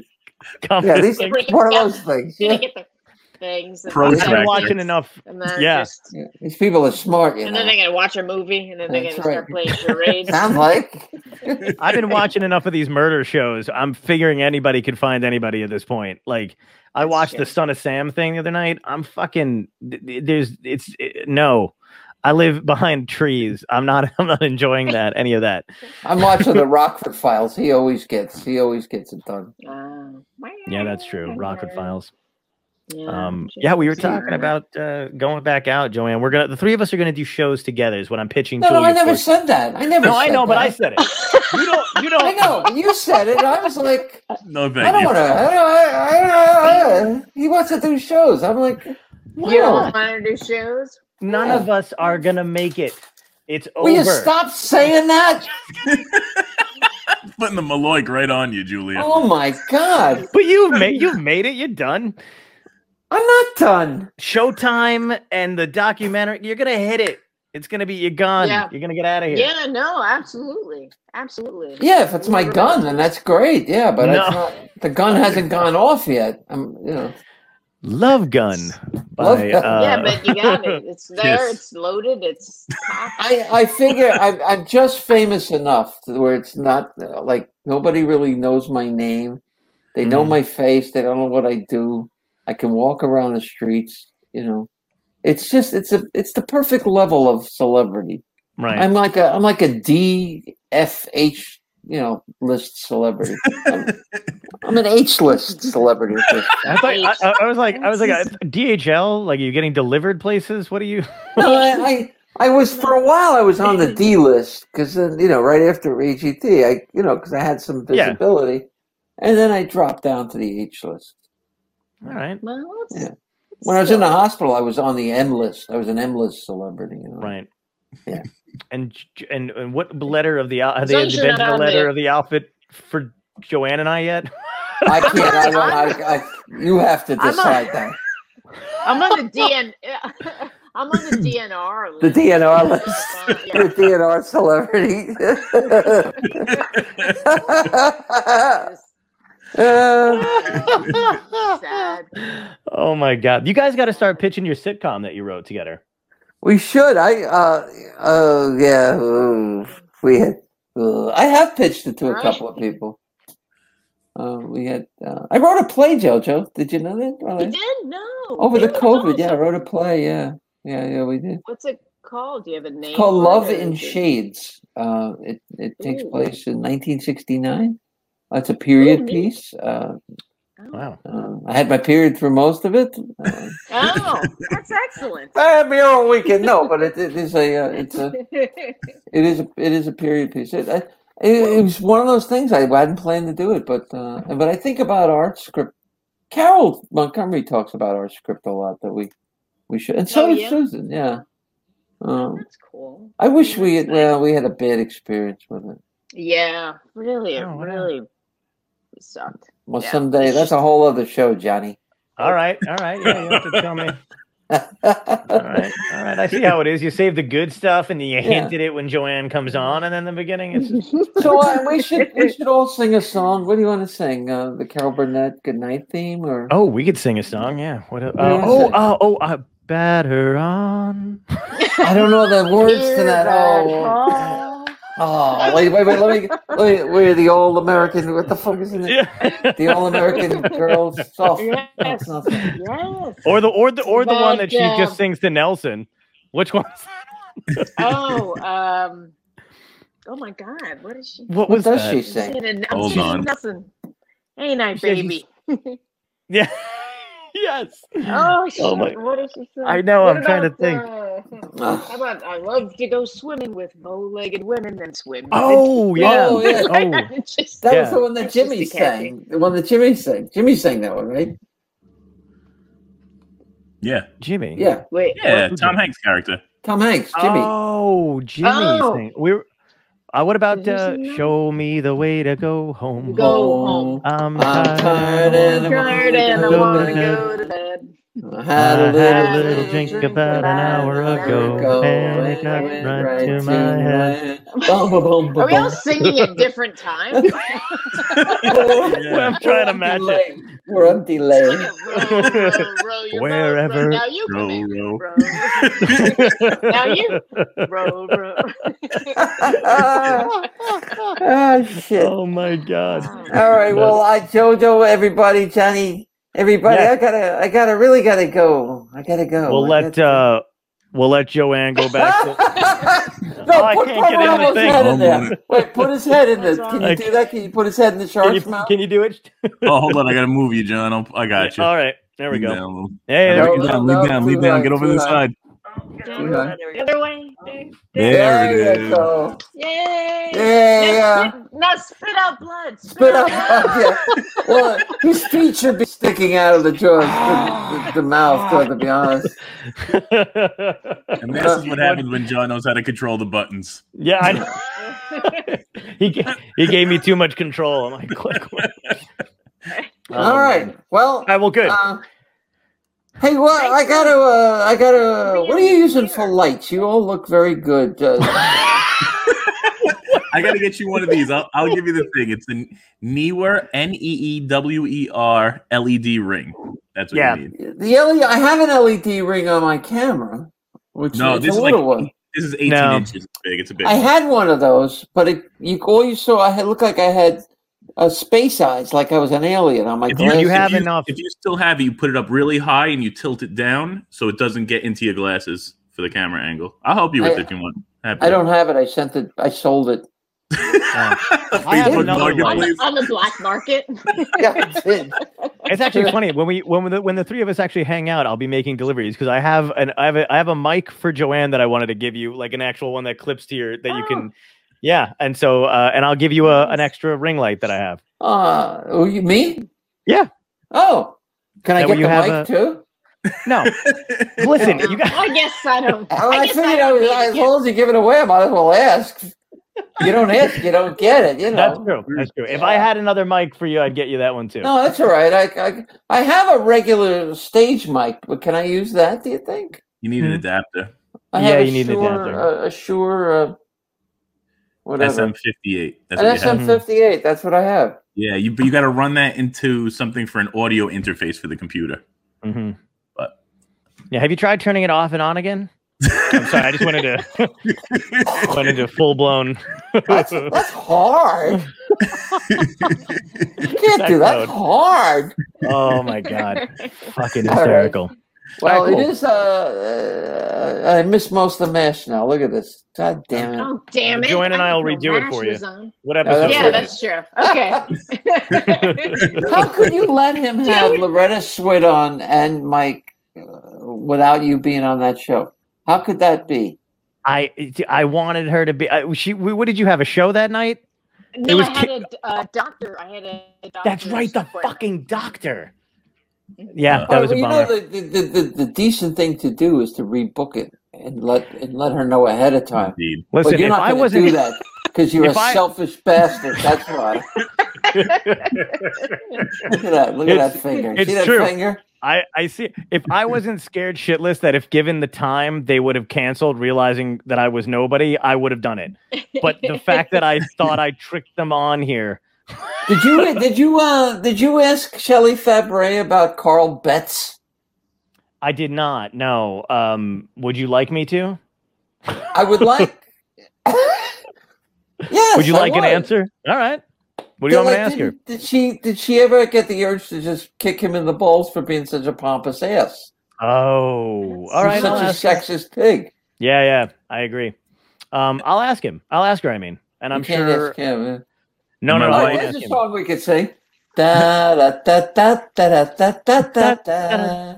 C: Yeah, these
D: things.
C: one of those things.
J: Gonna
C: Yeah.
J: get the things. and
E: Pro
J: all
D: I've
J: that
E: Prospector.
D: been
J: stuff.
D: watching enough.
J: And then
D: Yeah.
J: just-
C: Yeah, These people are smart, you
J: and
C: know.
J: then they're gonna watch a movie, and then they're
C: That's
J: gonna
C: right.
J: start playing charades.
C: Sound like
D: I've been watching enough of these murder shows. I'm figuring anybody could find anybody at this point. Like I
J: That's
D: watched the
J: true.
D: Son of Sam thing the other night. I'm fucking th- th- there's it's it, no. I live behind trees. I'm not I'm not enjoying that any of that.
C: I'm watching the Rockford Files. He always gets he always gets it done.
J: Uh,
D: Yeah, that's true. Rockford Files.
J: Yeah,
D: Um
J: just
D: yeah, we were
J: see
D: talking
J: her.
D: about uh going back out, Joanne. We're going to the three of us are going to do shows together is what I'm pitching
C: No, no,
D: Julia
C: I never
D: for.
C: said that. I never.
D: No, I
C: said
D: know, but I
C: that.
D: said it. You don't you
C: I
D: don't
C: know but you said it. I was like,
E: No,
C: I
E: thank
C: don't
E: you.
C: want to. I don't. I, I, I, he wants to do shows. I'm like,
J: You don't
C: wow.
J: want to do shows?
D: None
C: Yeah.
D: of us are going to make it. It's
C: Will
D: over.
C: you stop saying that?
E: Putting the Malloy right on you, Julia.
C: Oh my god,
D: But you've made you've made it. You're done.
C: I'm not done.
D: Showtime and the documentary. You're gonna hit it. It's gonna be your gun.
J: Yeah.
D: You're gonna get out of here.
J: Yeah, no, absolutely, absolutely.
C: Yeah, if it's my gun, then that's great. Yeah, but it's
D: No.
C: not, the gun hasn't gone off yet. I'm, you know,
D: Love Gun
C: Love
D: by
C: Gun.
D: uh,
J: yeah, but you got it. It's there.
E: Yes.
J: It's loaded. It's
C: I I figure I'm I'm just famous enough to where it's not uh, like nobody really knows my name. They know
D: Mhm.
C: my face. They don't know what I do. I can walk around the streets. You know, it's just it's a it's the perfect level of celebrity.
D: right.
C: I'm like a I'm like a D F H you know list celebrity. I'm, I'm an H list celebrity. at this
D: I, thought, I, I- I was like, I was like, uh, DHL. Like, are you getting delivered places? What are you?
C: no, I, I I was for a while. I was on the D list because then you know right after AGT, I you know because I had some
D: Yeah.
C: visibility, and then I dropped down to the H list.
D: All right,
J: well, it's,
C: Yeah. When I was in the hospital, I was on the M list. I was an M list celebrity. You know?
D: right.
C: Yeah.
D: And j- and and what letter of the al- have
J: As
D: they
J: long as you're not
D: invented the
J: on
D: letter
J: the-
D: of the outfit for Joanne and I yet?
C: I can't. I don't. I, I, you have to
J: not-
C: decide that.
J: I'm on the DN. I'm on the DNR.
C: The
J: list.
C: DNR list.
J: Uh, yeah.
C: The DNR celebrity.
J: It's
C: Uh,
J: sad.
D: Oh my god, you guys got to start pitching your sitcom that you wrote together.
C: we should. I. Uh, oh yeah. ooh, we had. uh, I have pitched it to a
J: Right.
C: couple of people. Uh, we had. Uh, I wrote a play, JoJo. Did you know that? Well,
J: You
C: I-
J: did no
C: Over the
J: That was
C: COVID, yeah, I
J: awesome.
C: wrote a play. Yeah, yeah, yeah. We did.
J: What's it called? Do you have a name?
C: It's called
J: for it,
C: Love
J: or
C: in
J: is it-
C: Shades. Uh, it it takes
J: Ooh.
C: place in 1969. Uh, It's a period
J: neat.
C: piece. Uh,
D: wow.
C: I had my period for most of it. Uh,
J: Oh, that's excellent.
C: every all weekend, no, but it, it is a uh, it's a it is a, it is a period piece. It, I, it, it was one of those things I hadn't planned to do it, but uh, but I think about art script. Carol Montgomery talks about our script a lot that we we should, and so
J: Oh,
C: did
J: yeah?
C: Susan. Yeah, um,
J: that's cool.
C: I wish we had, well we had a bad experience with it.
J: Yeah, really, it really sucked.
C: Well,
J: Yeah.
C: someday that's a whole other show, Johnny.
D: All right, all right. Yeah, you have to tell me. all right, all right. I see how it is. You save the good stuff, and you hint at it when Joanne comes on, and then the beginning. It's just,
C: So uh, we should we should all sing a song. What do you want to sing? Uh, the Carol Burnett Good Night theme, or
D: oh, we could sing a song. Yeah. What? Uh,
C: Yeah.
D: oh, oh, oh. Uh, better on.
C: I don't know the words to that. Oh, oh, wait, wait, wait. Let me. Wait, we're the all American. What the fuck is it? The all American girls. Oh, Soft.
J: Yes. yes.
D: Or the or the or the one that she
J: But, uh,
D: just sings to Nelson. Which one?
J: Oh, um, oh my God, what is she?
D: What was What does that? she say?
J: said an-
D: Hold
J: she said
D: on.
J: Nothing. Ain't I,
D: She said she's-
J: baby?
D: yeah. yes.
J: Oh, shit.
D: my-
J: What did she say?
D: I know,
J: What
D: I'm trying to
J: about, uh, how about I love to go swimming with bow-legged women and swim?
C: Oh, yeah. Oh, yeah.
J: Like, just-
C: That was the one that
J: That's just
C: Jimmy
J: the catchy.
C: sang. The one that Jimmy sang. Jimmy sang that one, right?
E: Yeah.
D: Jimmy.
C: Yeah.
J: Wait.
E: Yeah,
D: what-
E: Tom Hanks' character.
C: Tom Hanks. Jimmy.
D: Oh, Jimmy.
J: Oh.
D: sang- We were. Uh, what about
J: Did you
D: uh,
J: sing that?
D: show me the way to go home?
J: Go home.
D: I'm,
C: I'm
D: tired,
C: tired and I
J: Tired and I wanna go to bed.
C: I
D: I
C: had a
D: had a
C: little
D: little drink about an hour ago,
C: ago,
D: and
C: and
D: it got
C: it
D: right,
C: right
D: to
C: to
D: my
C: my
D: head.
C: Bum, bum, bum, bum,
J: Are we all
C: bum.
J: singing at different times?
D: I'm trying to match it.
C: We're on delay.
D: Wherever.
J: Now you come in.
E: row.
J: Now you. Row, row.
C: Oh Ah, shit!
D: Oh my god!
C: All right, well, I Jojo, everybody, Johnny, everybody, I
D: Yes.
C: gotta, I gotta, really gotta go. I gotta go.
D: We'll
C: I
D: let uh, we'll let Joanne go back. To, Oh,
C: gotta-
D: I
C: no, put
D: can't get in the
C: Barbaro's
D: thing.
C: head in
D: Hold on.
C: there. Wait, put his head in there. Can you
D: Like-
C: do that? Can you put his head in the
D: can, you,
C: shark's mouth?
D: can you do it?
E: Oh, hold on. I got to move you, John. I'll, I got you.
D: All right, Oh, there we
E: Lean
D: go.
E: down a little.
D: Hey, there we
E: lean
D: go.
E: down, lean down, lean down. Get over to the side.
J: The other way.
E: There,
C: There
E: it
C: you
E: is.
C: go.
J: Yay!
C: Yeah.
J: Now spit, now spit out blood. Spit,
C: Spit
J: out
C: up,
J: blood.
C: uh, yeah. Well, his teeth should be sticking out of the jaw, the, the, the mouth, though, to be honest.
E: And this is what happens when John knows how to control the buttons.
D: Yeah, I know. he ga- he gave me too much control. I'm like, click. click. Oh,
C: All right. Well.
D: I will good.
C: Uh, hey, what? I gotta. Uh, I gotta. What are you using for lights? You all look very good. Uh,
E: I got to get you one of these. I'll, I'll give you the thing. It's a Neewer N E E W E R LED ring. That's what
D: Yeah.
E: you need.
C: the LED. I have an LED ring on my camera, which
E: No,
C: is
E: this
C: a
E: is
C: little
E: like
C: one.
E: this is 18
D: No.
E: inches big. It's a big.
C: I
E: one.
C: had one of those, but it, you all you saw. I had looked like I had uh, space eyes, like I was an alien on my
E: If you,
C: glasses.
E: if
D: have
E: you-
D: enough-
E: If you still have it, you put it up really high and you tilt it down so it doesn't get into your glasses for the camera angle. I'll help you with
C: I-
E: it if you want. Happy
C: I don't have it. I sent it. I sold it.
D: I have
E: Facebook
D: another one.
J: On
E: Marketplace.
J: the, on the black market.
C: Yeah, I did.
D: It's actually funny when we when the, when the three of us actually hang out. I'll be making deliveries because I have an I have a, I have a mic for Joanne that I wanted to give you, like an actual one that clips to your that you
C: Oh.
D: can. Yeah, and so uh, and I'll give you a, an extra ring light that I have.
C: Uh, oh, you me?
D: Yeah.
C: Oh, can I
D: That way
C: get
D: you
C: the
D: have
C: mic
D: a-
C: too?
D: No, listen, you got
J: I guess I don't.
C: Well,
J: Oh, I
C: I
J: guess I,
C: figured I
J: don't
C: was,
J: need to
C: as
J: get-
C: long as you give it away, I might as well ask. You don't ask, you don't get it. You know.
D: that's true. That's true. If I had another mic for you, I'd get you that one too.
C: No, that's all right. I, I I have a regular stage mic, but can I use that? Do you think?
E: You need an adapter.
C: I
D: Yeah,
C: have a
D: you need an
C: Shure,
D: adapter.
C: A, a Shure, uh, whatever.
E: SM58. That's
C: An
E: what you have.
C: SM58. That's what I have.
E: Yeah, you, but you got to run that into something for an audio interface for the computer.
D: hmm
E: But-
D: yeah, have you tried turning it off and on again? I'm sorry, I just wanted to went into full blown.
C: That's, that's hard. you can't
D: That
C: do that.
D: code.
C: Hard.
D: oh my god, fucking
C: All right.
D: hysterical.
C: Well,
D: All right,
C: it
D: cool.
C: is. Uh, uh, I missed most of the mash now. Look at this. God damn it.
J: Oh damn it!
D: Joanne and
J: I
D: I'll
J: didn't know
D: redo it
J: Mash
D: for you.
J: was on.
D: What
C: episode
J: Yeah,
C: is it?
J: that's true. Okay.
C: How could you let him have Loretta Swidon and Mike uh, without you being on that show? How could that be?
D: I I wanted her to be. I, she. we- What did you have a show that night?
J: No,
D: was
J: I had a d- uh, doctor. I had a. a
D: That's
J: doctor's
D: right, the
J: appointment.
D: fucking doctor. Yeah, that
C: Well,
D: was a
C: you
D: bummer.
C: know, the, the, the, the decent thing to do is to rebook it and let and let her know ahead of time.
D: Indeed.
C: But
D: Listen,
C: you're
D: if
C: not
D: I
C: gonna
D: wasn't-
C: do that because you're a
D: If I-
C: selfish bastard. That's why. look at that! Look at that finger.
D: It's
C: See that
D: true.
C: finger?
D: I, I see. If I wasn't scared shitless that if given the time they would have canceled, realizing that I was nobody, I would have done it. But the fact that I thought I tricked them on here,
C: Did you did you uh did you ask Shelley Fabre about Carl Betts?
D: I did not. No. Um, would you like me to?
C: I would like. yes.
D: would you
C: I
D: like an
C: would.
D: answer? All right. What do you
C: Yeah,
D: want me to
C: like,
D: ask her?
C: did- Did she did she ever get the urge to just kick him in the balls for being such a pompous ass?
D: Oh, all right.
C: He's
D: I'll ask
C: such a sexist pig.
D: Yeah, yeah, I agree. Um, I'll ask him. I'll ask her. I mean, and I'm
C: You can't
D: sure.
C: ask him, uh,
D: No, no, no.
C: Oh,
D: I won't
C: there's
D: ask
C: a
D: him.
C: song we could sing. Da da da da da da da da da da.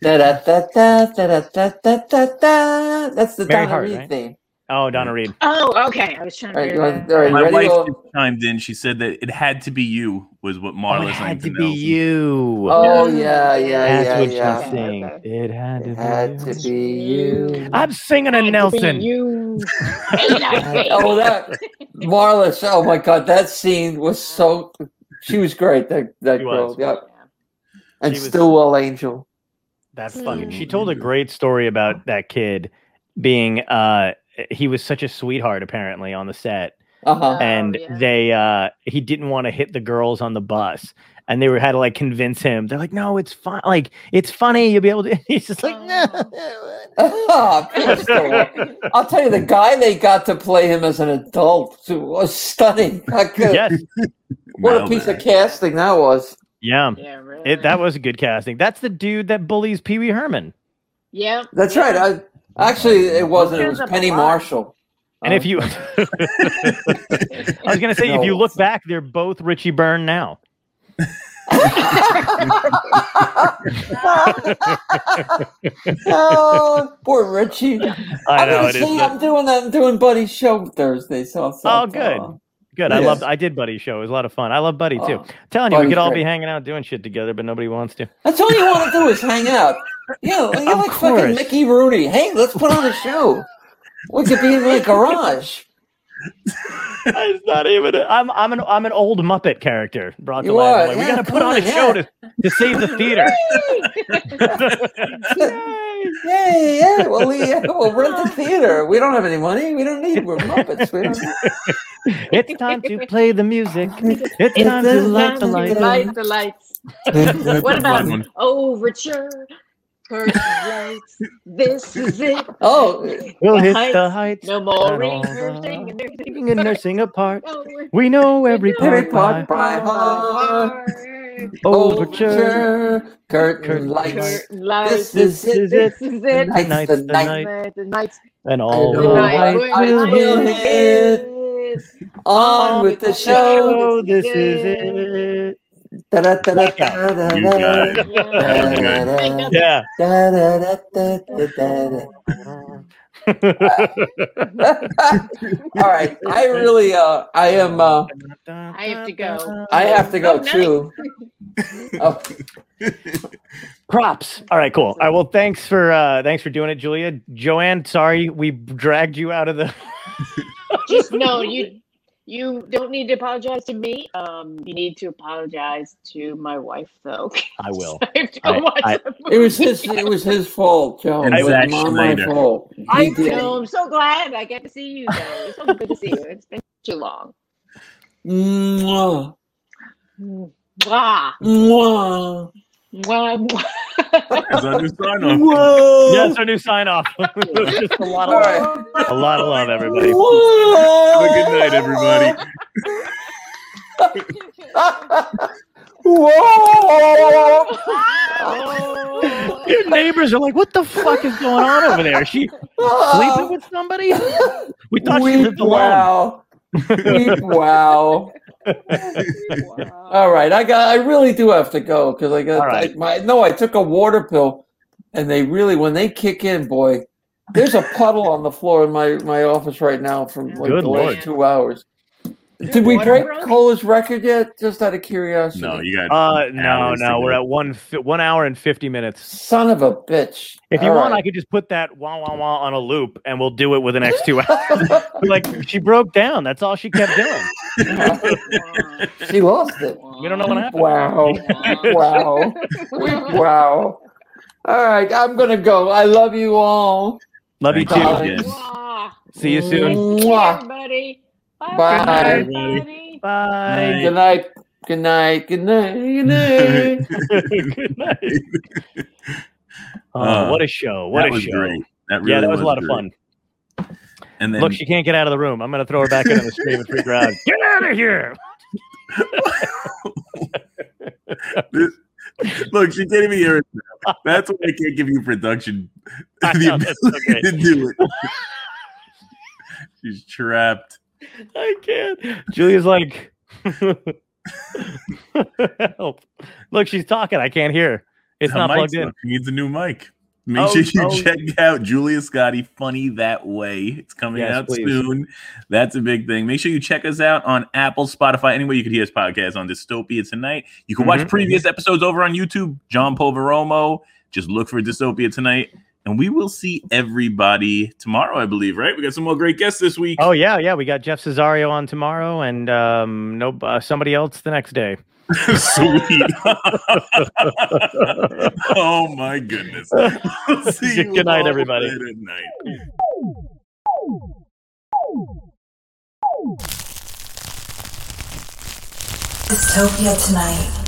C: Da da da da da da da da da da. That's the
D: Mary
C: Donna
D: Hart,
C: Reed
D: right?
C: theme.
D: Oh, Donna Reed.
J: Oh, okay. I was trying to.
C: All right,
J: figure
C: you
J: that
C: want- all right,
E: My
C: ready?
E: wife
C: Well,
E: just chimed in. She said that it had to be you was what
D: Oh,
E: Marla
D: it had
E: had
D: to be you.
C: Oh yeah, yeah,
D: That's
C: yeah,
D: what
C: yeah.
D: she's saying. It had to
C: Had to
D: be.
C: be you.
D: you. I'm singing a Nelson.
J: You.
C: oh, that Marla. so- Oh my God, that scene was so. She was great. That that
D: She
C: girl.
D: was.
C: Yep. And
D: She was-
C: Stillwell Angel.
D: That's fucking.
C: Mm.
D: She told a great story about that kid being. uh He was such a sweetheart, apparently, on the set.
C: Uh-huh.
J: Oh,
D: and they uh he didn't want to hit the girls on the bus and they were had to like convince him they're like no it's fine like it's funny you'll be able to he's just like no
C: Oh, poor Stillwell. I'll tell you, the guy they got to play him as an adult was stunning. How good-
D: yes
C: What a
D: Nailed
C: piece of casting that was.
D: yeah,
J: Yeah, really.
D: It, that was good casting that's the dude that bullies pee-wee herman
J: Yeah.
C: That's right. I, actually, it wasn't. It was
J: Turns up a
C: Penny
J: lot.
C: Marshall. Uh-huh.
D: and
C: Oh.
D: if you i was gonna say if you look back they're both richie byrne now
C: oh, poor Richie.
D: i
C: I'm
D: know
C: gonna
D: it is
C: see-
D: the-
C: I'm doing that. I'm doing Buddy's show Thursday. So I'll so
D: oh
C: I'll-
D: good good i
C: Yes.
D: loved i did buddy's show it was a lot of fun i love buddy too
C: Oh,
D: telling you we
C: Buddy's
D: could all
C: great.
D: be hanging out doing shit together but nobody wants to
C: That's all you want to do is hang out. Yeah, you're like fucking
D: course.
C: Mickey Rooney. Hey, let's put on a show. We could be in the garage.
D: It's not even. A, I'm I'm an I'm an old Muppet character brought to
C: You
D: life.
C: are,
D: I'm like,
C: yeah,
D: we got to put
C: come
D: on
C: on,
D: a show
C: yeah.
D: to, to save the theater.
C: Yay, yeah. Well, we, uh, we'll rent the theater. We don't have any money. We don't need. We're Muppets. We don't
D: it's time to play the music. It's time to light the light.
J: Light the lights. what about oh Richard? Turn the lights. This is it.
C: Oh,
D: We'll
J: The
D: hit
J: heights.
D: the heights.
J: No
D: and
J: more
D: all
J: rehearsing and
D: the singing and
J: everything.
D: nursing apart. We know every
C: Every
D: part
C: part
D: by
C: by heart.
D: overture.
C: Overture. Curtain
D: Curtain
C: lights.
J: Lights.
C: This is it.
J: This is it.
C: Tonight's
D: Tonight's
C: the
D: the
C: night.
D: night,
J: The lights.
D: and all
C: The
D: the
C: night
D: lights
C: will
D: will
C: be
D: be
C: hit. On with the show.
D: show. This is it.
E: You got
C: Da-da-da-da-da-da-da.
E: it. That was good.
D: Yeah.
C: Da-da-da-da-da-da-da. All right, I really, uh, I am, uh,
J: I have to go.
C: I have to go
J: Oh, nice.
C: too. Oh,
D: Props. All right, cool. All right, well, thanks for uh thanks for doing it, Julia. Joanne, sorry we dragged you out of the
J: Just no, you you don't need to apologize to me. Um, you need to apologize to my wife though.
D: I will.
J: I have to
D: I-
J: go watch
D: I-
J: the movie.
C: it was his, it was his fault, Joe.
E: And
C: It was
E: Zack
C: not my
E: Schneider.
C: fault. He
J: I
C: did it.
J: know. I'm so glad I get to see you. Though. It's so good to see you. It's been too long.
C: Mwah.
E: Oh.
J: Mwah.
C: Mwah.
J: Mwah. mwah.
E: That's our new sign off.
C: Mwah.
D: That's our new sign off. Just a lot
C: All
D: of
C: right.
D: a lot of love, everybody.
E: Have a good night, everybody.
C: Whoa!
J: Oh.
D: Your neighbors are like, what the fuck is going on over there? Is She sleeping with somebody? We thought she lived alone.
C: Oh. wow. Weep, wow. All right, I got. I really do have to go because I got. I, my no, I took a water pill, and they really when they kick in, boy, there's a puddle on the floor in my my office right now from like
E: Good
C: the
E: Lord.
C: last two hours. Did we
E: water
C: break
E: brown?
C: Cola's record yet? Just out of curiosity.
E: No, you got.
D: Uh, no,
E: hours to
D: no,
E: go.
D: we're at one fi- one hour and fifty minutes.
C: Son of a bitch!
D: If you
C: All
D: want,
C: right.
D: I could just put that wah wah wah on a loop, and we'll do it with the next two hours. like she broke down. That's all she kept doing.
C: she lost it.
D: We don't know what happened.
C: Wow. wow. wow. All right, I'm gonna go. I love you all.
D: Love you too.
C: Bye.
D: See you soon.
C: Mwah.
J: everybody.
C: Bye.
J: everybody.
D: Bye.
C: Good night. Good night. Good night. Good night.
D: Good night. Oh,
E: Uh,
D: what a show! What
E: that
D: a
E: was
D: show!
E: great. That
D: yeah,
E: really
D: that was,
E: was
D: a lot of
E: great.
D: fun.
E: And then
D: Look, she can't get out of the room. I'm gonna throw her back into the stream and freak her out. Get out of here!
E: Look, she can't even hear it. That's why I can't give you production
D: I
E: the
D: know, that's
E: ability
D: okay.
E: to do it. She's trapped.
D: I can't. Julia's like, help! Look, she's talking. I can't hear. her. It's
E: Her
D: not
E: mic's
D: plugged in.
E: not- She needs a new mic. Make
D: Oh,
E: sure you
D: oh.
E: check out Julia Scotti Funny That Way. It's coming
D: Yes,
E: out
D: please.
E: soon. That's a big thing. Make sure you check us out on Apple, Spotify, anywhere you could hear this podcast on Dystopia Tonight. You can watch
D: Mhm.
E: previous episodes over on YouTube. John Poveromo. Just look for Dystopia Tonight. And we will see everybody tomorrow, I believe, right? We got some more great guests this week.
D: Oh yeah, yeah. We got Jeff Cesario on tomorrow, and um, no, uh, somebody else the next day.
E: Sweet. oh my goodness. See you
D: Good night,
E: all
D: everybody.
E: later tonight.
A: Dystopia Tonight.